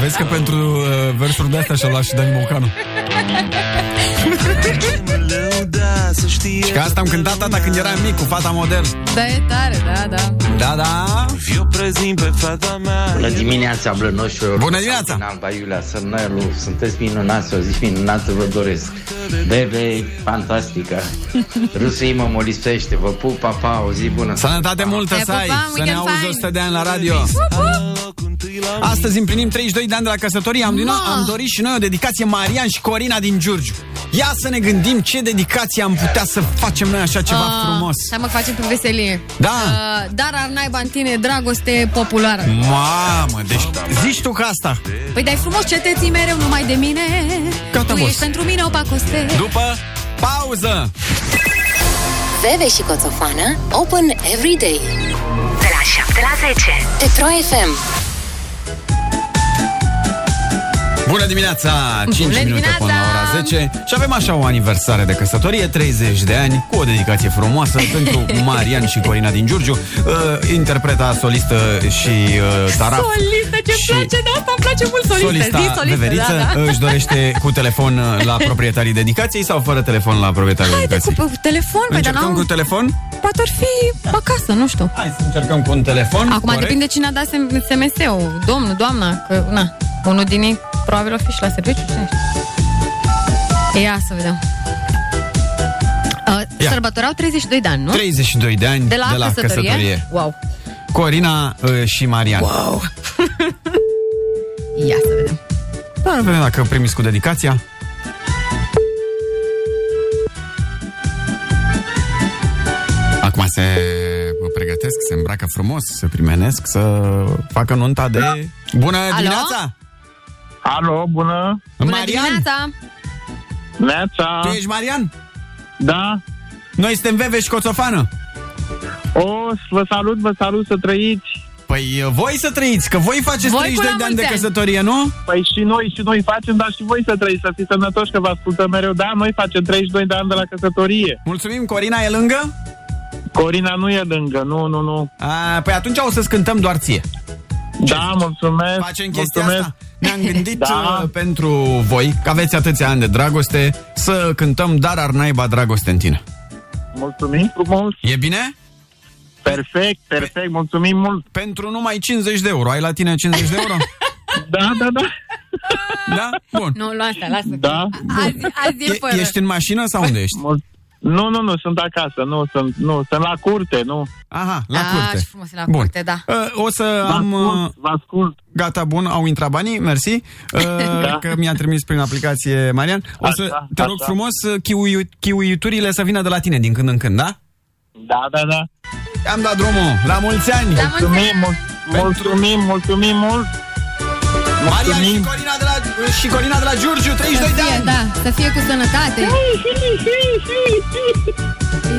Speaker 3: Vezi că pentru uh, versuri de astea și-a luat și Dani Mocanu Și că asta am cântat tata când eram mic cu fata model
Speaker 4: Da, e tare, da, da.
Speaker 3: Da, da
Speaker 18: Eu prezint pe fata mea
Speaker 21: Bună dimineața, blănoșilor!
Speaker 3: Bună dimineața!
Speaker 21: Din Alba Iulia, Sărnăielu, sunteți minunați, o zi minunată vă doresc. Bebe, fantastică! Rusii mă molisește, vă pup, pa, pa, o zi bună!
Speaker 3: Sănătate multă
Speaker 21: Te
Speaker 3: să ai,
Speaker 21: pupăm,
Speaker 3: să ne
Speaker 21: weekend
Speaker 3: auzi
Speaker 21: fain.
Speaker 3: 100 de ani la radio Astăzi împlinim 32 de ani de la căsătorie Am, din nou, am dorit și noi o dedicație Marian și Corina din Giurgiu Ia să ne gândim ce dedicație am putea să facem noi așa ceva
Speaker 4: Ah,
Speaker 3: frumos
Speaker 4: Hai mă, că facem pe veselie.
Speaker 3: Da.
Speaker 4: Uh, dar ar naiba în tine dragoste populară.
Speaker 3: Mamă, deci zici tu că asta
Speaker 4: Păi dai frumos ce te ții mereu numai de mine
Speaker 3: Gata,
Speaker 4: Tu
Speaker 3: boss.
Speaker 4: ești pentru mine o pacoste
Speaker 3: După pauză
Speaker 2: Veve și Coțofană Open every day De la 7 la 10 Petro FM
Speaker 3: Bună dimineața! 5
Speaker 2: Bună
Speaker 3: minute
Speaker 2: dimineața!
Speaker 3: până la ora 10 și avem așa o aniversare de căsătorie, 30 de ani, cu o dedicație frumoasă pentru Marian și Corina din Giurgiu, uh, interpreta solistă și uh, taraf.
Speaker 4: Solistă, ce și... place, da, asta îmi place mult solistă Zi, solistă,
Speaker 3: Veveriță
Speaker 4: da, da.
Speaker 3: își dorește cu telefon uh, la proprietarii dedicației sau fără telefon la proprietarii
Speaker 4: Haide cu
Speaker 3: dedicației?
Speaker 4: pe telefon, mai păi, dar
Speaker 3: Încercăm
Speaker 4: n-au...
Speaker 3: cu telefon?
Speaker 4: Poate ar fi acasă, nu știu
Speaker 3: Hai să încercăm cu un telefon.
Speaker 4: Acum
Speaker 3: corect?
Speaker 4: depinde cine a dat sem- SMS-ul Domnul, doamna, că, na, unul din ei probabil o fi și la serviciu cine știe. Ia să vedem uh,
Speaker 3: Ia.
Speaker 4: Sărbătoreau 32 de ani, nu?
Speaker 3: 32 de ani
Speaker 4: de la, căsătorie? Wow,
Speaker 3: Corina uh, și Marian. Wow!
Speaker 4: ia să vedem
Speaker 3: Dar vedem dacă primiți cu dedicația. Acum se pregătesc, se îmbracă frumos, se primenesc, să facă nunta de... Bună
Speaker 4: Alo?
Speaker 3: dimineața!
Speaker 22: Alo, bună!
Speaker 4: Bună dimineața!
Speaker 22: Neața!
Speaker 3: Tu ești Marian?
Speaker 22: Da.
Speaker 3: Noi suntem Veve și Coțofană.
Speaker 22: O, vă salut, vă salut, să trăiți!
Speaker 3: Păi voi să trăiți, că voi faceți
Speaker 22: Voi
Speaker 3: 32
Speaker 22: până
Speaker 3: de
Speaker 22: la
Speaker 3: ani de
Speaker 22: mulți ani.
Speaker 3: căsătorie, nu?
Speaker 22: Păi și noi, și noi facem, dar și voi să trăiți, să fiți sănătoși, că vă ascultăm mereu. Da, noi facem 32 de ani de la căsătorie.
Speaker 3: Mulțumim, Corina e lângă?
Speaker 22: Corina nu e lângă, nu, nu, nu.
Speaker 3: A, păi atunci o să-ți cântăm doar ție.
Speaker 22: Da, mulțumesc.
Speaker 3: Facem chestia
Speaker 22: mulțumesc.
Speaker 3: asta. Ne-am gândit da. pentru voi, că aveți atâția ani de dragoste, să cântăm Dar ar naiba dragoste în tine.
Speaker 22: Mulțumim frumos.
Speaker 3: E bine?
Speaker 22: Perfect, perfect, mulțumim mult.
Speaker 3: Pentru numai 50 de euro. Ai la tine 50 de euro?
Speaker 22: da, da, da.
Speaker 3: Da? Bun.
Speaker 4: Nu, lua asta, lasă.
Speaker 22: Da?
Speaker 4: Azi, azi e fără.
Speaker 3: E, ești în mașină sau unde ești?
Speaker 22: Nu, nu, nu, sunt acasă, nu, sunt, nu, sunt la curte, nu.
Speaker 3: Aha, la
Speaker 4: Ah,
Speaker 3: curte.
Speaker 4: ce frumos e la
Speaker 3: Bun.
Speaker 4: curte, da.
Speaker 3: Uh, O să am... uh, Vă ascult. Gata, bun, au intrat banii, mersi. Uh,
Speaker 22: Da.
Speaker 3: Că mi-a trimis prin aplicație Marian. O să,
Speaker 22: Așa,
Speaker 3: te rog
Speaker 22: așa.
Speaker 3: frumos, kiwi- kiwiuturile să vină de la tine din când în când, da?
Speaker 22: Da, da, da.
Speaker 3: Am dat drumul. La mulți ani!
Speaker 22: La mulțumim, mul- mulțumim, mulțumim mult.
Speaker 3: Marian și
Speaker 22: Mulțumim.
Speaker 3: Corina de la, și Corina de la Giurgiu, 32 de
Speaker 15: să fie,
Speaker 3: ani!
Speaker 15: da, să fie cu sănătate.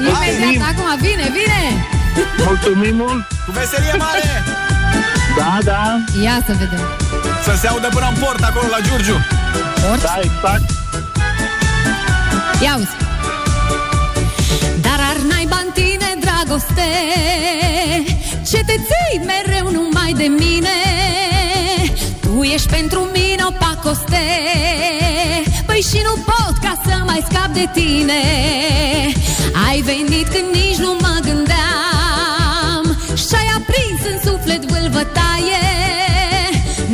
Speaker 15: Imediat, acum, vine, vine!
Speaker 22: Mulțumim mult.
Speaker 3: Cu veselie mare!
Speaker 22: Da, da.
Speaker 15: Ia să vedem.
Speaker 3: Să se audă până în port acolo la Giurgiu!
Speaker 22: Da, exact.
Speaker 15: Ia uzi. Dar ar naiba în tine dragoste Ce te ții mereu numai de mine Tu ești pentru mine o pacoste Păi și nu pot ca să mai scap de tine Ai venit când nici nu mă gândeam Și-ai aprins în suflet vâlvătaie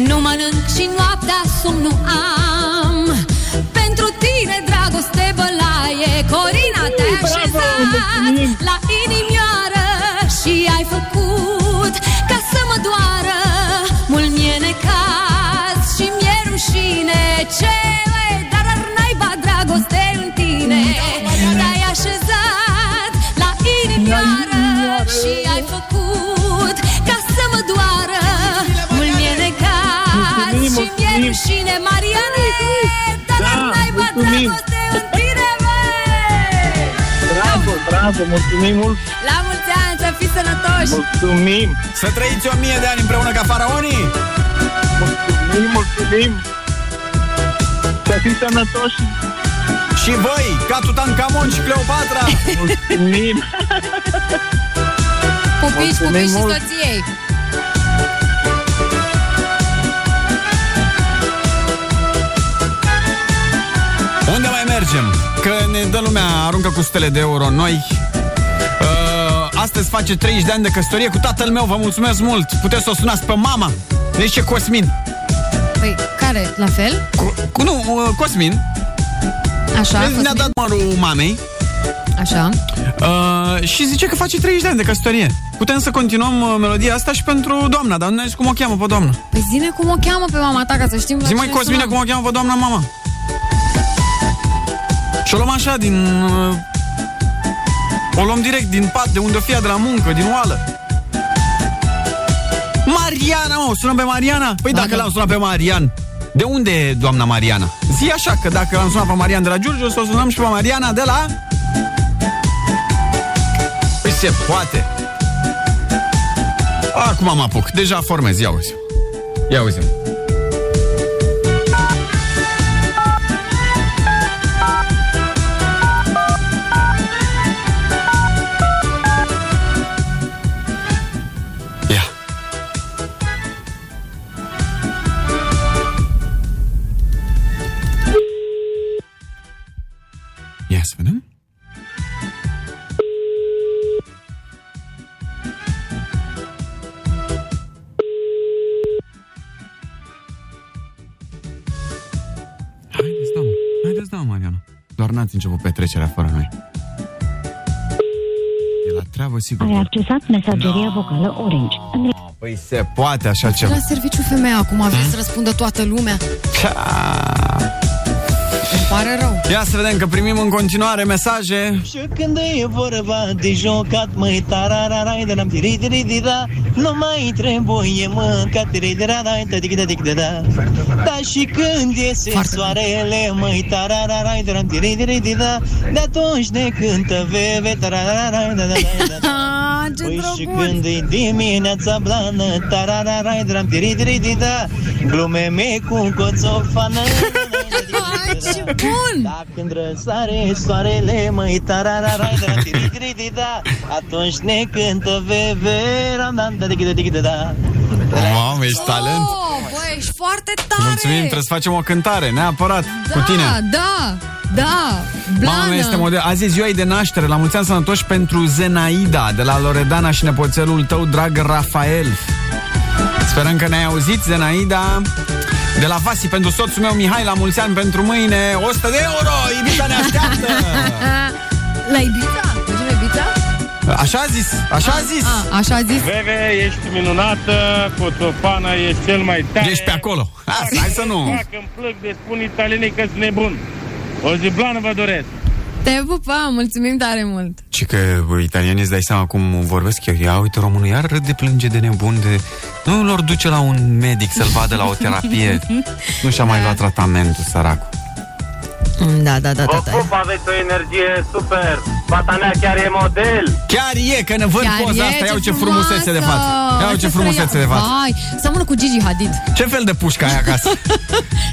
Speaker 15: Nu mănânc și noaptea somn nu am Pentru tine dragoste bălaie Corina te-ai așezat la inimioară Și ai făcut ca să mă doară Mult mie necaz și mi-e rușine Ce ue, dar ar naiba dragoste în tine Te-ai așezat la inimioară Și ai făcut ca să mă doară Mult mie necaz
Speaker 22: Mulțumim,
Speaker 15: și mi-e
Speaker 22: mulțumim. Da,
Speaker 15: rușine Mariane, dar ar naiba
Speaker 22: mulțumim.
Speaker 15: dragoste în tine
Speaker 22: Bravo, bravo, mulțumim mult.
Speaker 15: La mulți ani, să fii sănătoși!
Speaker 22: Mulțumim.
Speaker 3: Să trăiți o mie de ani împreună ca faraonii!
Speaker 22: Mulțumim, mulțumim. Să fiți sănătoși.
Speaker 3: Și voi, ca Tutankamon și Cleopatra!
Speaker 22: Mulțumim.
Speaker 4: Pupici,
Speaker 22: Mulțumim
Speaker 4: pupici și
Speaker 22: mult.
Speaker 4: soției.
Speaker 3: Unde mai mergem? Că ne dă lumea, aruncă cu stele de euro noi. Uh, astăzi face 30 de ani de căsătorie cu tatăl meu, vă mulțumesc mult! Puteți să o sunați pe mama! Ne zice Cosmin.
Speaker 15: Păi, care? La fel?
Speaker 3: Cu, cu nu, uh, Cosmin.
Speaker 4: Da,
Speaker 15: Așa,
Speaker 3: Vezi, ne-a
Speaker 15: Cosmin?
Speaker 3: dat numărul mamei
Speaker 15: Așa.
Speaker 3: uh, și zice că face 30 de ani de căsătorie. Putem să continuăm uh, melodia asta și pentru doamna, dar nu ne zici cum o cheamă pe doamna.
Speaker 4: Păi zine cum o cheamă pe mama ta, ca să știm la
Speaker 3: Zi mai
Speaker 4: cine
Speaker 3: Cosmina
Speaker 4: sunăm.
Speaker 3: cum o cheamă pe doamna mama Și o luăm așa din uh, O luăm direct din pat De unde o fia de la muncă, din oală Mariana, mă, o sunăm pe Mariana? Păi dacă l-am sunat pe Marian De unde e doamna Mariana? Zi așa că dacă l-am sunat pe Marian de la Giurgiu O să o sunăm și pe Mariana de la Păi se poate Acum am apuc, deja formez, ia uzi Ia uzi Ia. Ia să vedem. Haideți, da, mă. Haideți, da, mă, Mariana. Doar n-ați început petrecerea fără noi. E la treabă, sigur.
Speaker 1: Ai accesat mesageria vocală Orange.
Speaker 3: Păi se poate așa ceva.
Speaker 4: La serviciu femeia acum, aveți
Speaker 3: Hm?
Speaker 4: să răspundă toată lumea. Îmi pare rău.
Speaker 3: Ia să vedem că primim în continuare mesaje.
Speaker 13: Și când e vorba de jocat, măi, tarararai, de n-am tiri tiri tira, nu mai trebuie, mă, ca tiri tira, da, tătic, tătic, da, da. Dar și când iese soarele, măi, tarararai, de n-am tiri tiri tira, de atunci ne cântă veve, tarararai, da, da, da, da.
Speaker 15: Ah.
Speaker 13: Păi și când e dimineața blană, tarararai, de n-am tiri tiri tira, glume mei cu coțofană. Ce
Speaker 4: bun!
Speaker 13: Da, când răsare soarele, măi, tarararai, de la tiri-tiri-tiri-da, atunci ne cântă veve, ram, dam, da, da, da, da, da.
Speaker 3: Mamă, ești talent.
Speaker 4: Oh, bă, ești foarte tare!
Speaker 3: Mulțumim, trebuie să facem o cântare, neapărat,
Speaker 4: da,
Speaker 3: cu tine.
Speaker 4: da, da,
Speaker 3: Mama
Speaker 4: blană.
Speaker 3: mea este model. Azi e ziua ei de naștere. La mulți ani sănătoși pentru Zenaida de la Loredana și nepoțelul tău, drag Rafael. Sperăm că ne-ai auzit, Zenaida. De la Vasi pentru soțul meu Mihai, la mulți ani pentru mâine. 100 de euro, Ibiza ne așteaptă!
Speaker 15: La Ibiza? Mergem la Ibiza? Ah.
Speaker 3: Așa a zis, așa a zis.
Speaker 15: A, așa a zis.
Speaker 6: Veve, ești minunată, Coțofană, ești cel mai tare.
Speaker 3: Ești pe acolo. Asta, hai să
Speaker 15: Eh,
Speaker 3: nu.
Speaker 6: Dacă îmi plăc de spun italienii că sunt nebun. O zi blană vă doresc.
Speaker 4: Te pupăm, mulțumim tare mult!
Speaker 3: Și că bă, italienii îți dai seama cum vorbesc eu. Ia uite, românul iar râde, plânge de nebun de... Nu lor duce la un medic să-l vadă la o terapie. nu și-a mai luat tratamentul, săracul.
Speaker 4: Da, da, da,
Speaker 6: Vă pup, aveți o energie super. Fata mea chiar e model.
Speaker 3: Chiar e, că ne văd
Speaker 15: Chiar
Speaker 3: poza
Speaker 15: e,
Speaker 3: asta, iau ce
Speaker 15: frumoasă!
Speaker 3: frumusețe de față. Iau ce frumusețe
Speaker 4: da.
Speaker 3: de față.
Speaker 15: Vai, seamănă cu Gigi Hadid.
Speaker 3: Ce fel de pușcă ai acasă?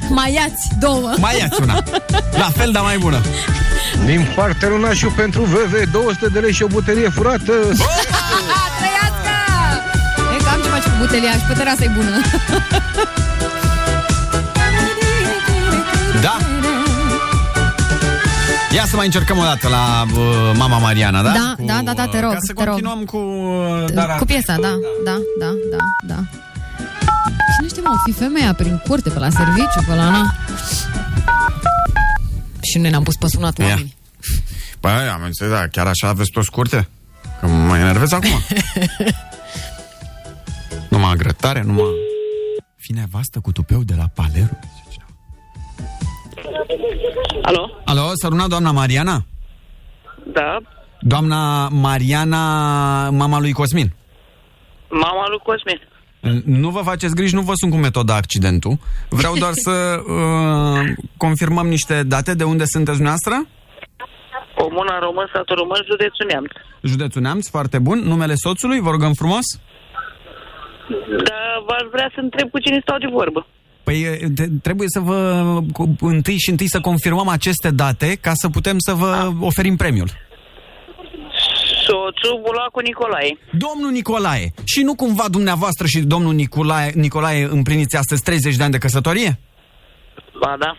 Speaker 15: Mai iați două.
Speaker 3: Mai iați una. La fel, dar mai bună.
Speaker 7: Din partea lui Nașu pentru VV, 200 de lei și o butelie furată.
Speaker 15: Trăiască! E cam ce faci cu butelia și pe terasa e bună.
Speaker 3: Da. Ia să mai încercăm o dată la uh, Mama Mariana, da?
Speaker 4: Da, da, da, da, te rog,
Speaker 3: Ca să
Speaker 4: te rog.
Speaker 3: continuăm cu... Uh, Dara.
Speaker 4: Cu piesa, da, da, da, da, da.
Speaker 15: Cine știe, mă, o fi femeia prin curte, pe la serviciu, pe la... Na. Și noi ne-am pus pe sunat
Speaker 3: Ia.
Speaker 15: oamenii.
Speaker 3: Băi, am înțeles, da, chiar așa aveți toți curte? Că mă enervez acum. numai grătare, numai... Fi nevastă cu tupeu de la Paleru.
Speaker 23: Alo?
Speaker 3: Alo, s-a runat doamna Mariana?
Speaker 23: Da,
Speaker 3: Doamna Mariana, mama lui Cosmin.
Speaker 23: mama lui Cosmin.
Speaker 3: Nu vă faceți griji, nu vă sun cu metoda accidentul. Vreau doar să uh, confirmăm niște date de unde sunteți dumneavoastră.
Speaker 23: Comuna român, satul român, județul Neamț.
Speaker 3: Județul Neamț, foarte bun. Numele soțului, vă rugăm frumos.
Speaker 23: Dar Da, v-aș vrea să întreb cu cine stau de vorbă.
Speaker 3: Păi e, te- trebuie să vă cu- întâi și întâi să confirmăm aceste date ca să putem să vă
Speaker 23: Da.
Speaker 3: oferim premiul.
Speaker 23: Soțul Bulacu Nicolae.
Speaker 3: Domnul Nicolae, și nu cumva dumneavoastră și domnul Nicolae, Nicolae împliniți astăzi 30 de ani de căsătorie?
Speaker 23: Ba da.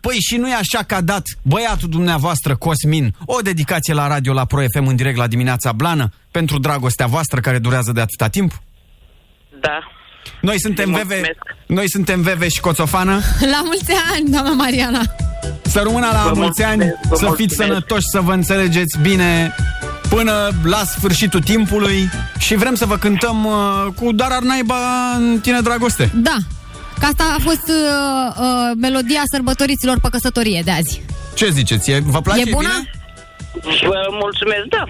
Speaker 3: Păi și nu e așa că a dat băiatul dumneavoastră, Cosmin, o dedicație la radio la Pro FM în direct la dimineața blană pentru dragostea voastră care durează de atâta timp?
Speaker 23: Da.
Speaker 3: Noi suntem VV, noi suntem VV și Coțofană.
Speaker 15: La mulți ani, doamna Mariana.
Speaker 3: Să rămână la
Speaker 23: Vă
Speaker 3: mulți ani,
Speaker 23: mulțumesc, vă
Speaker 3: să fiți
Speaker 23: mulțumesc.
Speaker 3: sănătoși, să vă înțelegeți bine până la sfârșitul timpului și vrem să vă cântăm uh, cu Dar ar naiba în tine dragoste.
Speaker 15: Da. Că asta a fost uh, uh, melodia sărbătoriților pe căsătorie de azi.
Speaker 3: Ce ziceți? E, vă place?
Speaker 15: e bună?
Speaker 3: Bine?
Speaker 23: Vă mulțumesc, da.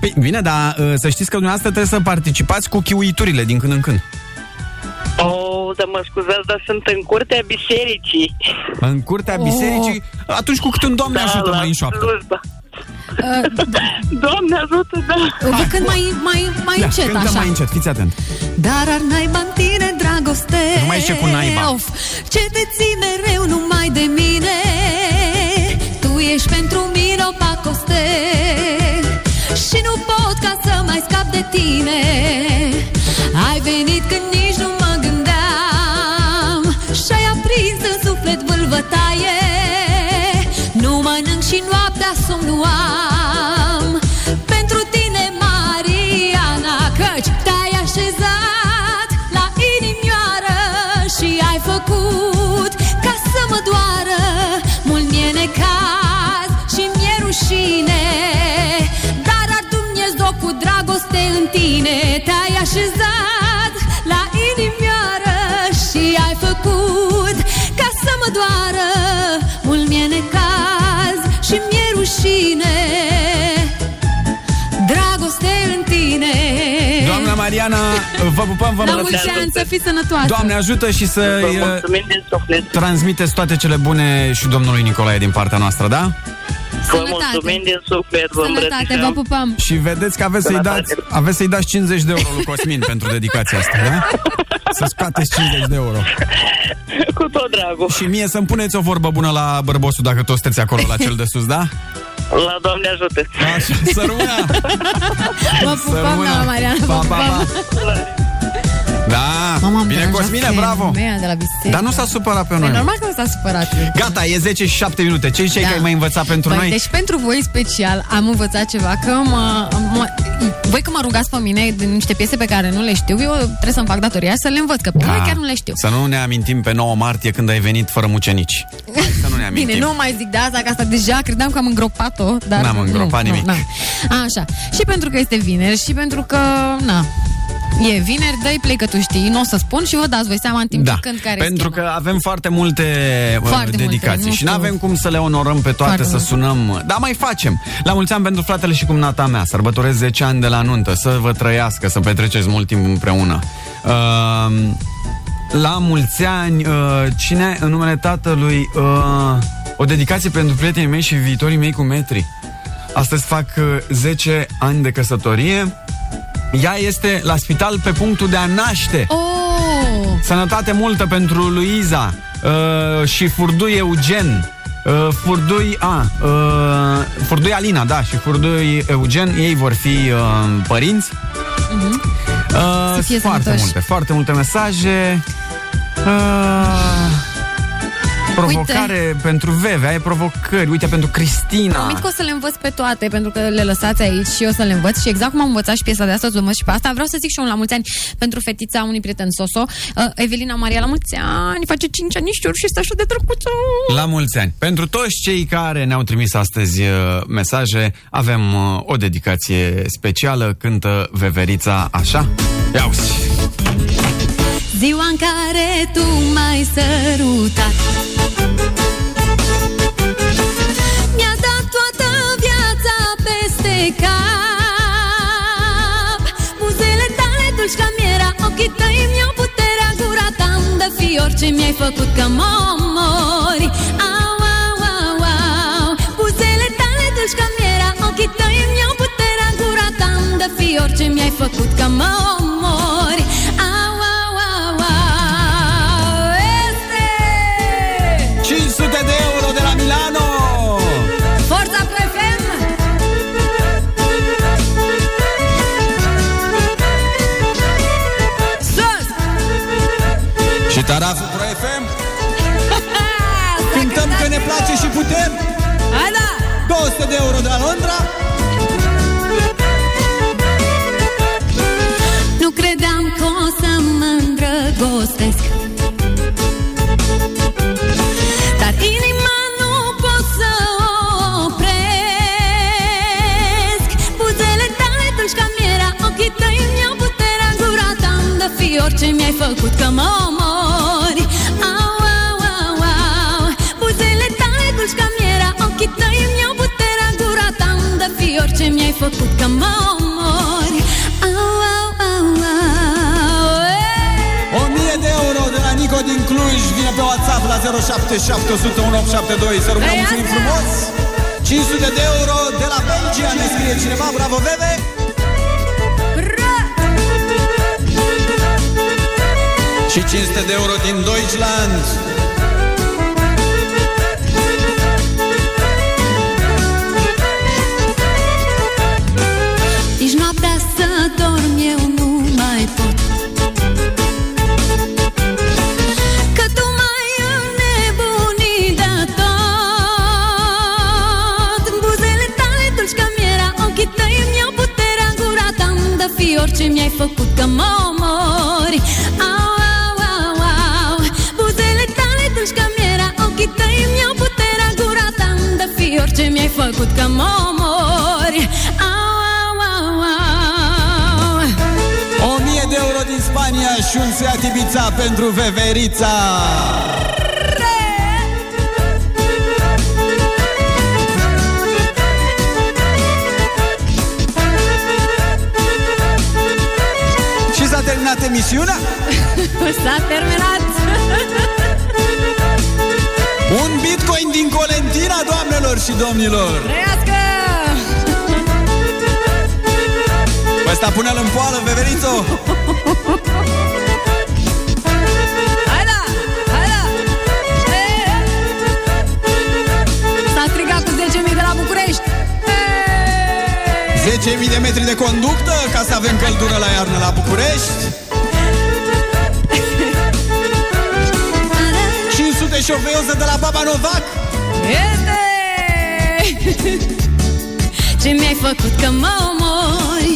Speaker 3: Păi, bine, dar uh, să știți că dumneavoastră trebuie să participați cu chiuiturile din când în când.
Speaker 23: O, dar mă scuzați, dar sunt în curtea bisericii.
Speaker 3: În curtea
Speaker 23: Oh.
Speaker 3: bisericii, atunci cu cât un domn ne
Speaker 23: Da,
Speaker 3: ajută
Speaker 23: la
Speaker 3: mai în șoaptă.
Speaker 23: slujbă. Doamne ajută, da.
Speaker 15: Uh, Când mai, mai, mai
Speaker 3: Da,
Speaker 15: încet,
Speaker 3: cântăm
Speaker 15: așa.
Speaker 3: mai încet, fiți atent.
Speaker 15: Dar ar naiba în tine dragoste
Speaker 3: Nu mai știu cu naiba.
Speaker 15: Of, Ce te ții mereu numai de mine Tu ești pentru mine o pacoste Și nu pot ca să mai scap de tine Ai venit când nici nu mă gândeam Și-ai aprins în suflet vâlvătaie Nu mănânc și noaptea somn nu am Pentru tine, Mariana, căci te-ai așezat la inimioară Și ai făcut ca să mă doară Mult mi-e necaz și mi-e rușine Dar ar Dumnezeu cu dragoste în tine Te-ai așezat la inimioară Și ai făcut ca să mă doară Mult mi-e necaz și mi-e rușine Dragoste în tine
Speaker 3: Doamna Mariana, uh, vă pupăm, vă
Speaker 15: La
Speaker 3: mulțumim.
Speaker 15: mulți ani să fii sănătoasă
Speaker 3: Doamne ajută și să uh, transmiteți toate cele bune și domnului Nicolae din partea noastră, da?
Speaker 23: Vă mulțumim din suflet, vă
Speaker 15: Sănătate, vă
Speaker 23: îmbrățișăm.
Speaker 15: pupăm
Speaker 3: Și vedeți că aveți să-i dați, aveți să-i dați 50 de euro lui Cosmin pentru dedicația asta, da? Să scoateți 50 de euro.
Speaker 23: Cu tot dragul.
Speaker 3: Și mie să-mi puneți o vorbă bună la bărbosul dacă toți sunteți acolo la cel de sus, da?
Speaker 23: La Doamne ajută.
Speaker 15: Da.
Speaker 3: Așa, să rămână!
Speaker 15: Vă
Speaker 3: Să
Speaker 15: pupăm,
Speaker 3: rămână.
Speaker 15: doamna Mariana, vă
Speaker 3: Pa, pa,
Speaker 15: pupăm
Speaker 3: pa. Da,
Speaker 4: Mama,
Speaker 3: bine Cosmine, bravo
Speaker 4: De la biserică.
Speaker 3: Dar nu s-a supărat
Speaker 15: Păi
Speaker 3: pe noi
Speaker 4: E Păi normal că nu s-a supărat.
Speaker 3: Gata, e 10 și 7 minute Ce ziceai
Speaker 4: Da.
Speaker 3: că ai mai învățat pentru
Speaker 4: Băi,
Speaker 3: noi?
Speaker 4: Deci pentru voi special am învățat ceva că mă, mă, voi că mă rugați pe mine de niște piese pe care nu le știu, eu trebuie să-mi fac datoria să le învăț, că pe da. chiar nu le știu.
Speaker 3: Ah, Să nu ne amintim pe 9 martie când ai venit fără mucenici Hai Să nu ne amintim
Speaker 4: Bine, nu mai zic de asta, că asta deja credeam că am îngropat-o, dar
Speaker 3: N-am îngropat
Speaker 4: nu,
Speaker 3: nimic.
Speaker 4: Nu, nu. Așa, și pentru că este vineri și pentru că, na, e vineri, dă-i play că tu știi, nu o să spun și vă dați voi seama în timp
Speaker 3: da,
Speaker 4: când care
Speaker 3: pentru
Speaker 4: este.
Speaker 3: că avem foarte multe uh,
Speaker 4: Foarte multe,
Speaker 3: dedicații
Speaker 4: nu
Speaker 3: și nu
Speaker 4: știu.
Speaker 3: avem cum să le onorăm pe toate,
Speaker 4: Foarte
Speaker 3: să
Speaker 4: multe.
Speaker 3: sunăm, dar mai facem. La mulți ani pentru fratele și cumnata mea, sărbătoresc 10 ani de la nuntă, să vă trăiască, să petreceți mult timp împreună. Uh, la mulți ani, uh, cine în numele tatălui, uh, o dedicație pentru prietenii mei și viitorii mei cu metri. Astăzi fac uh, 10 ani de căsătorie. Ea este la spital pe punctul de a naște.
Speaker 4: Oh!
Speaker 3: Sănătate multă pentru Luiza uh, și Furdui Eugen. Uh, furdui, a, uh, furdui Alina, da, și Furdui Eugen, ei vor fi uh, părinți. Uh,
Speaker 4: Mhm. Să fie
Speaker 3: foarte
Speaker 4: sănătoși.
Speaker 3: multe, foarte multe mesaje. Uh, provocare pentru Veve, ai provocări. Uite, pentru
Speaker 4: Promit
Speaker 3: Cristina.
Speaker 4: că o să le învăț pe toate, pentru că le lăsați aici și eu să le învăț. Și exact cum am învățat și piesa de astăzi, o învăț și pe asta. Vreau să zic și un la mulți ani pentru fetița unui prieten Soso. Uh, Evelina Maria, la mulți ani, face 5 ani și și este așa de drăguță.
Speaker 3: La mulți ani! Pentru toți cei care ne-au trimis astăzi uh, mesaje, avem uh, o dedicație specială. Cântă Veverița așa. Ia uzi.
Speaker 15: Ziua în care tu m-ai sărutat Mi-a dat toată viața peste cap Buzele tale dulci ca miera Ochii tăi mi-au puterea Gura ta îmi dă fior Ce mi-ai făcut că mă omori Au, au, au, au Buzele tale dulci ca miera Ochii tăi mi-au puterea Gura ta îmi dă fior Ce mi-ai făcut că mă omori Au, au, au, au Este
Speaker 3: 500 de euro de la Milano!
Speaker 15: Forța FM!
Speaker 4: Sus!
Speaker 3: Și taraful Pro FM Cântăm că ne place și putem
Speaker 15: Hai da!
Speaker 5: 200 de euro de la Londra
Speaker 15: Nu credeam că o să mă îndrăgostesc Dar inima nu pot să o opresc Buzele tale dulci ca mierea Ochii tăi mi-au puterea Gura ta îmi dă fior ce mi-ai făcut că mă omori Au, au, au, au Buzele tale dulci ca mierea Ochii tăi mi-au puterea Gura ta îmi dă fior ce mi-ai făcut că mă omori Au, au, au, au Ei!
Speaker 5: 1000 de euro de la Nico din Cluj Vine pe WhatsApp la 077182 Să rugăm mulțumim frumos 500 de euro de la Belgia Ne scrie cineva, bravo Veve Și 500 de euro din Deutschland
Speaker 15: Nici noaptea să dorm eu nu mai pot Că tu mai înnebunit de tot Buzele tale dulci ca miera Ochii tăi mi-au puterea Gura ta îmi dă fior ce mi-ai făcut că mă omori Au, au, au, au Buzele tale dulci ca miera Ochii tăi mi-au puterea Gura ta îmi dă fior ce mi-ai făcut că mă omori Au, au, au, au
Speaker 5: 1000 de euro din Spania și un Seat Ibiza pentru Veverița Și s-a terminat emisiunea?
Speaker 15: S-a terminat!
Speaker 5: Un bitcoin din Colentina, doamnelor și domnilor!
Speaker 15: Trăiască!
Speaker 5: Pe Ăsta pune-l în poală, Veverițo!
Speaker 15: Hai da! Hai da! S-a strigat cu 10.000 de la București!
Speaker 5: 10.000 de metri de conductă ca să avem căldură la iarnă la București
Speaker 3: pune și o veioză de la Baba Novac?
Speaker 15: Este! Ce mi-ai făcut că mă omori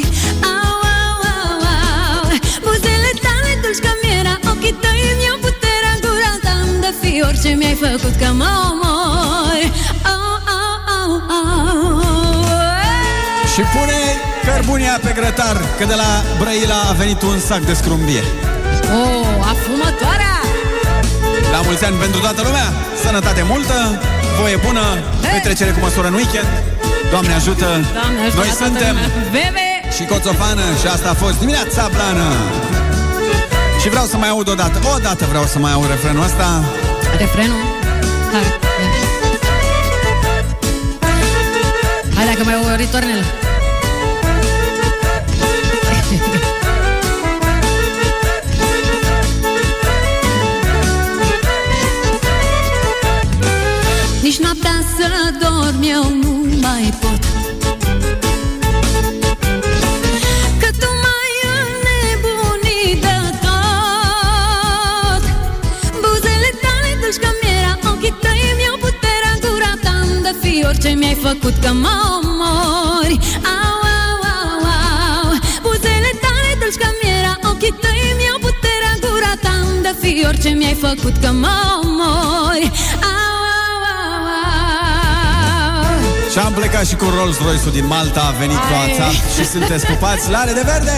Speaker 15: Au, au, au, au Buzele tale dulci ca mierea Ochii tăi îmi iau puterea Gura ta îmi dă fior Ce mi-ai făcut că mă omori Au, au, au, au
Speaker 3: Și pune cărbunea pe grătar, că de la Brăila a venit un sac de scrumbie.
Speaker 15: Oh, afumătoarea!
Speaker 3: La mulți ani pentru toată lumea, sănătate multă, voie bună, petrecere cu măsură în weekend. Doamne ajută!
Speaker 15: Doamne ajută
Speaker 3: Noi
Speaker 15: la toată
Speaker 3: suntem
Speaker 15: lumea. Bebe!
Speaker 3: și Coțofană și asta a fost dimineața blană. Și vreau să mai aud o dată, o dată vreau să mai aud refrenul ăsta.
Speaker 15: Refrenul? Hai. Hai dacă mai o ritornel. Nici noaptea să dorm eu nu mai pot Că tu mai înnebunit de tot Buzele tale dulci ca mierea Ochii tăi îmi iau puterea Gura ta îmi dă fior Ce mi-ai făcut că mă omori Au, au, au, au Buzele tale dulci ca mierea Ochii tăi îmi iau puterea Gura ta îmi dă fior Ce mi-ai făcut că mă omori Au, au, au, au
Speaker 3: Și am plecat și cu Rolls Royce-ul din Malta, a venit cu
Speaker 15: Ai.
Speaker 3: WhatsApp și sunteți pupați la are de verde!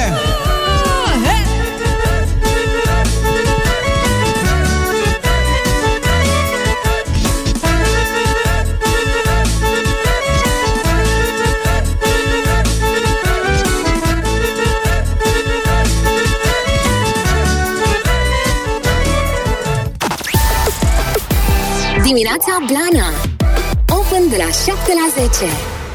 Speaker 2: Dimineața Blana Open de la 7 la 10